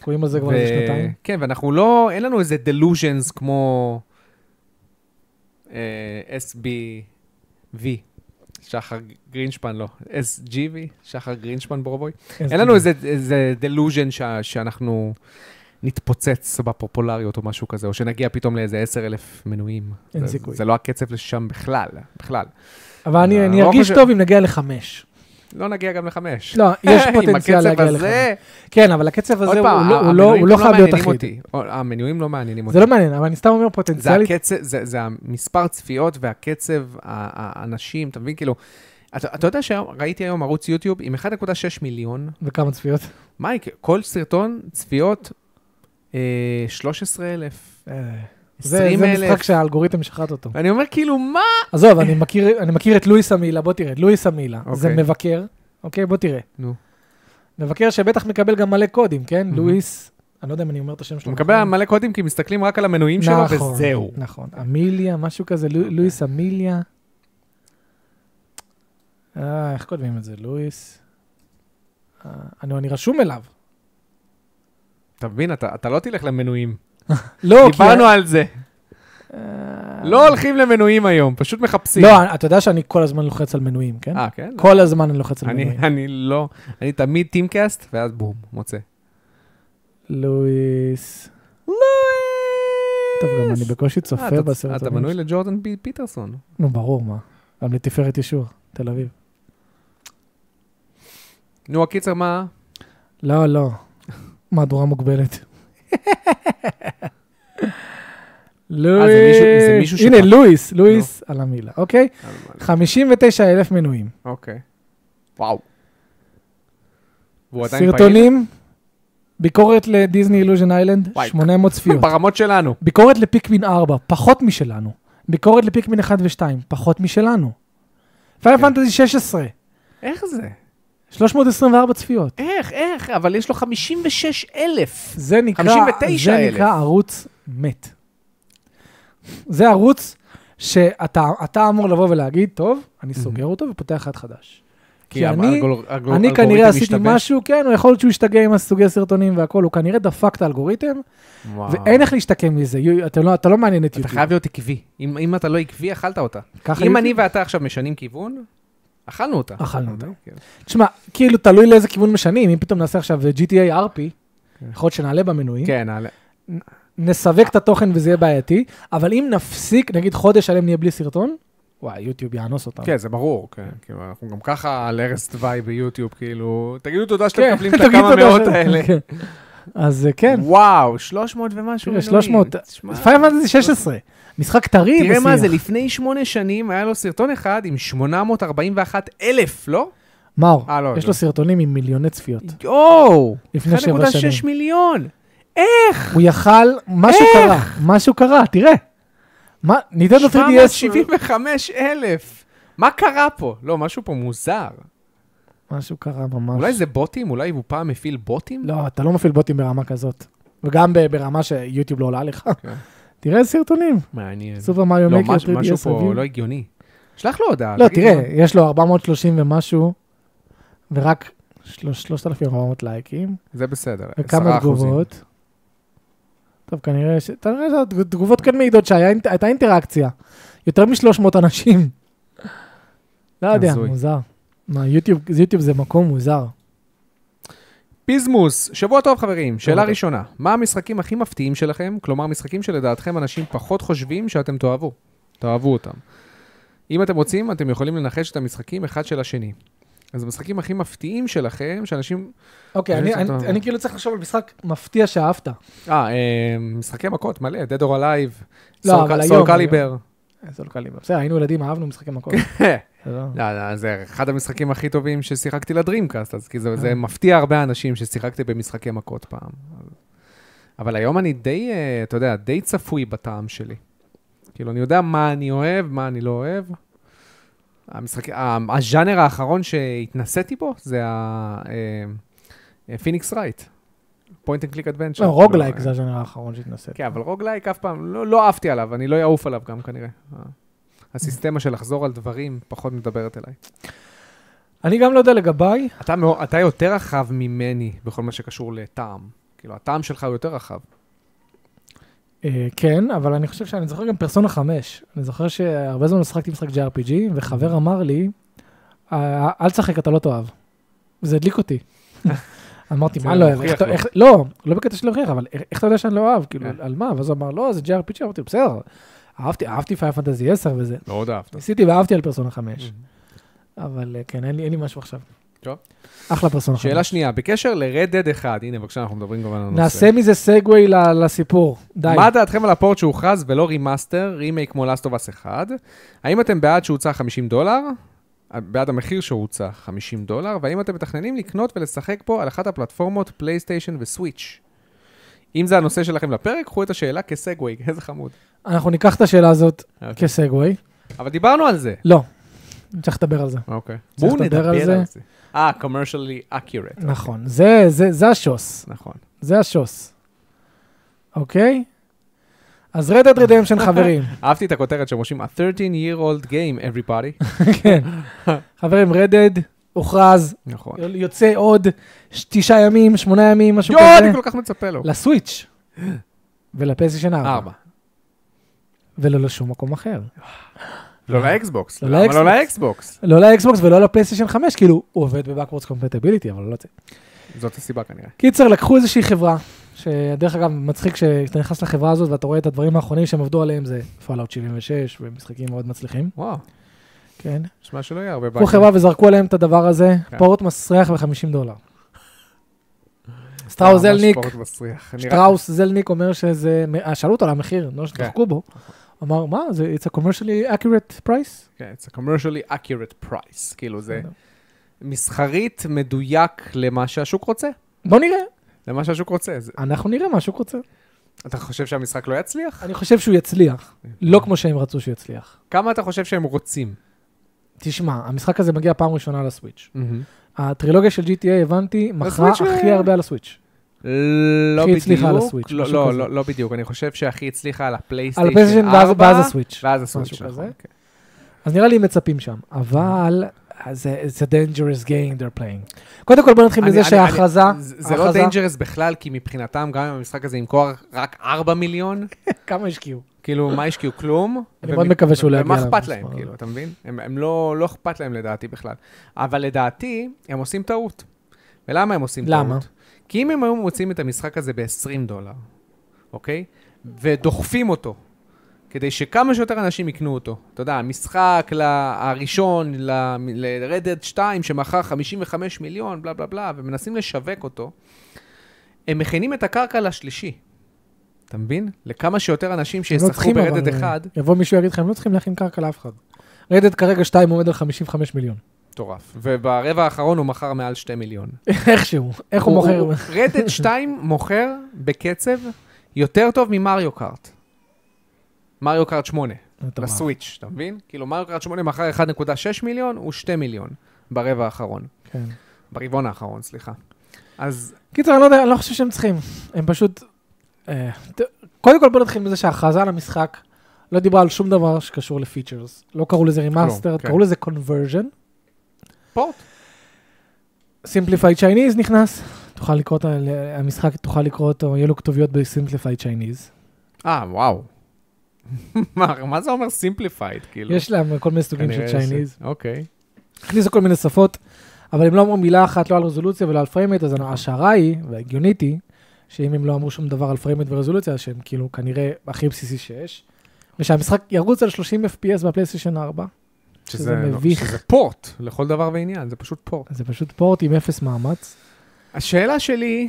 קוראים על זה כבר ו- איזה שנתיים. כן, ואנחנו לא, אין לנו איזה delusions כמו אה, SBV, שחר גרינשפן, לא, SGV, שחר גרינשפן בורבוי. אין כן. לנו איזה- איזה delusion ש- שאנחנו נתפוצץ בפופולריות או משהו כזה, או שנגיע פתאום לאיזה 10,000 מנויים. אין זה- סיכוי. זה לא הקצב לשם בכלל, בכלל. אבל אני אה, אני לא ארגיש חושב- טוב אם נגיע לחמש. לא נגיע גם לחמש. לא, יש עם פוטנציאל הקצב להגיע הזה, לחמש. כן, אבל הקצב הזה עוד הוא- פעם, הוא לא- הוא לא- המנויים הוא לא גם חייב להיות מעניינים אחיד. אותי. או, המנויים לא מעניינים אותי. זה לא מעניין, אבל אני סתם אומר זה פוטנציאלית. הקצב, זה, זה המספר צפיות והקצב, ה- ה- האנשים, אתה מבין? כאילו, אתה, אתה יודע שראיתי היום ערוץ יוטיוב עם 1.6 מיליון, וכמה צפיות. מייק, כל סרטון צפיות, אה, 13,000, אה, זה זה 20,000. משחק שהאלגוריתם שחט אותו. ואני אומר, כאילו, מה? עזוב, אני מכיר- אני מכיר את לואיס המילה, בוא תראה, את לואיס המילה. זה אוקיי. מבקר, אוקיי? בוא תראה. נו. מבקר שבטח מקבל גם מלא קודים, כן? לואיס, אני לא יודע אם אני אומר את השם שלו. הוא מקבל מלא קודים כי מסתכלים רק על המנויים שלו, נכון, וזהו. אוקיי. נכון, אמיליה, משהו כזה, לו- לואיס אמיליה. אה, איך כותבים את זה? לואיס. אה, אני אני רשום אליו. אתה מבין? אתה, אתה לא תלך למנויים. לא, כי... אה, דיברנו על זה. לא הולכים למנויים היום, פשוט מחפשים. לא, אתה יודע שאני כל הזמן לוחץ על מנויים, כן? אה, כן? כל הזמן אני לוחץ על אני, מנויים. אני לא, אני תמיד טימקאסט, ואז בום, מוצא. לואיס. טוב, גם אני בקושי אה, צופה אתה- בסרט. אתה מנוי לג'ורדן בי- פיטרסון. נו, ברור, מה. גם לתפארת ישור, תל אביב. נו, הקיצר, מה? לא, לא. מהדורה מוגבלת. אה, מישהו- זה לואיס, מישהו הנה שפ- לא. לואיס, לואיס על המילה, אוקיי? 59 אלף מנויים. אוקיי. וואו. והוא עדיין פעיל? סרטונים, ביקורת לדיסני אילוז'ן איילנד, וואי. 800 צפיות. כן, ברמות שלנו. ביקורת לפיקמין 4, פחות משלנו. ביקורת לפיקמין 1 ו-2, פחות משלנו. פייר פנטזי 16, איך זה? 324 צפיות. איך, איך? אבל יש לו 56 אלף. זה נקרא, 59,000. זה נקרא ערוץ מת. זה ערוץ שאתה אתה אמור לבוא ולהגיד, טוב, אני סוגר אותו ופותח אחד חדש. כי אני, אני כנראה עשיתי משהו, כן, הוא יכול להיות שהוא השתגע עם הסוגי סרטונים והכול, הוא כנראה דפק את האלגוריתם, ואין איך להשתקם מזה, יו- אתה לא- אתה לא מעניין את אתה יוטיוב. חייב להיות עקבי. אם אם אתה לא עקבי, אכלת אותה. ככה אם יוטיוב. אני ואתה עכשיו משנים כיוון, אכלנו אותה. אכלנו אותה. כן. תשמע, כאילו, תלוי לאיזה כיוון משנים, אם פתאום נעשה עכשיו GTA RP, יכול להיות שנעלה במנויים, כן, נעלה. נסווג את התוכן וזה יהיה בעייתי, אבל אם נפסיק, נגיד חודש שלם נהיה בלי סרטון, וואי, יוטיוב יאנוס אותנו. כן, זה ברור, כן. כאילו, אנחנו גם ככה על ערש דווי ביוטיוב, כאילו, תגידו תודה שאתם כן, מקבלים את תגיד הכמה תודה מאות ש- האלה. כן. אז אה, כן, וואו, 300 ומשהו. תראה, מנויים. 300, תשמע, פייר פנטזי 16, משחק טרי תראה מה זה, ושיח. לפני שמונה שנים היה לו סרטון אחד עם 841 אלף, לא? מאור, אה, לא, יש לא. לו סרטונים עם מיליוני צפיות. יואו! לפני שבע 1.6 שנים. מיליון! הוא יכל, משהו קרה, משהו קרה, תראה. מה, ניתן לו 3DS, 775 אלף! מה קרה פה? לא, משהו פה מוזר. משהו קרה ממש. אולי זה בוטים? אולי הוא פעם מפעיל בוטים? לא, אתה לא מפעיל בוטים ברמה כזאת. וגם ב- ברמה שיוטיוב לא עולה לך. כן. תראה איזה סרטונים, מעניין. סופר מריו לא, מקר, מש- 3DS משהו פה review. לא הגיוני. שלח לו הודעה. לא, תגיד תראה, לו. יש לו 430 ומשהו, ורק שלוש- 3,400 לייקים, זה בסדר. וכמה 10%. תגובות. טוב, כנראה ש... תראה שהתגובות כן מעידות שהייתה אינטראקציה. יותר מ-300 אנשים. לא יודע, הזוי. מוזר. מה, יוטיוב יוטיוב זה מקום מוזר. פיזמוס, שבוע טוב חברים. שאלה טוב. ראשונה, מה המשחקים הכי מפתיעים שלכם? כלומר, משחקים שלדעתכם אנשים פחות חושבים שאתם תאהבו. תאהבו אותם. אם אתם רוצים, אתם יכולים לנחש את המשחקים אחד של השני. אז המשחקים הכי מפתיעים שלכם, שאנשים... אוקיי, אני- אני- אני- אני אני כאילו צריך לחשוב על משחק מפתיע שאהבת. אה, אה, משחקי מכות, מלא, Dead or Alive, לא, Soul- אבל Soul היום, Calibur. זה לא קליבר. בסדר, היינו ילדים, אהבנו משחקי מכות. זה לא- לא, לא, זה אחד המשחקים הכי טובים ששיחקתי לדרימקאסט, אז כי זה, זה אה. מפתיע הרבה אנשים ששיחקתי במשחקי מכות פעם. אבל היום אני די, אה, אתה יודע, די צפוי בטעם שלי. כאילו, אני יודע מה אני אוהב, מה אני לא אוהב. המשחק, ה- הז'אנר האחרון שהתנסיתי בו זה הפיניקס רייט. פוינט אנד קליק אדוונצ'ר. לא, רוגלייק זה הז'אנר האחרון שהתנסית. כן, אבל רוגלייק אף פעם, לא, לא עפתי עליו, אני לא אעוף עליו גם כנראה. ה- הסיסטמה של לחזור על דברים פחות מדברת אליי. אני גם לא יודע לגביי. אתה, מאו- אתה יותר רחב ממני בכל מה שקשור לטעם. כאילו, הטעם שלך הוא יותר רחב. אה, כן, אבל אני חושב שאני זוכר גם פרסונה 5. אני זוכר שהרבה זמן לא שחקתי משחק JRPG, אוקיי. וחבר אמר לי, "אה, אל תשחק, אתה לא תאהב. וזה הדליק אותי. אמרתי, זה מה לא, מוכיח איך אתה- לו." איך- לא, לא בקטע של להוכיח, אבל איך- איך אתה יודע שאני לא אוהב? כאילו, כן. על מה? ואז הוא אמר, לא, זה JRPG, אמרתי, בסדר, אהבתי, אהבתי פייר פנטזי 10 וזה. מאוד אהבת. ניסיתי ואהבתי על פרסונה 5. אבל אה, כן, אין לי אין לי משהו עכשיו. טוב. אחלה פרסונה 5. שאלה שנייה, בקשר ל-Red Dead 1, הנה, בבקשה, אנחנו מדברים גם על הנושא. נעשה מזה סגווי ל- לסיפור, די. מה דעתכם על הפורט שהוכרז ולא רימאסטר, רימייק כמו Last of Us 1? האם אתם בעד שהוצע 50 דולר? בעד המחיר שהוצע 50 דולר? והאם אתם מתכננים לקנות ולשחק פה על אחת הפלטפורמות פלייסטיישן וסוויץ'? אם זה הנושא שלכם לפרק, קחו את השאלה כסגווי, איזה חמוד. אנחנו ניקח את השאלה הזאת אוקיי. כסגווי. אבל דיברנו על זה. לא, צריך לדבר על זה. אוקיי. צריך לדבר על זה. אה, commercially accurate. נכון, זה, זה, זה השוס, נכון. זה השוס. אוקיי? אז Red Dead Redemption חברים, אהבתי את הכותרת שהם רושמים, a 13-year-old game, everybody. כן. חברים, Red Dead הוכרז, נכון. יוצא עוד ש- תשעה ימים, שמונה ימים, משהו יואו, אני כזה, כל כך מצפה לו. לסוויץ' ולפייסטיישן 4, ארבע. ולא לשום מקום אחר. לא לאקסבוקס. לא למה לא לאקסבוקס. לאקסבוקס? לא לאקסבוקס ולא לפייסטיישן 5, כאילו, הוא עובד בבקוורדס קומפטביליטי, אבל לא זה. זאת הסיבה כנראה. קיצר, לקחו איזושהי חברה, שדרך אגב, מצחיק שכשאתה נכנס לחברה הזאת ואתה רואה את הדברים האחרונים שהם עבדו עליהם, זה Fallout 76 ומשחקים מאוד מצליחים, וואו, כן. נשמע שלא יהיה הרבה לקחו בעיה. חברה וזרקו עליהם את הדבר הזה, כן. פורט מסריח ב-50 דולר. שטראוס אה, ממש זלניק, ספורט מסריח. נראה- שטראוס זלניק אומר שזה, אה, שאלו אותו על המחיר, לא שדחקו בו. אמר, מה, זה, it's a commercially accurate price? כן, it's a commercially accurate price. כאילו זה מסחרית מדויק למה שהשוק רוצה. בוא נראה, למה שהשוק רוצה. זה- אנחנו נראה מה שהוא רוצה. אתה חושב שהמשחק לא יצליח? אני חושב שהוא יצליח, לא כמו שהם רצו שהוא יצליח. כמה אתה חושב שהם רוצים? תשמע, המשחק הזה מגיע פעם ראשונה לסוויץ'. הטרילוגיה של GTA, הבנתי, מכרה לסוויץ' הכי ל- הרבה על הסוויץ'. לא הכי הצליחה על בדיוק, הסוויץ', לא, משהו לא, כזה. לא, לא בדיוק, אני חושב שהכי הצליחה על על הפלייסטיישן הפלייסטיישן 4, ואז- ואז הסוויץ'. ואז הסוויץ', משהו נכון. כזה. כן. אז נראה לי מצפים שם, אבל אז זה- it's a dangerous game they're playing. קודם כל בוא נתחיל אני- מזה אני- שההכרזה, אני- זה זה לא ההכרזה- דנג'רס בכלל, כי מבחינתם, גם אם המשחק הזה ימכור רק 4 מיליון, כמה השקיעו? כאילו, מה השקיעו? כלום. אני מאוד מקווה שהוא לא יגיע ומה אכפת למספר להם, הזה. כאילו, אתה מבין? הם- הם לא, לא אכפת להם לדעתי בכלל. אבל לדעתי, הם עושים טעות. ולמה הם עושים טעות? למה? כי אם הם היו מוצאים את המשחק הזה ב-20 דולר, אוקיי? ודוחפים אותו, כדי שכמה שיותר אנשים יקנו אותו. אתה יודע, המשחק ל- הראשון, ל-Red Dead 2, שמכר 55 מיליון, בלה בלה בלה, ומנסים לשווק אותו, הם מכינים את הקרקע לשלישי. אתה מבין? לכמה שיותר אנשים הם לא שישחקו צריכים, אבל- ברדד אחד, יבוא מישהו יגיד לך, הם לא צריכים להכין קרקע לאף אחד. רדד כרגע 2 עומד על 55 מיליון. מטורף. וברבע האחרון הוא מכר מעל 2 מיליון. איכשהו, איך הוא מוכר? רדד 2 מוכר בקצב יותר טוב ממריו קארט. מריו קארט 8, מטורף. לסוויץ', אתה מבין? כאילו מריו קארט 8 מכר 1.6 מיליון, הוא 2 מיליון ברבע האחרון. כן. ברבעון האחרון, סליחה. אז קיצר, אני לא יודע, אני לא חושב שהם צריכים. הם פשוט... אה, ת- קודם כל בוא נתחיל מזה שההכרזה על המשחק לא דיברה על שום דבר שקשור לפיצ'רס. לא קראו לזה רימאסטר, כן. קראו לזה קונברז'ן. פורט. סימפליפייד צ'ייניז נכנס, תוכל לקרוא את ה- ל- המשחק, תוכל לקרוא אותו, יהיו לו כתוביות בסימפליפייד צ'ייניז. אה, וואו. מה מה זה אומר סימפליפייד? כאילו, יש להם כל מיני סוגים של כנראה ש- צ'ייניז. אוקיי. הכניסו כל מיני שפות, אבל הם לא אמרו מילה אחת לא על רזולוציה ולא על פריימט, אז ההשערה היא, וההגיונית היא, שאם הם לא אמרו שום דבר על פריימט ורזולוציה, שהם כאילו כנראה הכי בסיסי שיש, ושהמשחק ירוץ על 30 FPS בפלייסטיישן 4, שזה לא- מביך. שזה פורט, לכל דבר ועניין, זה פשוט פורט. זה פשוט פורט עם אפס מאמץ. השאלה שלי...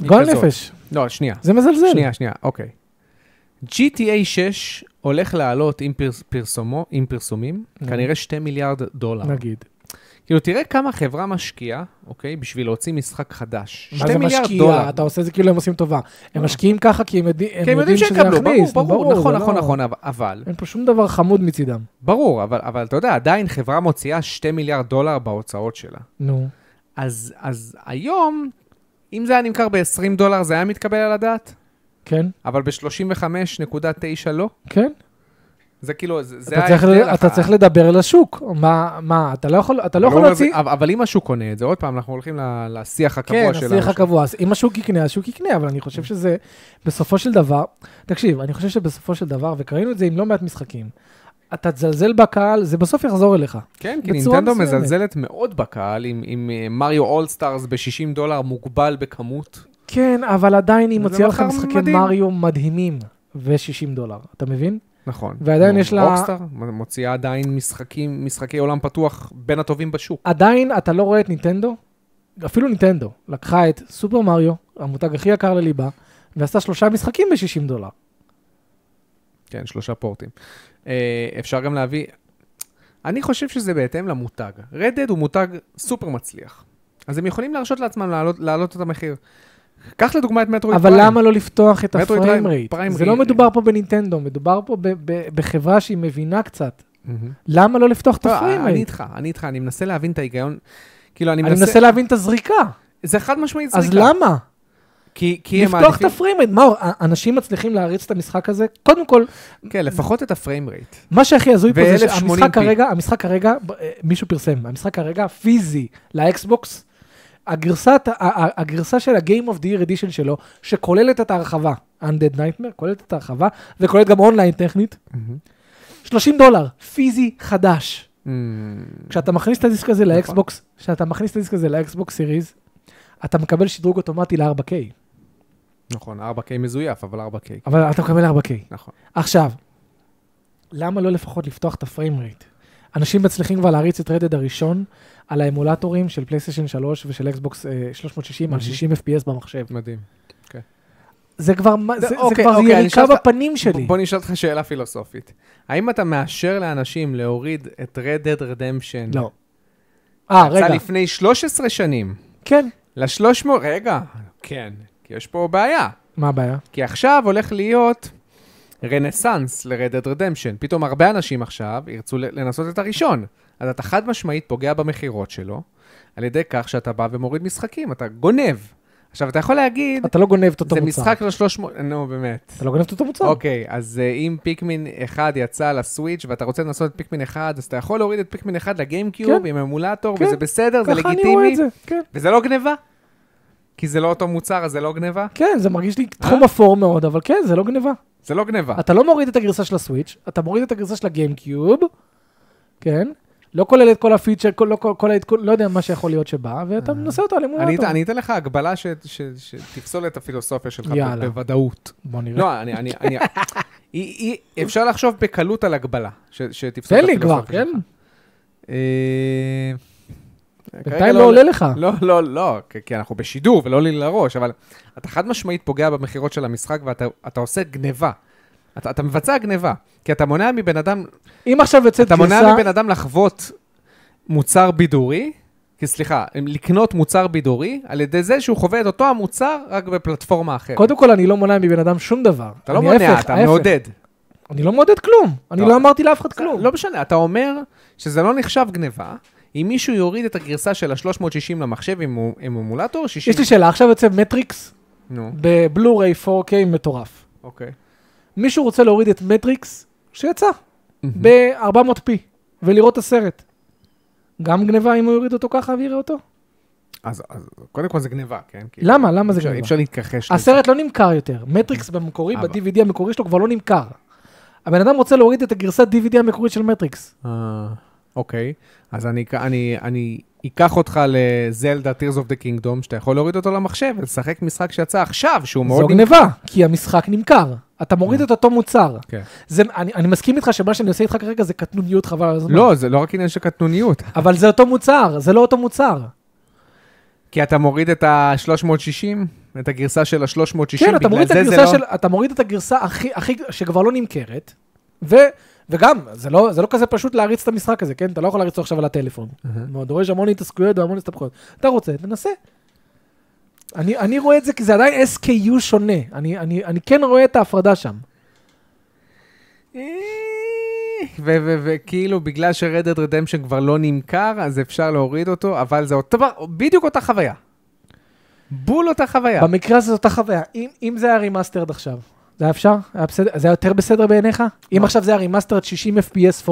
היא גועל כזאת. נפש, לא, שנייה. זה מזלזל. שנייה, שנייה, אוקיי. GTA 6 הולך לעלות עם, פרס, פרסומו, עם פרסומים, נו. כנראה 2 מיליארד דולר. נגיד. כאילו, תראה כמה חברה משקיעה, אוקיי, בשביל להוציא משחק חדש. מה 2 זה מיליארד משקיע? דולר. אה. אתה עושה את זה כאילו הם עושים טובה. הם משקיעים ככה כי הם יודעים כי הם הם יודעים שזה שיקבלו, יכניס. ברור, ברור, נכון, זה נכון, לא- נכון, אבל- אבל, אין פה שום דבר חמוד מצידם. ברור, אבל, אבל אתה יודע, עדיין חברה מוציאה 2 מיליארד דולר בהוצאות שלה. נו. אז, אז היום, אם זה היה נמכר ב-20 דולר, זה היה מתקבל על הדעת, כן? אבל ב-35.9 לא. כן? זה כאילו, זה זה אתה צריך ל- ההבדל אתה הח- צריך לדבר לשוק. מה, מה, אתה לא יכול, אתה לא אבל יכול הוא אומר, להוציא... אבל אבל אם השוק קונה את זה, עוד פעם, אנחנו הולכים ל- לשיח הקבוע כן, שלנו. השיח הקבוע. אז אם השוק יקנה, השוק יקנה, אבל אני חושב שזה, בסופו של דבר, תקשיב, אני חושב שבסופו של דבר, וקראנו את זה עם לא מעט משחקים, אתה תזלזל בקהל, זה בסוף יחזור אליך. כן, כי בצורה נינטנדו מסוימת. מזלזלת מאוד בקהל, עם- עם אה, מריו אולסטארס ב-60 דולר מוגבל בכמות. כן, אבל עדיין היא זה מוציאה לך מכר משחקי מדהים. מריו מדהימים ו-60 דולר, אתה מבין? נכון. ועדיין יש לה- רוקסטאר מוציאה עדיין משחקים, משחקי עולם פתוח בין הטובים בשוק. עדיין אתה לא רואה את ניטנדו, אפילו ניטנדו לקחה את סופר מריו, המותג הכי יקר לליבה, ועשתה שלושה משחקים ב-60 דולר. כן, שלושה פורטים. אה, אפשר גם להביא... אני חושב שזה בהתאם למותג. רדד הוא מותג סופר מצליח. אז הם יכולים להרשות לעצמם להעלות- להעלות את המחיר. קח לדוגמה את מטרואיד אבל פריים. למה לא לפתוח את מטרויד הפריים פריים- רייט? פריים זה לא רייט. מדובר פה בנינטנדו, מדובר פה ב- ב- בחברה שהיא מבינה קצת. מהמם. למה לא לפתוח את טוב, הפריים אני רייט? איתך, אני איתך, אני מנסה להבין את ההיגיון. כאילו, אני אני מנסה מנסה... להבין את הזריקה, זה חד משמעית אז זריקה. למה? כי כי הם לפתוח את מעדיפים... הפריים רייט, מה, אנשים מצליחים להריץ את המשחק הזה? קודם כל, כן, לפחות את הפריים רייט. מה שהכי הזוי פה זה 1080p. שהמשחק כרגע, המשחק כרגע, ב- אה, מישהו פרסם, המשחק כרגע פיזי לאקסבוקס, הגרסת, ה- ה- הגרסה של ה-game of the year edition שלו, שכוללת את ההרחבה, Undead Nightmare, כוללת את ההרחבה, וכוללת גם אונליין טכנית, 30 דולר, פיזי חדש. Mm, כשאתה מכניס את הדיסק הזה לאקסבוקס, כשאתה מכניס את הדיסק הזה לאקסבוקס סיריז, אתה מקבל שדרוג אוטומטי ל-4K, נכון, 4K מזויף, אבל 4K. אבל אתה מקבל 4K. נכון. עכשיו, למה לא לפחות לפתוח את הפריים רייט? אנשים מצליחים כבר להריץ את רדד הראשון על האמולטורים של פלייסטיישן 3 ושל אה, אקסבוקס 360 על 60 FPS במחשב. מדהים. זה כבר מה- זה- זה אוקיי, כבר אוקיי, אני אשאל יריקה אותך- בפנים שלי. בוא נשאל אותך שאלה פילוסופית. האם אתה מאשר לאנשים להוריד את Red Dead Redemption? לא. אה, יצא רגע, לפני 13 שנים. כן. ל-300, רגע, כן, כי יש פה בעיה. מה הבעיה? כי עכשיו הולך להיות רנסאנס ל-Red Dead Redemption. פתאום הרבה אנשים עכשיו ירצו ל- לנסות את הראשון. אז אתה חד משמעית פוגע במכירות שלו, על ידי כך שאתה בא ומוריד משחקים, אתה גונב. עכשיו, אתה יכול להגיד, אתה לא גונב את אותו זה מוצר. משחק ל-300, נו באמת. אתה לא גונב את אותו מוצר. אוקיי, אז אה, אם פיקמין 1 יצא לסוויץ' ואתה רוצה לנסות את פיקמין 1, אז אתה יכול להוריד את פיקמין 1 לגיימקיוב כן. עם אמולטור, כן. וזה בסדר, זה ככה אני רואה לגיטימי, את זה, כן. וזה לא גניבה. כי זה לא אותו מוצר, אז זה לא גניבה. כן, זה מרגיש לי אה? תחום אפור מאוד, אבל כן, זה לא גניבה. זה לא גניבה. אתה לא מוריד את הגרסה של הסוויץ', אתה מוריד את הגרסה של הגיימקיוב, כן? לא כולל את כל הפיצ'ר, כל, לא, כל, כל העדכון, לא יודע מה שיכול להיות שבא, ואתה מנסה אותו על אה. אני, אמונתו. אתן- אני אתן לך הגבלה ש, ש, שתפסול את הפילוסופיה שלך יאללה. בוודאות. בוא נראה. לא, אני... אני, אני היא, היא, אפשר לחשוב בקלות על הגבלה ש, שתפסול תן את לי כבר, הפילוסופיה כן? שלך. אה, כרגע בינתיים לא עולה לך. לא, לא, לא, כי- כי אנחנו בשידור ולא עולה לי לראש, אבל אתה חד משמעית פוגע במכירות של המשחק ואתה אתה עושה גניבה. אתה, אתה מבצע גניבה, כי אתה מונע מבן אדם, אם עכשיו יוצאת אתה מונע גרסה, מבן אדם לחוות מוצר בידורי, כי סליחה, לקנות מוצר בידורי, על ידי זה שהוא חווה את אותו המוצר רק בפלטפורמה אחרת. קודם כל אני לא מונע מבן אדם שום דבר. אתה לא אני מונע, ההפך, אתה ההפך. מעודד. אני לא מעודד כלום. אני לא. לא אמרתי לאף אחד כלום. לא משנה, אתה אומר שזה לא נחשב גניבה. אם מישהו יוריד את הגרסה של ה-360 למחשב עם מו- עם אמולטור, 60... יש לי שאלה, עכשיו יוצא מטריקס כן. נו, בבלו-ריי 4K מטורף. אוקיי. מישהו רוצה להוריד את מטריקס שיצא ב-400p ולראות את הסרט. גם גניבה אם הוא יוריד אותו ככה ויראה אותו? אז, אז קודם כל זה גניבה, כן? כי- למה? למה זה אפשר- גניבה? אפשר להתכחש לזה. הסרט לא נמכר יותר. מטריקס במקורי, אבל- ב-DVD המקורי שלו כבר לא נמכר. הבן אדם רוצה להוריד את הגרסת DVD המקורית של מטריקס. אה, אוקיי, אז אני, אק- אני, אני אקח אותך לזלדה, Tears of the Kingdom, שאתה יכול להוריד אותו למחשב ולשחק משחק שיצא עכשיו, שהוא מאוד... זו גניבה, כי המשחק נמכר. אתה מוריד את אותו מוצר. כן. זה- אני אני מסכים איתך שמה שאני עושה איתך כרגע זה קטנוניות חבל על הזמן. לא, זה לא רק עניין של קטנוניות, אבל זה אותו מוצר, זה לא אותו מוצר. כי אתה מוריד את ה-360, את הגרסה של ה-360, כן, אתה מוריד, את זה לא- הגרסה של, אתה מוריד את הגרסה הכי, הכי, שכבר לא נמכרת, ו, וגם, זה לא, זה לא כזה פשוט להריץ את המשחק הזה, כן? אתה לא יכול להריץ אותו עכשיו על הטלפון. מאוד דורש המון התעסקויות והמון הסתבכויות. אתה רוצה, תנסה. אני, אני רואה את זה כי זה עדיין SKU שונה. אני, אני, אני כן רואה את ההפרדה שם. וכאילו, בגלל ש-Red Dead Redemption כבר לא נמכר, אז אפשר להוריד אותו, אבל זה אותו דבר, בדיוק אותה חוויה. בול אותה חוויה. במקרה הזה זאת אותה חוויה. אם, אם זה היה רימאסטרד עכשיו, זה היה אפשר? היה בסדר? זה היה יותר בסדר בעיניך? אם עכשיו זה היה רימאסטרד 60 FPS 4K,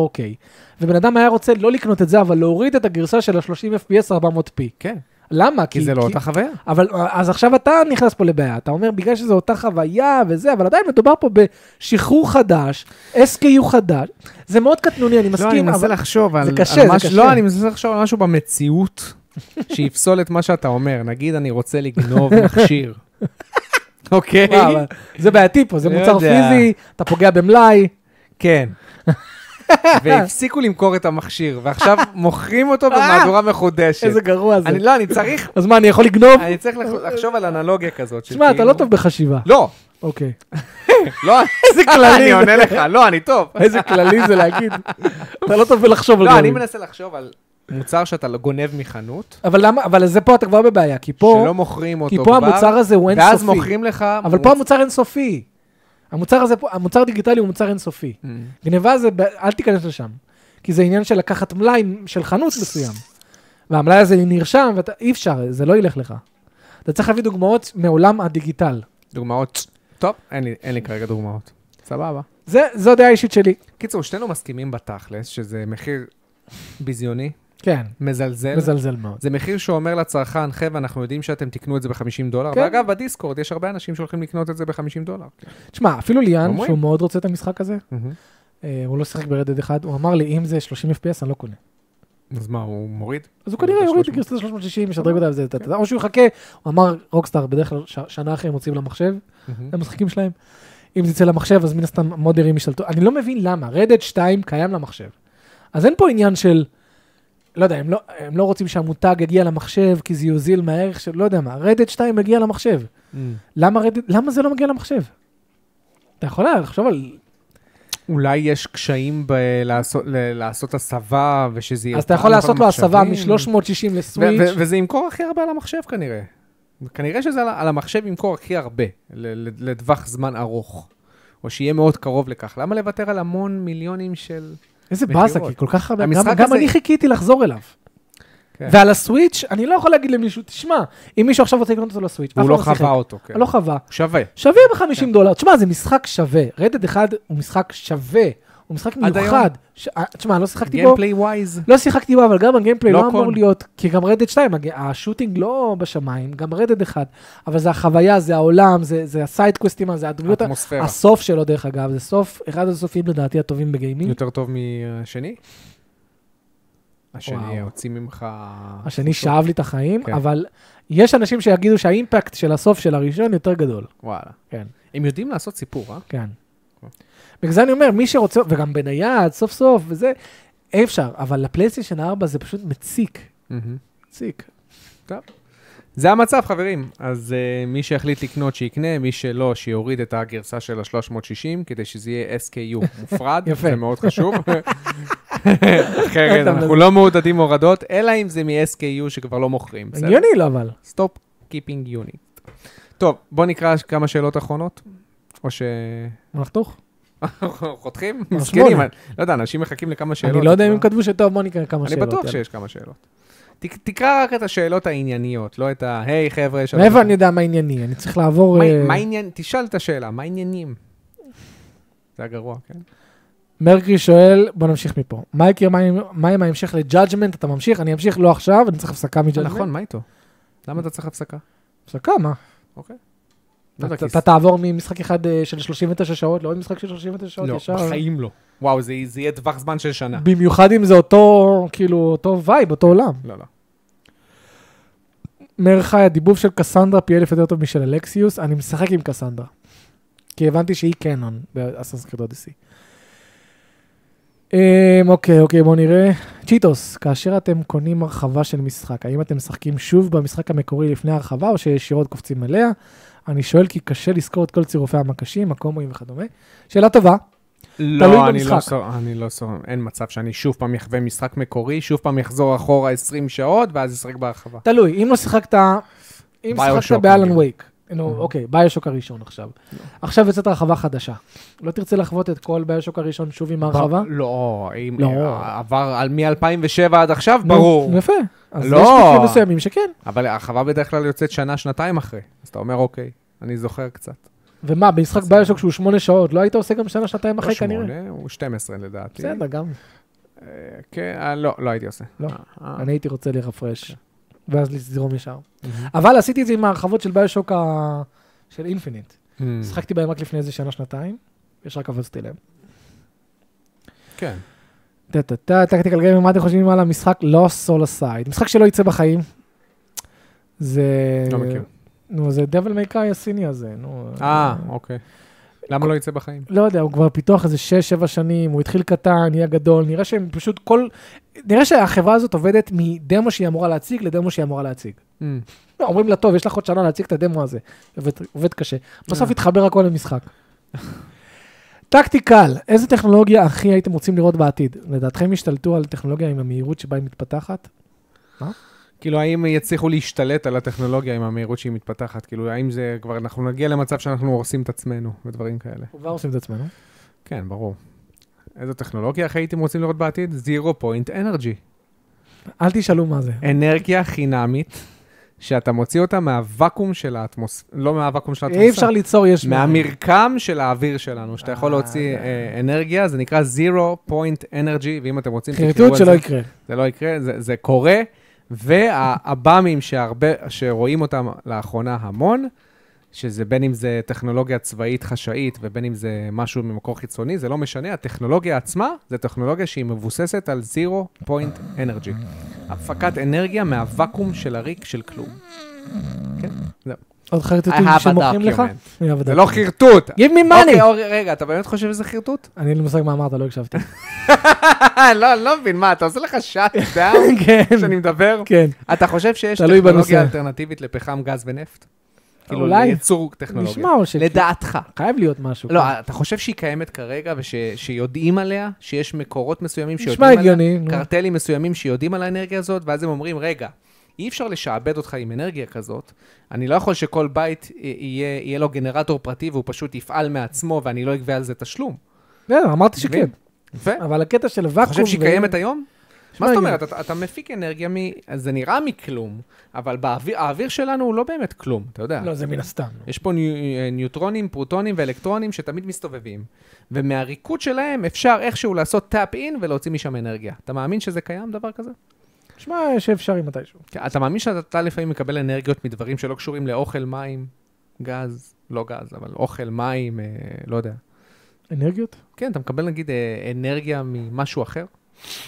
ובן אדם היה רוצה לא לקנות את זה, אבל להוריד את הגרסה של ה-30 FPS 400p. כן, למה? כי זה לא אותה חוויה. אבל אז עכשיו אתה נכנס פה לבעיה, אתה אומר בגלל שזו אותה חוויה וזה, אבל עדיין מדובר פה בשחרור חדש, SKU חדש, זה מאוד קטנוני, אני מסכים, לא, אני מנסה אבל... לחשוב על... זה על קשה, זה מש- קשה. לא, אני מנסה לחשוב על משהו במציאות שיפסול את מה שאתה אומר. נגיד, אני רוצה לגנוב מכשיר. אוקיי? וואו, אבל זה בעייתי פה, זה לא מוצר יודע. פיזי, אתה פוגע במלאי, כן. והפסיקו למכור את המכשיר, ועכשיו מוכרים אותו במהדורה מחודשת. אה! איזה גרוע זה. אני לא, אני צריך... אז מה, אני יכול לגנוב? אני צריך לח- לחשוב על אנלוגיה כזאת. של תשמע, אתה כאילו- לא טוב בחשיבה. לא, אוקיי. לא, איזה כללי אני זה. עונה לך, לא, אני טוב. איזה כללי זה להגיד. אתה לא טוב בלחשוב על לא, אני דברים. מנסה לחשוב על מוצר שאתה לא- גונב מחנות, אבל למה, אבל זה פה אתה כבר בבעיה, כי פה, שלא מוכרים אותו כי כבר, פה המוצר הזה הוא אינסופי. ואז מוכרים לך... אבל פה המוצר אינסופי. המוצר הזה, פה- המוצר הדיגיטלי הוא מוצר אינסופי. Mm. גניבה זה, ב- אל תיכנס לשם. כי זה עניין של לקחת מלאי של חנות מסוים. והמלאי הזה נרשם, ואתה, אי אפשר, זה לא ילך לך. אתה צריך להביא דוגמאות מעולם הדיגיטל. דוגמאות. טוב, אין לי, אין לי כרגע דוגמאות. סבבה. זה, זו הדעה האישית שלי. קיצור, שנינו מסכימים בתכלס, שזה מחיר ביזיוני, כן, מזלזל. מזלזל מאוד. זה מחיר שאומר לצרכן, חבר'ה, אנחנו יודעים שאתם תקנו את זה ב-50 דולר. כן. ואגב, בדיסקורד יש הרבה אנשים שהולכים לקנות את זה ב-50 דולר. תשמע, אפילו ליאן, אומרים. שהוא מאוד רוצה את המשחק הזה, מהמם. אה, הוא לא שיחק ברדד אחד, הוא אמר לי, אם זה 30 FPS, אני לא קונה. אז מה, הוא מוריד? אז הוא כנראה יוריד את גרסת 360, ישדרג אותה וזה, טה, טה, טה. או שהוא יחכה, הוא אמר, רוקסטאר, בדרך כלל ש- שנה אחרי הם מוציאים למחשב, מהמם. המשחקים שלהם. אם זה יצא למחשב, אז מן הסתם מודרים ישתלטו. אני לא מבין למה, רדד 2 קיים למחשב. אז אין פה עניין של, לא יודע, הם לא, הם לא רוצים שהמותג יגיע למחשב, כי זה יוזיל מהערך של, לא יודע מה, רדד 2 מגיע למחשב. Mm. למה, רדד, למה זה לא מגיע למחשב? אתה יכול לחשוב על... אולי יש קשיים בלעשות, ל- לעשות הסבה, ושזה יהיה... אז אתה אותם יכול לעשות לו הסבה במחשבים. מ-360 ו- ו- לסוויץ'. וזה ימכור הכי הרבה על המחשב כנראה. כנראה שזה על, ה- על המחשב ימכור הכי הרבה, ל- ל- לטווח זמן ארוך. או שיהיה מאוד קרוב לכך. למה לוותר על המון מיליונים של... איזה מכירות. באסה, כי כל כך הרבה, המשחק גם, גם הזה- אני חיכיתי לחזור אליו. כן. ועל הסוויץ', אני לא יכול להגיד למישהו, תשמע, אם מישהו עכשיו רוצה לקנות אותו לסוויץ', אף הוא אחד לא שיחק. חווה אותו, כן. לא חווה. שווה. שווה ב-50 דולר. תשמע, זה משחק שווה. רדד אחד הוא משחק שווה. הוא משחק עד מיוחד. ש- אה, תשמע, לא שיחקתי בו. גיימפליי ווייז. לא שיחקתי בו, אבל גם הגיימפליי לא לא אמור קון. להיות, כי גם רדד 2, הג- השוטינג לא בשמיים, גם רדד 1, אבל זה החוויה, זה העולם, זה זה הסיידקווסטים, הזה, הדמויות, ה- האטמוספירה. הסוף שלו דרך אגב, זה סוף, אחד הסופים לדעתי הטובים בגיימינג. יותר טוב מהשני? השני וואו. הוציא ממך... השני שאב לי את החיים, כן. אבל יש אנשים שיגידו שהאימפקט של הסוף של הראשון יותר גדול. וואלה. כן. הם יודעים לעשות סיפור, אה? כן. בגלל זה אני אומר, מי שרוצה, וגם בנייד, סוף סוף, וזה, אי אפשר, אבל לפלייסטיישן 4 זה פשוט מציק. מציק. זה המצב, חברים. אז uh, מי שהחליט לקנות, שיקנה, מי שלא, שיוריד את הגרסה של ה-360, כדי שזה יהיה SKU מופרד. יפה. זה מאוד חשוב. אחרת אנחנו לא מעודדים הורדות, אלא אם זה מ-SKU שכבר לא מוכרים. בסדר? הגיוני לו אבל. סטופ קיפינג יוניט. טוב, בוא נקרא כמה שאלות אחרונות, או ש... נחתוך? חותכים? אה, מסכנים, שמונה. אני- לא יודע, אנשים מחכים לכמה שאלות. אני לא יודע אם הם אתה- כתבו שטוב, בוא נקרא כמה אני שאלות. בטוח יאללה. שיש כמה שאלות. תק- תקרא רק את השאלות הענייניות, לא את ה... היי, חבר'ה, שלום. מאיפה אני יודע מה ענייני? אני צריך לעבור... מה- אה, מה עניין, תשאל את השאלה, מה העניינים? זה הגרוע, כן? מרקרי שואל, בוא נמשיך מפה. מה יקרה, מה עם- מה עם ההמשך לג'אג'מנט? אתה ממשיך? אני אמשיך לא עכשיו, אני צריך הפסקה מג'אג'מנט. נכון, מה איתו? למה אתה צריך הפסקה? הפסקה, מה? לא יודע, אתה- כי- אתה תעבור ממשחק אחד אה, של 39 שעות לעוד משחק של 39 שעות לא, ישר? בחיים לא. וואו, זה זה יהיה טווח זמן של שנה. במיוחד אם זה אותו, כאילו, אותו וייב, אותו עולם. לא, לא. אומר חי, הדיבוב של קסנדרה פי אלף יותר טוב משל אלקסיוס, אני משחק עם קסנדרה. כי הבנתי שהיא קנון באסנס קריד אודיסי. אמ, אוקיי, אוקיי, בואו נראה. צ'יטוס, כאשר אתם קונים הרחבה של משחק, האם אתם משחקים שוב במשחק המקורי לפני ההרחבה, או שישירות קופצים אליה? אני שואל כי קשה לזכור את כל צירופי המקשים, הקומואים וכדומה. שאלה טובה. לא, אני לא במשחק. סור, אני לא סור, אין מצב שאני שוב פעם אחווה משחק מקורי, שוב פעם אחזור אחורה 20 שעות, ואז אשחק בהרחבה. תלוי, אם לא שיחקת, אם שיחקת ביושוק, Mm-hmm. באלן נגיד. וייק, נו, אוקיי, ביושוק הראשון עכשיו. עכשיו יוצאת הרחבה חדשה. לא תרצה לחוות את כל ביושוק הראשון שוב עם ההרחבה? לא, אם לא. אה, עבר על- מ-2007 עד עכשיו, נו, ברור. יפה. אז יש לא. מקרים מסוימים שכן. אבל ההרחבה בדרך כלל יוצאת שנה, שנתיים אחרי. אז אתה אומר, אוקיי, אני זוכר קצת. ומה, במשחק ביושוק שהוא שמונה שעות, לא היית עושה גם שנה, שנתיים אחרי כנראה? שמונה, הוא 12 לדעתי. בסדר, גם. כן, אה, לא, לא הייתי עושה. לא. אה, אה. כן. Mm-hmm. אני הייתי רוצה לרפרש, ואז לזרום ישר. אבל עשיתי את זה עם ההרחבות של ביושוק ה- של אינפיניט. Hmm, שיחקתי בהם רק לפני איזה שנה, שנתיים, ישר קפצתי להם. כן. טה-טה-טה, טקטיקל גיימר, מה אתם חושבים על המשחק? לא סול אסייד. משחק שלא יצא בחיים. זה... לא מכיר. נו, זה דבל מייקאי הסיני הזה, נו. אה, אוקיי. למה לא יצא בחיים? לא יודע, הוא כבר פיתוח איזה 6-7 שנים, הוא התחיל קטן, נהיה גדול, נראה שהם פשוט כל... נראה שהחברה הזאת עובדת מדמו שהיא אמורה להציג לדמו שהיא אמורה להציג. Hmm, לא, אומרים לה, טוב, יש לך עוד שנה להציג את הדמו הזה. עובד, עובד קשה. בסוף התחבר הכל למשחק. טקטיקל, איזה טכנולוגיה הכי הייתם רוצים לראות בעתיד? לדעתכם השתלטו על טכנולוגיה עם המהירות שבה היא מתפתחת? כאילו, האם יצליחו להשתלט על הטכנולוגיה עם המהירות שהיא מתפתחת? כאילו, האם זה כבר, אנחנו נגיע למצב שאנחנו הורסים את עצמנו ודברים כאלה? כבר עושים את עצמנו. כן, ברור. איזו טכנולוגיה אחרי הייתם רוצים לראות בעתיד? Zero Point Energy. אל תשאלו מה זה. אה, אנרגיה חינמית, שאתה מוציא אותה מהוואקום של האטמוספירה, לא מהוואקום של האטמוספירה. אי אפשר ליצור יש מאין. מהמרקם של האוויר שלנו, שאתה יכול להוציא אה, אנרגיה, זה נקרא Zero Point Energy, ואם אתם רוצים, חרטוט על שלא זה. יקרה. זה לא יקרה, זה, זה קורה, והעב"מים שהרבה, שרואים אותם לאחרונה המון, שזה בין אם זה טכנולוגיה צבאית חשאית ובין אם זה משהו ממקור חיצוני, זה לא משנה, הטכנולוגיה עצמה זה טכנולוגיה שהיא מבוססת על Zero Point Energy. הפקת אנרגיה מהוואקום של הריק של כלום. כן, זהו. עוד I חרטטים have a שמוכרים לך? document. אני אוהב את זה לא הדוקומנט. חרטוט. Give me אוקיי, money! אורי, רגע, אתה באמת חושב שזה חרטוט? אני אין לי מושג מה אמרת, לא הקשבתי. לא, אני לא מבין, מה, אתה עושה לך שאט דאון כן, כשאני מדבר? כן. אתה חושב שיש תלוי בנושא. טכנולוגיה אלטרנטיבית לפחם, גז ונפט? כאילו, אולי. לייצור טכנולוגיה. נשמע או ש... לדעתך. חייב להיות משהו. לא, כן. אתה חושב שהיא קיימת כרגע ושיודעים עליה? שיש מקורות מסוימים שיודעים נשמע עליה? הגיוני. נו. קרטלים מסוימים שיודעים על האנרגיה הזאת, ואז הם אומרים, רגע, אי אפשר לשעבד אותך עם אנרגיה כזאת, אני לא יכול שכל בית י- יהיה, יהיה לו גנרטור פרטי והוא פשוט יפעל מעצמו ואני לא אגבה על זה תשלום. בסדר, אמרתי שכן. מבין? יפה. אתה אבל הקטע של ואקום... חושב שהיא ו- קיימת היום? נשמע מה זאת הגיוני. אומרת? אתה, אתה מפיק אנרגיה מ... אז זה נראה מכלום, אבל באוויר, האוויר שלנו הוא לא באמת כלום, אתה יודע. לא, זה מן הסתם. יש פה ניו, אה, ניוטרונים, פרוטונים ואלקטרונים שתמיד מסתובבים, ומהריקוד שלהם אפשר איכשהו לעשות טאפ אין ולהוציא משם אנרגיה. אתה מאמין שזה קיים, דבר כזה? נשמע שאפשרי מתישהו. כן, אתה מאמין שאתה לפעמים מקבל אנרגיות מדברים שלא קשורים לאוכל, מים, גז, לא גז, אבל אוכל, מים, אה, לא יודע. אנרגיות? כן, אתה מקבל נגיד אה, אנרגיה ממשהו אחר?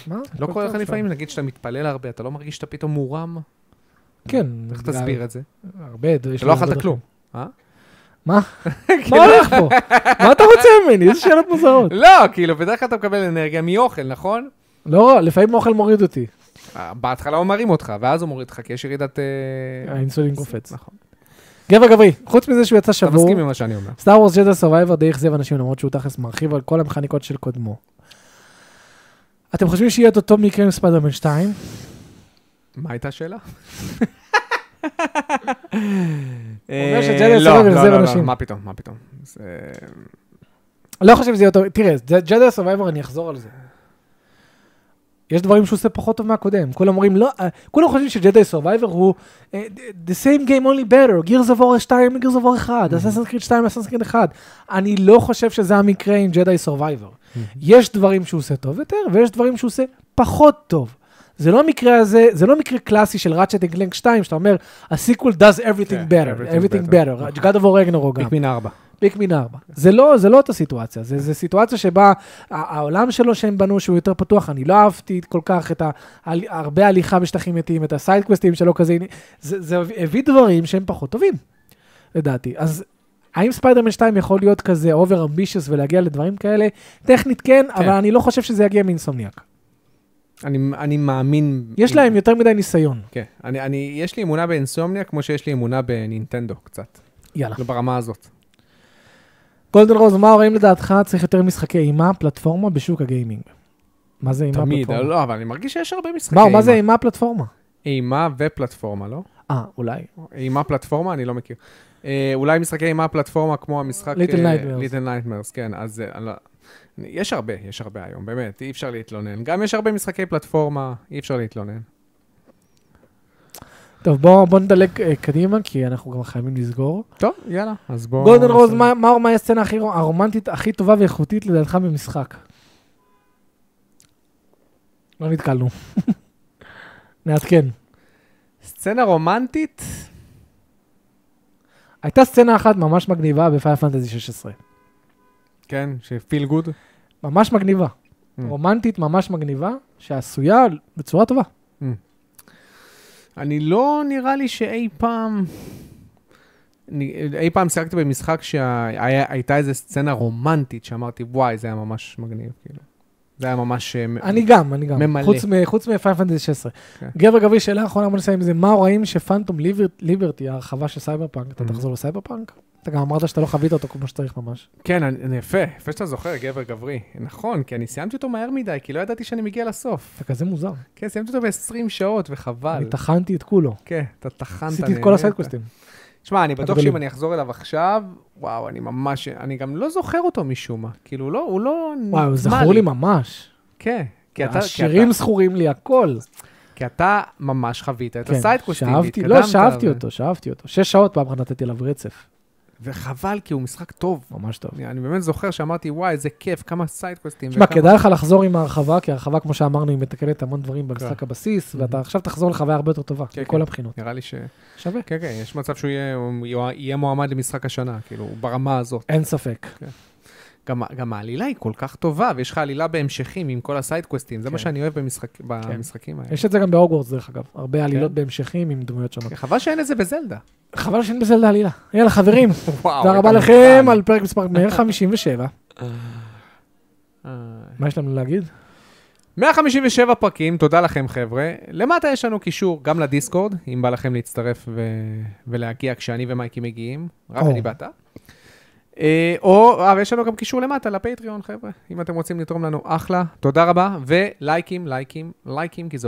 מה? לא הכל קורה לך טוב לפעמים, נגיד שאתה מתפלל הרבה, אתה לא מרגיש שאתה פתאום מורם? שם. כן. איך תסביר את זה? הרבה. יש אתה לי לא הרבה אכלת דרכים. כלום. מה? מה הולך פה? מה אתה רוצה ממני? איזה שאלות מוזרות. לא, כאילו, בדרך כלל אתה מקבל אנרגיה מאוכל, נכון? לא, לפעמים אוכל מוריד אותי. אה, בהתחלה הוא מרים אותך, ואז הוא מוריד אותך, כי יש ירידת... אה, האינסולין קופץ. נכון. גבע גברי, חוץ מזה שהוא יצא אתה שבור, מסכים עם מה שאני אומר. סטאר וורס ג'דה סורייבר די אכזב אנשים למרות שהוא תכלס מרחיב על כל המכניקות של קודמו. אתם חושבים שיהיה את אותו מקרה עם ספיידרמן 2? מה הייתה השאלה? אומר שג'די אה, סורוקה עוזב לא, לא, לא, אנשים. לא, מה פתאום, מה פתאום. זה- לא חושב שזה יהיה אותו... תראה, ג'דה סורייבר, אני אחזור על זה. יש דברים שהוא עושה פחות טוב מהקודם. כולם אומרים, לא... אה, כולם חושבים שג'דה סורווייבר הוא אה, the same game only better, Gears of War 2 מ- Gears of War 1, אססנס קריד 2 אססנס קריד 1. אני לא חושב שזה המקרה עם ג'די סורווייבר. יש דברים שהוא עושה טוב יותר, ויש דברים שהוא עושה פחות טוב. זה לא המקרה הזה, זה לא מקרה קלאסי של ראצ'ט אנד קלנק 2, שאתה אומר, הסיקוול does כן, everything better, everything everything better. נכון. better, God of War Ragnarok גם. פיקמין 4. פיקמין 4. כן. זה לא, זה לא אותה סיטואציה, זה, זה סיטואציה שבה ה- העולם שלו שהם בנו שהוא יותר פתוח, אני לא אהבתי כל כך את ה, ה, הרבה הליכה בשטחים מתים, את הסיידקווסטים שלו כזה, זה, זה הביא דברים שהם פחות טובים, לדעתי. אז האם ספיידרמן 2 יכול להיות כזה אובר אמבישיוס ולהגיע לדברים כאלה? טכנית כן, כן, אבל אני לא חושב שזה יגיע מאינסומניאק. אני- אני מאמין... יש להם יותר מדי ניסיון, כן. אני- אני- יש לי אמונה באינסומניה כמו שיש לי אמונה בנינטנדו קצת. יאללה. לא ברמה הזאת. גולדן רוז, מה האם לדעתך צריך יותר משחקי אימה, פלטפורמה בשוק הגיימינג? מה זה אימה תמיד, פלטפורמה? לא, אבל אני מרגיש שיש הרבה משחקי מה, אימה. מה זה אימה פלטפורמה? אימה ופלטפורמה, לא? אה, אולי. אימה פלטפורמה? אני לא מכיר. אה, אולי משחקי אימה פלטפורמה כמו המשחק... Little Nightmares. ליטל נייטמרס, כן. אז אה, אני לא- יש הרבה, יש הרבה היום, באמת, אי אפשר להתלונן. גם יש הרבה משחקי פלטפורמה, אי אפשר להתלונן. טוב, בואו בוא נדלג אה, קדימה, כי אנחנו גם חייבים לסגור. טוב, יאללה, אז בואו... גולדן רוז, נעשה- מה- מה מה הסצנה הכי רומ- הרומנטית הכי טובה ואיכותית לדעתך במשחק? לא נתקלנו. נעדכן. סצנה רומנטית? הייתה סצנה אחת ממש מגניבה בפייל פנטזי 16. כן, שפיל גוד. ממש מגניבה. רומנטית ממש מגניבה, שעשויה בצורה טובה. אני לא נראה לי שאי פעם... אני- אי פעם שיחקתי במשחק שהייתה איזו סצנה רומנטית שאמרתי, וואי, זה היה ממש מגניב, כאילו. זה היה ממש... אה, מ- אני גם, אני גם. ממלא. חוץ מ- חוץ מפייל פנטזי 16. כן. גבר גברי, שאלה אחרונה, בוא נסיים עם זה. מה רואים שפנטום ליבר- ליברטי, ההרחבה של סייבר פאנק, אתה Mhm. תחזור לסייבר פאנק? אתה גם אמרת שאתה לא חווית אותו כמו שצריך ממש. כן, אני, אני יפה, יפה שאתה זוכר, גבר גברי. נכון, כי אני סיימתי אותו מהר מדי, כי לא ידעתי שאני מגיע לסוף. אתה כזה מוזר. כן, סיימתי אותו ב-20 שעות, וחבל. אני טחנתי את כולו. כן, אתה טחנת. עשיתי את כל נהנית. הסיידקווסטים. שמע, אני בטוח הגדולים. שאם אני אחזור אליו עכשיו, וואו, אני ממש... אני גם לא זוכר אותו משום מה. כאילו, הוא לא, הוא לא... וואי, הוא נטמע זכור לי ממש. כן. כי אתה, כי, השירים זכורים לי, הכל. אתה, כי אתה ממש חווית את כן, הסיידקווסטים, שאהבתי, לא, והתקדמת, שאהבתי ו- אותו, שאהבתי אותו. שש שעות פעם אחת נתתי עליו רצף. וחבל, כי הוא משחק טוב. ממש טוב. אני, אני באמת זוכר שאמרתי, וואי, איזה כיף, כמה סיידקווסטים. תשמע, וכמה- כדאי לך לחזור עם ההרחבה, כי ההרחבה, כמו שאמרנו, היא מתקנת המון דברים במשחק הבסיס, ואתה עכשיו תחזור לחוויה הרבה יותר טובה, Mm-hmm. כן, מכל כן. הבחינות. נראה לי ש... שווה. כן, כן, יש מצב שהוא יהיה, הוא יהיה מועמד למשחק השנה, כאילו, ברמה הזאת. אין ספק. גם, גם העלילה היא כל כך טובה, ויש לך עלילה בהמשכים עם כל הסיידקווסטים, כן. זה מה שאני אוהב במשחק, במשחקים האלה. יש את זה גם בהוגוורטס, דרך אגב. הרבה עלילות בהמשכים עם דמויות שונות. חבל שאין את זה בזלדה. חבל שאין בזה לעלילה. יאללה, חברים, וואו. תודה רבה אתה לכם מוכן. על פרק מספר 157. מה יש לנו להגיד? 157 פרקים, תודה לכם חבר'ה. למטה יש לנו קישור גם לדיסקורד, אם בא לכם להצטרף ו... ולהגיע כשאני ומייקי מגיעים, רק או. אני ואתה. אה, או, אה, ויש לנו גם קישור למטה לפטריון, חבר'ה, אם אתם רוצים לתרום לנו, אחלה, תודה רבה, ולייקים, לייקים, לייקים, כי זה עוזר.